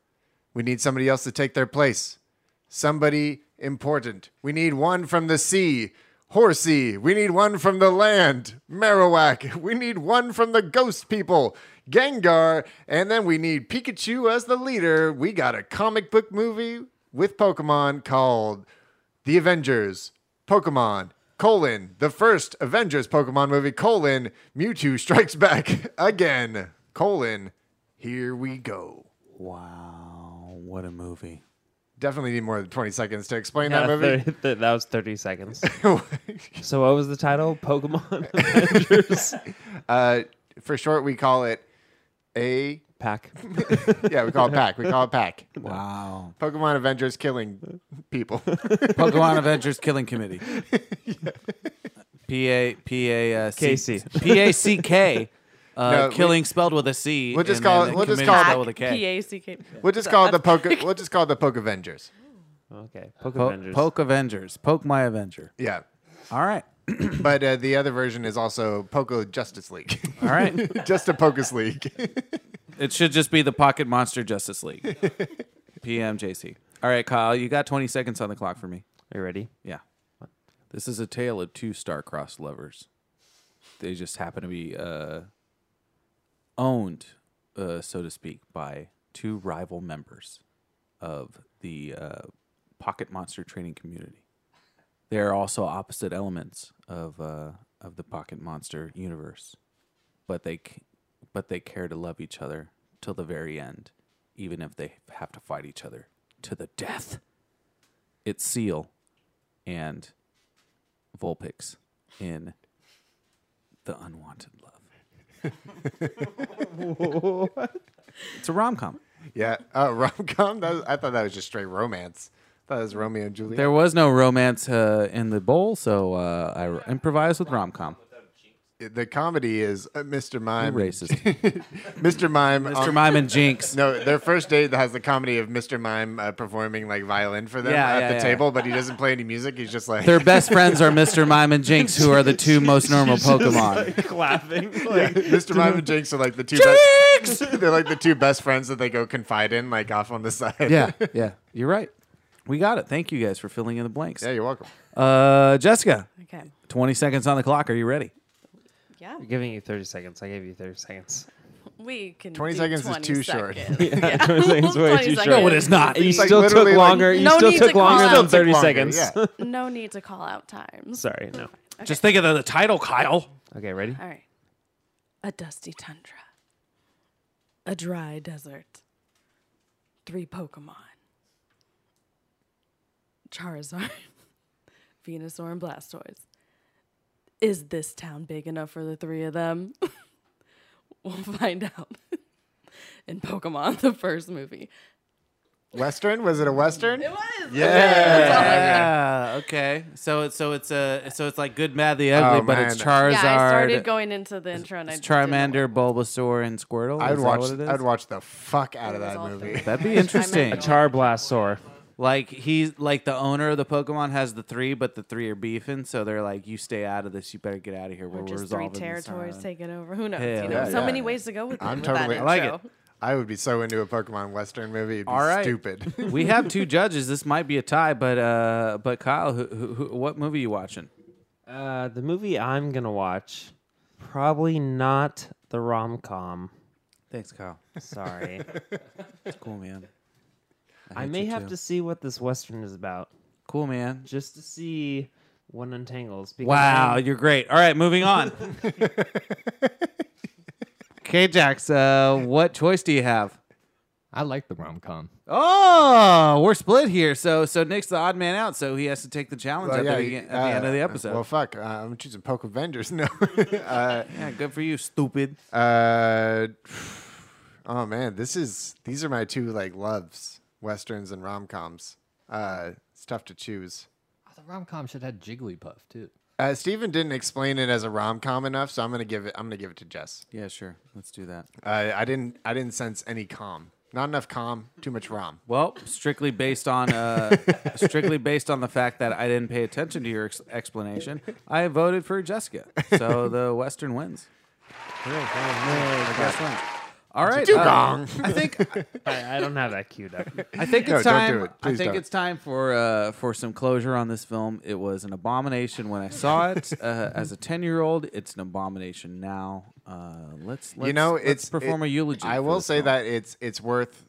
[SPEAKER 2] We need somebody else to take their place. Somebody important. We need one from the sea, Horsey. We need one from the land, Marowak. *laughs* We need one from the ghost people, Gengar. And then we need Pikachu as the leader. We got a comic book movie with Pokemon called the Avengers, Pokemon, colon, the first Avengers Pokemon movie, colon, Mewtwo strikes back *laughs* again, colon, here we go.
[SPEAKER 1] Wow, what a movie!
[SPEAKER 2] Definitely need more than 20 seconds to explain that
[SPEAKER 3] Yeah,
[SPEAKER 2] movie.
[SPEAKER 3] 30 th- *laughs* that was 30 *laughs* seconds.
[SPEAKER 2] *laughs*
[SPEAKER 3] so what was the title? *laughs* Pokemon Avengers
[SPEAKER 2] uh, for short, we call it a,
[SPEAKER 3] *laughs* Pack.
[SPEAKER 2] yeah, we call it pack. We call it pack.
[SPEAKER 1] *laughs* Wow,
[SPEAKER 2] Pokemon Avengers killing people.
[SPEAKER 1] *laughs* Pokemon Adventures Killing
[SPEAKER 2] *laughs*
[SPEAKER 1] Committee. P A P A uh, C-
[SPEAKER 3] KC.
[SPEAKER 1] P A C K. Uh,
[SPEAKER 2] *laughs* No, we-
[SPEAKER 1] killing spelled with a C.
[SPEAKER 2] We'll just
[SPEAKER 1] and
[SPEAKER 2] call
[SPEAKER 1] then
[SPEAKER 2] it-
[SPEAKER 1] the
[SPEAKER 2] we'll just
[SPEAKER 1] committee
[SPEAKER 2] call it-
[SPEAKER 1] spelled with a
[SPEAKER 6] P
[SPEAKER 1] K.
[SPEAKER 6] A C K.
[SPEAKER 2] We'll just call it the
[SPEAKER 6] *laughs*
[SPEAKER 2] poke. We'll just call it the Poke Avengers.
[SPEAKER 3] Okay, Poke
[SPEAKER 1] Po-
[SPEAKER 3] Avengers.
[SPEAKER 1] Poke Avengers. Poke my Avenger.
[SPEAKER 2] Yeah,
[SPEAKER 1] All right.
[SPEAKER 2] but uh, the other version is also Poco Justice League, *laughs*
[SPEAKER 1] All *laughs* right.
[SPEAKER 2] just a Pocus League. *laughs*
[SPEAKER 1] it should just be the Pocket Monster Justice League. PMJC. All right, Kyle, you got 20 seconds on the clock for me.
[SPEAKER 3] Are you *laughs* ready?
[SPEAKER 1] Yeah. This is a tale of two star-crossed lovers. They just happen to be uh, owned, uh, so to speak, by two rival members of the uh, Pocket Monster training community. They are also opposite elements of uh, of the Pocket Monster universe, but they c- but they care to love each other till the very end, even if they have to fight each other to the death. It's Seal and Vulpix in The Unwanted Love. It's a rom com.
[SPEAKER 2] Yeah, uh, rom com. I thought that was just straight romance. I thought it was Romeo and Juliet.
[SPEAKER 1] There was no romance uh, in the bowl, so uh, I improvised with rom com.
[SPEAKER 2] the comedy is uh, Mr. Mime,
[SPEAKER 1] Racist.
[SPEAKER 2] Mr. Mime,
[SPEAKER 1] Mr.
[SPEAKER 2] um,
[SPEAKER 1] Mime and Jinx.
[SPEAKER 2] *laughs* No, their first date has the comedy of Mr. Mime uh, performing like violin for them
[SPEAKER 1] Yeah,
[SPEAKER 2] at
[SPEAKER 1] yeah,
[SPEAKER 2] the
[SPEAKER 1] yeah.
[SPEAKER 2] table, but he doesn't play any music. He's just like
[SPEAKER 1] Their
[SPEAKER 2] *laughs*
[SPEAKER 1] best friends are Mr. Mime and Jinx, who are the two most *laughs* normal Pokemon.
[SPEAKER 3] Clapping. *laughs* Like,
[SPEAKER 2] Mr. Mime and Jinx are like the two. Jinx! *laughs* they're like the two best friends that they go confide in, like off on the side.
[SPEAKER 1] Yeah, yeah. You're right. We got it. Thank you guys for filling in the blanks.
[SPEAKER 2] *laughs* yeah, you're welcome.
[SPEAKER 1] Uh, Jessica,
[SPEAKER 6] Okay.
[SPEAKER 1] 20 seconds on the clock. Are you ready?
[SPEAKER 6] Yeah.
[SPEAKER 3] I'm giving you 30 seconds. I gave you 30 seconds.
[SPEAKER 6] We can.
[SPEAKER 2] 20
[SPEAKER 6] do
[SPEAKER 2] seconds is
[SPEAKER 6] 20
[SPEAKER 2] too short.
[SPEAKER 6] seconds.
[SPEAKER 3] Yeah, 20
[SPEAKER 6] *laughs*
[SPEAKER 3] seconds way too short.
[SPEAKER 1] No, it is not.
[SPEAKER 3] You
[SPEAKER 2] like
[SPEAKER 3] still took
[SPEAKER 2] literally, like-
[SPEAKER 3] longer. you
[SPEAKER 6] No
[SPEAKER 3] still
[SPEAKER 6] need
[SPEAKER 3] took
[SPEAKER 6] to call
[SPEAKER 3] longer
[SPEAKER 6] out.
[SPEAKER 3] than 30
[SPEAKER 2] Longer,
[SPEAKER 3] seconds.
[SPEAKER 1] *laughs*
[SPEAKER 3] *laughs*
[SPEAKER 2] yeah.
[SPEAKER 6] *laughs* No need to call out times.
[SPEAKER 3] Sorry, no.
[SPEAKER 1] Just think of the, the title, Kyle.
[SPEAKER 3] Okay, ready?
[SPEAKER 6] All right. A dusty tundra. A dry desert. Three Pokemon. Charizard. *laughs* Venusaur and Blastoise. Is this town big enough for the three of them? *laughs* we'll find out. *laughs* In Pokemon, *laughs* the first movie.
[SPEAKER 2] Western? Was it a Western?
[SPEAKER 6] It was.
[SPEAKER 1] Yeah. Uh, Okay. So it's so it's uh, so it's like good, mad, the ugly,
[SPEAKER 2] Oh,
[SPEAKER 1] but it's
[SPEAKER 2] man.
[SPEAKER 1] Charizard,
[SPEAKER 6] Yeah, I started going into the intro and I
[SPEAKER 1] it's
[SPEAKER 6] didn't know
[SPEAKER 1] Charmander, Bulbasaur, and Squirtle.
[SPEAKER 2] I'd
[SPEAKER 1] Is that
[SPEAKER 2] watch.
[SPEAKER 1] what it is?
[SPEAKER 2] I'd watch the fuck out of
[SPEAKER 6] It was
[SPEAKER 2] that
[SPEAKER 6] all
[SPEAKER 2] movie.
[SPEAKER 6] three.
[SPEAKER 1] That'd be
[SPEAKER 6] *laughs*
[SPEAKER 1] interesting.
[SPEAKER 3] A Charblastosaur.
[SPEAKER 1] Like he's like the owner of the Pokemon has the three, but the three are beefing, so they're like, "You stay out of this. You better get out of here. We're
[SPEAKER 6] Or just three
[SPEAKER 1] resolving this Uh,
[SPEAKER 6] territories
[SPEAKER 1] on."
[SPEAKER 6] taken over. Who knows?
[SPEAKER 1] Hell
[SPEAKER 6] you know,
[SPEAKER 1] yeah.
[SPEAKER 6] so
[SPEAKER 2] Yeah.
[SPEAKER 6] many ways to go with,
[SPEAKER 2] I'm
[SPEAKER 6] with
[SPEAKER 2] totally-
[SPEAKER 6] that
[SPEAKER 1] I like
[SPEAKER 6] intro.
[SPEAKER 1] it.
[SPEAKER 2] I would be so into a Pokemon Western movie. It'd be
[SPEAKER 1] All right.
[SPEAKER 2] stupid. *laughs*
[SPEAKER 1] we have two judges. This might be a tie, but uh, but Kyle, who, who, who, what movie you watching?
[SPEAKER 3] Uh, the movie I'm going to watch, probably not the rom com.
[SPEAKER 1] Thanks, Kyle. *laughs*
[SPEAKER 3] Sorry.
[SPEAKER 1] It's cool, man.
[SPEAKER 3] I
[SPEAKER 1] hate
[SPEAKER 3] may
[SPEAKER 1] you
[SPEAKER 3] have
[SPEAKER 1] too.
[SPEAKER 3] to see what this Western is about
[SPEAKER 1] Cool, man.
[SPEAKER 3] just to see what untangles. Because
[SPEAKER 1] Wow,
[SPEAKER 3] I'm-
[SPEAKER 1] you're great. All right, moving on. *laughs* Uh, K Jax, uh, what choice do you have?
[SPEAKER 10] I like the rom com.
[SPEAKER 1] Oh, we're split here. So so Nick's the odd man out, so he has to take the challenge
[SPEAKER 2] Well,
[SPEAKER 1] at,
[SPEAKER 2] yeah,
[SPEAKER 1] the,
[SPEAKER 2] you-
[SPEAKER 1] begin- at the end
[SPEAKER 2] uh,
[SPEAKER 1] of the episode.
[SPEAKER 2] Well, fuck. Uh, I'm choosing Poke Avengers. *laughs* No.
[SPEAKER 1] yeah, good for you, stupid.
[SPEAKER 2] Uh, oh man, this is these are my two like loves, westerns and rom coms. Uh, it's tough to choose.
[SPEAKER 10] The rom com should have Jigglypuff too.
[SPEAKER 2] Uh, Steven didn't explain it as a rom com enough, so I'm gonna give it. I'm gonna give it to Jess.
[SPEAKER 1] Yeah, sure. Let's do that.
[SPEAKER 2] Uh, I didn't. I didn't sense any calm. Not enough calm. Too much rom.
[SPEAKER 1] Well, strictly based on
[SPEAKER 2] *laughs*
[SPEAKER 1] uh, strictly based on the fact that I didn't pay attention to your ex- explanation, I voted for Jessica. So the Western wins. *laughs* The West wins. All right.
[SPEAKER 2] Too
[SPEAKER 1] uh,
[SPEAKER 2] gong.
[SPEAKER 1] I
[SPEAKER 2] *laughs*
[SPEAKER 1] think
[SPEAKER 3] I, I don't have that queued up.
[SPEAKER 1] I think
[SPEAKER 2] No,
[SPEAKER 1] it's
[SPEAKER 2] don't
[SPEAKER 1] time.
[SPEAKER 2] do it.
[SPEAKER 1] I
[SPEAKER 2] Please
[SPEAKER 1] think
[SPEAKER 2] don't.
[SPEAKER 1] it's time for uh, for some closure on this film. It was an abomination when I saw
[SPEAKER 2] *laughs*
[SPEAKER 1] it uh, as a ten year old. It's an abomination now. Uh, let's, let's
[SPEAKER 2] you know,
[SPEAKER 1] let's
[SPEAKER 2] it's
[SPEAKER 1] perform
[SPEAKER 2] it-
[SPEAKER 1] a eulogy.
[SPEAKER 2] I
[SPEAKER 1] for
[SPEAKER 2] will
[SPEAKER 1] this
[SPEAKER 2] say
[SPEAKER 1] film.
[SPEAKER 2] that it's it's worth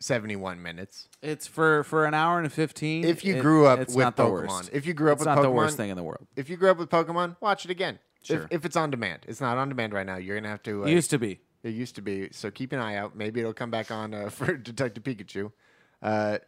[SPEAKER 2] seventy one minutes.
[SPEAKER 1] it's for for an hour and fifteen.
[SPEAKER 2] If you
[SPEAKER 1] it-
[SPEAKER 2] grew up
[SPEAKER 1] it's
[SPEAKER 2] with
[SPEAKER 1] not the
[SPEAKER 2] Pokemon.
[SPEAKER 1] worst.
[SPEAKER 2] If you grew up
[SPEAKER 1] it's
[SPEAKER 2] with
[SPEAKER 1] not the worst
[SPEAKER 2] Pokemon-
[SPEAKER 1] thing in the world.
[SPEAKER 2] If you grew up with Pokemon, watch it again. If-
[SPEAKER 1] Sure.
[SPEAKER 2] If, it's on demand, it's not on demand right now. You're gonna have to uh,
[SPEAKER 1] It used to be.
[SPEAKER 2] It used to be. So keep an eye out. Maybe it'll come back on uh, *laughs* for Detective Pikachu. Uh,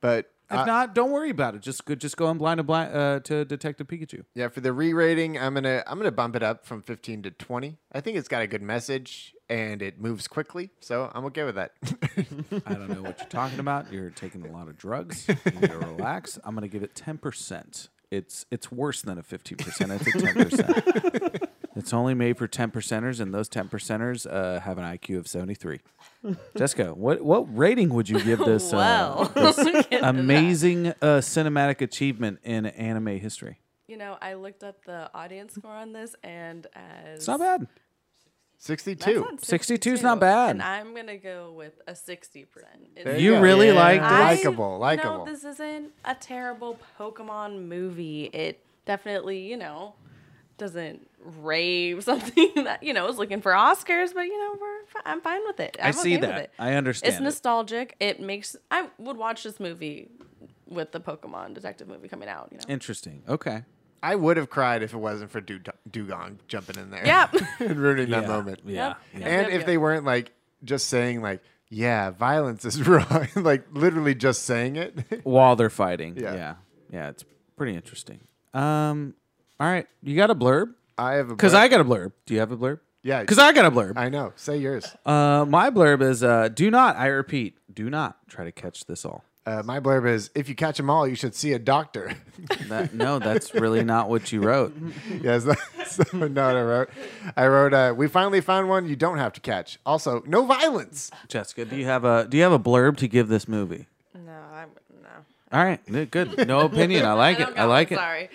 [SPEAKER 2] but
[SPEAKER 1] If
[SPEAKER 2] uh,
[SPEAKER 1] not, don't worry about it. Just go, just go and blind to blind uh, to Detective Pikachu.
[SPEAKER 2] yeah, for the re-rating, I'm gonna I'm gonna bump it up from 15 to 20. I think it's got a good message and it moves quickly, so I'm okay
[SPEAKER 1] *laughs*
[SPEAKER 2] with that. *laughs*
[SPEAKER 1] I don't know what you're talking about. You're taking a lot of *laughs* drugs. You need to relax. I'm gonna give it ten percent. It's it's worse than a fifteen percent. It's a ten percent. *laughs* It's only made for ten percenters, and those ten percenters uh, have an IQ of seventy three. Jessica, what what rating would you give this,
[SPEAKER 6] Wow.
[SPEAKER 1] uh,
[SPEAKER 6] *laughs* Look
[SPEAKER 1] this
[SPEAKER 6] at that.
[SPEAKER 1] amazing uh, cinematic achievement in anime history?
[SPEAKER 6] You know, I looked up the audience score on this, and as
[SPEAKER 1] It's not bad.
[SPEAKER 2] 62.
[SPEAKER 1] 62 is not bad.
[SPEAKER 6] And I'm gonna go with a sixty percent.
[SPEAKER 2] There
[SPEAKER 1] You
[SPEAKER 2] go.
[SPEAKER 1] really like
[SPEAKER 2] Yeah.
[SPEAKER 1] this?
[SPEAKER 2] Likeable, likeable.
[SPEAKER 6] No, this isn't a terrible Pokemon movie. It definitely, you know, doesn't rave *laughs* something that you know is looking for Oscars, but you know, we're fi- I'm fine with it.
[SPEAKER 1] I
[SPEAKER 6] I'm
[SPEAKER 1] see
[SPEAKER 6] okay
[SPEAKER 1] that.
[SPEAKER 6] With it.
[SPEAKER 1] I understand
[SPEAKER 6] It's
[SPEAKER 1] it.
[SPEAKER 6] nostalgic. It makes I would watch this movie with the Pokemon detective movie coming out. You know.
[SPEAKER 1] Interesting. Okay.
[SPEAKER 2] I would have cried if it wasn't for Dug- Dugong jumping in there.
[SPEAKER 6] Yeah.
[SPEAKER 2] *laughs* and ruining that
[SPEAKER 1] Yeah.
[SPEAKER 2] moment.
[SPEAKER 1] Yeah.
[SPEAKER 6] Yep.
[SPEAKER 1] yeah.
[SPEAKER 6] Yep,
[SPEAKER 2] And
[SPEAKER 6] yep,
[SPEAKER 2] if
[SPEAKER 6] yep.
[SPEAKER 2] they weren't like just saying like, yeah, violence is *laughs* wrong, like literally just saying it. *laughs*
[SPEAKER 1] while they're fighting. Yeah.
[SPEAKER 2] Yeah.
[SPEAKER 1] yeah. it's pretty interesting. Um all right, you got a blurb?
[SPEAKER 2] I have a
[SPEAKER 1] Cuz
[SPEAKER 2] blurb.
[SPEAKER 1] I got a blurb. Do you have a blurb?
[SPEAKER 2] Yeah.
[SPEAKER 1] Cuz I got a blurb.
[SPEAKER 2] I know. Say yours.
[SPEAKER 1] Uh my blurb is uh do not, I repeat, do not try to catch this *laughs* all.
[SPEAKER 2] Uh, my blurb is: If you catch them all, you should see a doctor. *laughs*
[SPEAKER 1] That no, that's really not what you wrote.
[SPEAKER 2] yes, *laughs* that's the note I wrote. I wrote: uh, We finally found one you don't have to catch. Also, no violence.
[SPEAKER 1] Jessica, do you have a do you have a blurb to give this movie?
[SPEAKER 6] No, I'm no.
[SPEAKER 1] All right, n- good. No opinion. I
[SPEAKER 6] *laughs*
[SPEAKER 1] like it.
[SPEAKER 6] don't
[SPEAKER 1] I
[SPEAKER 6] know,
[SPEAKER 1] like
[SPEAKER 6] I'm
[SPEAKER 1] it.
[SPEAKER 6] Sorry.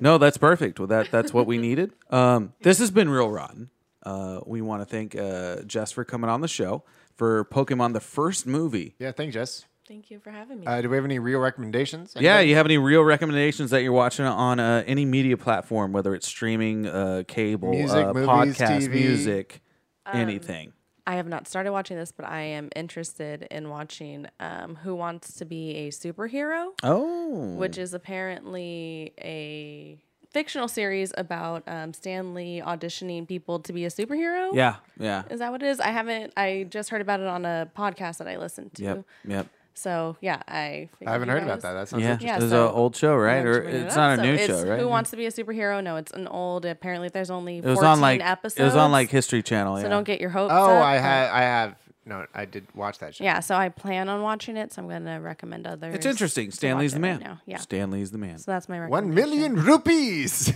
[SPEAKER 1] No, that's perfect. Well, that that's what we needed. Um, this has been real rotten. Uh, we want to thank uh, Jess for coming on the show for Pokemon, the first movie.
[SPEAKER 2] Yeah, thanks, Jess.
[SPEAKER 6] Thank you for having me.
[SPEAKER 2] Uh, do we have any real recommendations?
[SPEAKER 1] Yeah,
[SPEAKER 2] Anybody?
[SPEAKER 1] you have any real recommendations that you're watching on uh, any media platform, whether it's streaming, uh, cable,
[SPEAKER 2] Music,
[SPEAKER 1] uh,
[SPEAKER 2] movies,
[SPEAKER 1] podcast,
[SPEAKER 2] TV.
[SPEAKER 1] music,
[SPEAKER 6] Um,
[SPEAKER 1] anything?
[SPEAKER 6] I have not started watching this, but I am interested in watching um, Who Wants to Be a Superhero,
[SPEAKER 1] Oh,
[SPEAKER 6] which is apparently a fictional series about um, Stan Lee auditioning people to be a superhero.
[SPEAKER 1] yeah, yeah,
[SPEAKER 6] Is that what it is? I haven't, I just heard about it on a podcast that I listened to.
[SPEAKER 1] yep, yep.
[SPEAKER 6] So, yeah, I,
[SPEAKER 2] I haven't heard about that. That sounds
[SPEAKER 1] Yeah,
[SPEAKER 2] interesting.
[SPEAKER 6] Yeah,
[SPEAKER 1] it's
[SPEAKER 6] so-
[SPEAKER 1] an old show, right?
[SPEAKER 6] I'm
[SPEAKER 1] Or
[SPEAKER 6] bringing it
[SPEAKER 1] it's
[SPEAKER 6] up.
[SPEAKER 1] not a
[SPEAKER 6] So
[SPEAKER 1] new
[SPEAKER 6] it's
[SPEAKER 1] show, right?
[SPEAKER 6] Who Wants to Be a Superhero? No, it's an old, apparently there's only
[SPEAKER 1] it
[SPEAKER 6] 14
[SPEAKER 1] was on like
[SPEAKER 6] episodes.
[SPEAKER 1] it was on like History Channel.
[SPEAKER 6] so
[SPEAKER 1] yeah.
[SPEAKER 6] don't get your hopes up.
[SPEAKER 2] Oh, I
[SPEAKER 6] but-
[SPEAKER 2] have. I have. No, I did watch that show.
[SPEAKER 6] Yeah, so I plan on watching it, so I'm gonna recommend others.
[SPEAKER 1] It's interesting.
[SPEAKER 6] to
[SPEAKER 1] Stanley's
[SPEAKER 6] watch
[SPEAKER 1] the
[SPEAKER 6] it right
[SPEAKER 1] man.
[SPEAKER 6] now. Yeah.
[SPEAKER 1] Stanley's the man.
[SPEAKER 6] so that's my
[SPEAKER 2] One
[SPEAKER 6] recommendation.
[SPEAKER 2] million rupees.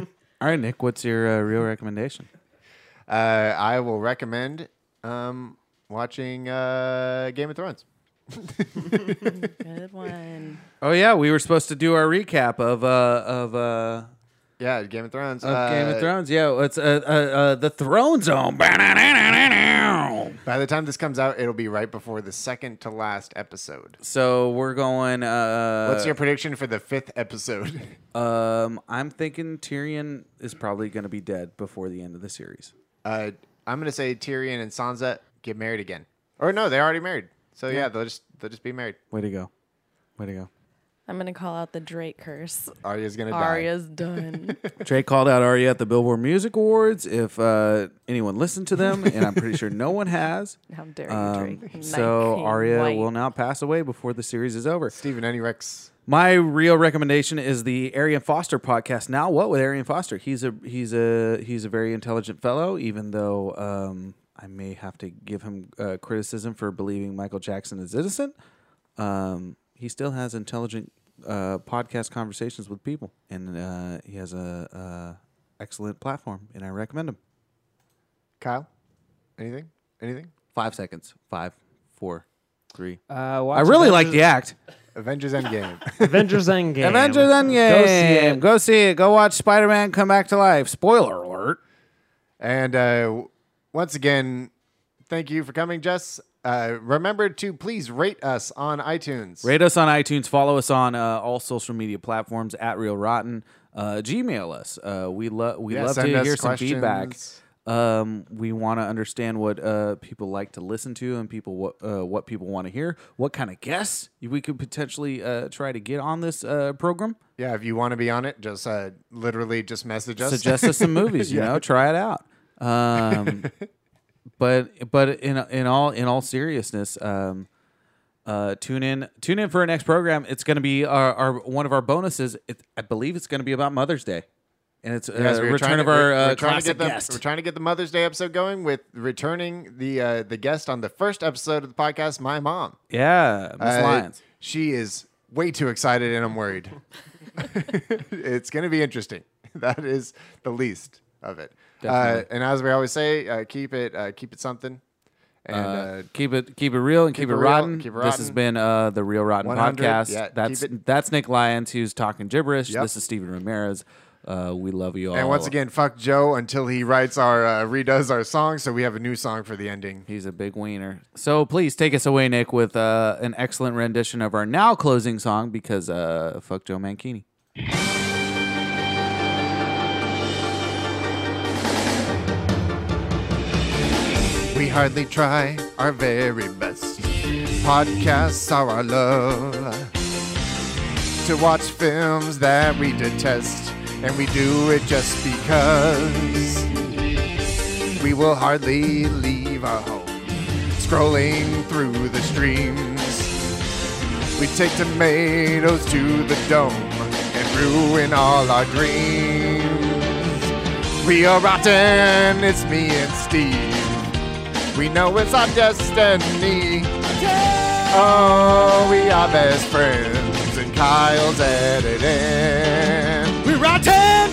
[SPEAKER 2] *laughs*
[SPEAKER 1] All right, Nick, what's your uh, real recommendation?
[SPEAKER 2] uh, I will recommend um, watching uh, Game of Thrones.
[SPEAKER 6] Good one.
[SPEAKER 1] Oh yeah, we were supposed to do our recap of uh of uh
[SPEAKER 2] Yeah, Game of Thrones.
[SPEAKER 1] of Game of
[SPEAKER 2] Uh,
[SPEAKER 1] Thrones. Yeah, it's uh, uh, uh the Throne Zone.
[SPEAKER 2] By the time this comes out, it'll be right before the second to last episode.
[SPEAKER 1] *laughs* So we're going. Uh,
[SPEAKER 2] What's your prediction for the fifth episode? *laughs*
[SPEAKER 1] Um, I'm thinking Tyrion is probably going to be dead before the end of the series.
[SPEAKER 2] Uh, I'm gonna say Tyrion and Sansa get married again. Or no, they're already married. So yeah, they'll just they'll just be married.
[SPEAKER 1] Way to go, way to go.
[SPEAKER 6] I'm gonna call out the Drake curse.
[SPEAKER 2] Arya's gonna die.
[SPEAKER 6] Arya's done.
[SPEAKER 1] Drake called out Arya at the Billboard Music Awards. If uh, anyone listened to them, and I'm pretty sure no one has.
[SPEAKER 6] How dare you,
[SPEAKER 1] Um,
[SPEAKER 6] Drake?
[SPEAKER 1] so
[SPEAKER 6] Nike
[SPEAKER 1] Arya
[SPEAKER 6] White.
[SPEAKER 1] will now pass away before the series is over.
[SPEAKER 2] Stephen Enrex.
[SPEAKER 1] My real recommendation is the Arian Foster podcast. Now, what with Arian Foster? He's a he's a he's a very intelligent fellow. Even though um, I may have to give him uh, criticism for believing Michael Jackson is innocent, um, *laughs* he still has intelligent uh, podcast conversations with people, and uh, he has a uh, excellent platform, and I recommend him.
[SPEAKER 2] Kyle, anything? Anything?
[SPEAKER 1] Five seconds. Five, four, three.
[SPEAKER 3] Uh,
[SPEAKER 1] I really like the act.
[SPEAKER 2] Avengers Endgame.
[SPEAKER 1] *laughs*
[SPEAKER 3] Avengers Endgame.
[SPEAKER 1] Avengers
[SPEAKER 3] Go see
[SPEAKER 1] Endgame.
[SPEAKER 3] it.
[SPEAKER 1] Go see it. Go watch Spider Man come back to life. Spoiler alert.
[SPEAKER 2] and uh, w- once again, thank you for coming, Jess. Uh, remember to please rate us on iTunes.
[SPEAKER 1] Rate us on iTunes. Follow us on uh, all social media platforms at Real Rotten. Uh, Gmail us. Uh, we love we
[SPEAKER 2] Yeah,
[SPEAKER 1] love to
[SPEAKER 2] send us
[SPEAKER 1] hear some feedback.
[SPEAKER 2] questions.
[SPEAKER 1] Um, we want to understand what uh, people like to listen to and people what uh, what people want to hear. What kind of guests we could potentially uh, try to get on this uh, program.
[SPEAKER 2] Yeah, if you want to be on it, just uh, literally just message us.
[SPEAKER 1] suggest us some movies.
[SPEAKER 2] *laughs*
[SPEAKER 1] You know, try it out. Um, but but in in all in all seriousness, um, uh, tune in tune in for our next program. It's going to be our, our one of our bonuses. It, I believe it's going to be about Mother's Day, and it's uh,
[SPEAKER 2] Yes, we were trying
[SPEAKER 1] return
[SPEAKER 2] to-
[SPEAKER 1] of our
[SPEAKER 2] we're-
[SPEAKER 1] uh,
[SPEAKER 2] we're trying to
[SPEAKER 1] classic
[SPEAKER 2] get the,
[SPEAKER 1] guest.
[SPEAKER 2] We're trying to get the Mother's Day episode going with returning the uh, the guest on the first episode of the podcast, my mom.
[SPEAKER 1] yeah, Miss
[SPEAKER 2] Uh,
[SPEAKER 1] Lyons.
[SPEAKER 2] She is way too excited, and I'm worried. *laughs* it's going to be interesting. *laughs* That is the least of it. Uh,
[SPEAKER 1] Definitely.
[SPEAKER 2] and as we always say, uh, keep it uh, keep it something. And
[SPEAKER 1] Uh,
[SPEAKER 2] uh,
[SPEAKER 1] keep it keep it real and keep, it
[SPEAKER 2] it real,
[SPEAKER 1] rotten.
[SPEAKER 2] keep it
[SPEAKER 1] This has
[SPEAKER 2] rotten.
[SPEAKER 1] been uh, the Real Rotten
[SPEAKER 2] 100,
[SPEAKER 1] podcast.
[SPEAKER 2] yeah, keep
[SPEAKER 1] that's
[SPEAKER 2] it-
[SPEAKER 1] that's Nick Lyons who's talking gibberish.
[SPEAKER 2] Yep.
[SPEAKER 1] This is Steven Ramirez. Uh, we love you all.
[SPEAKER 2] and once again, fuck Joe until he writes our uh, redoes our song, so we have a new song for the ending.
[SPEAKER 1] He's a big wiener. So please take us away, Nick, with uh, an excellent rendition of our now closing song because uh, fuck Joe Mankini.
[SPEAKER 2] We hardly try our very best. Podcasts are our love. To watch films that we detest, and we do it just because. We will hardly leave our home, scrolling through the streams. We take tomatoes to the dome and ruin all our dreams. We are rotten, it's me and Steve. We know it's our destiny. Oh, we are best friends, and Kyle's at it end. We rotten.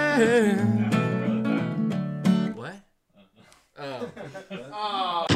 [SPEAKER 11] What? Oh.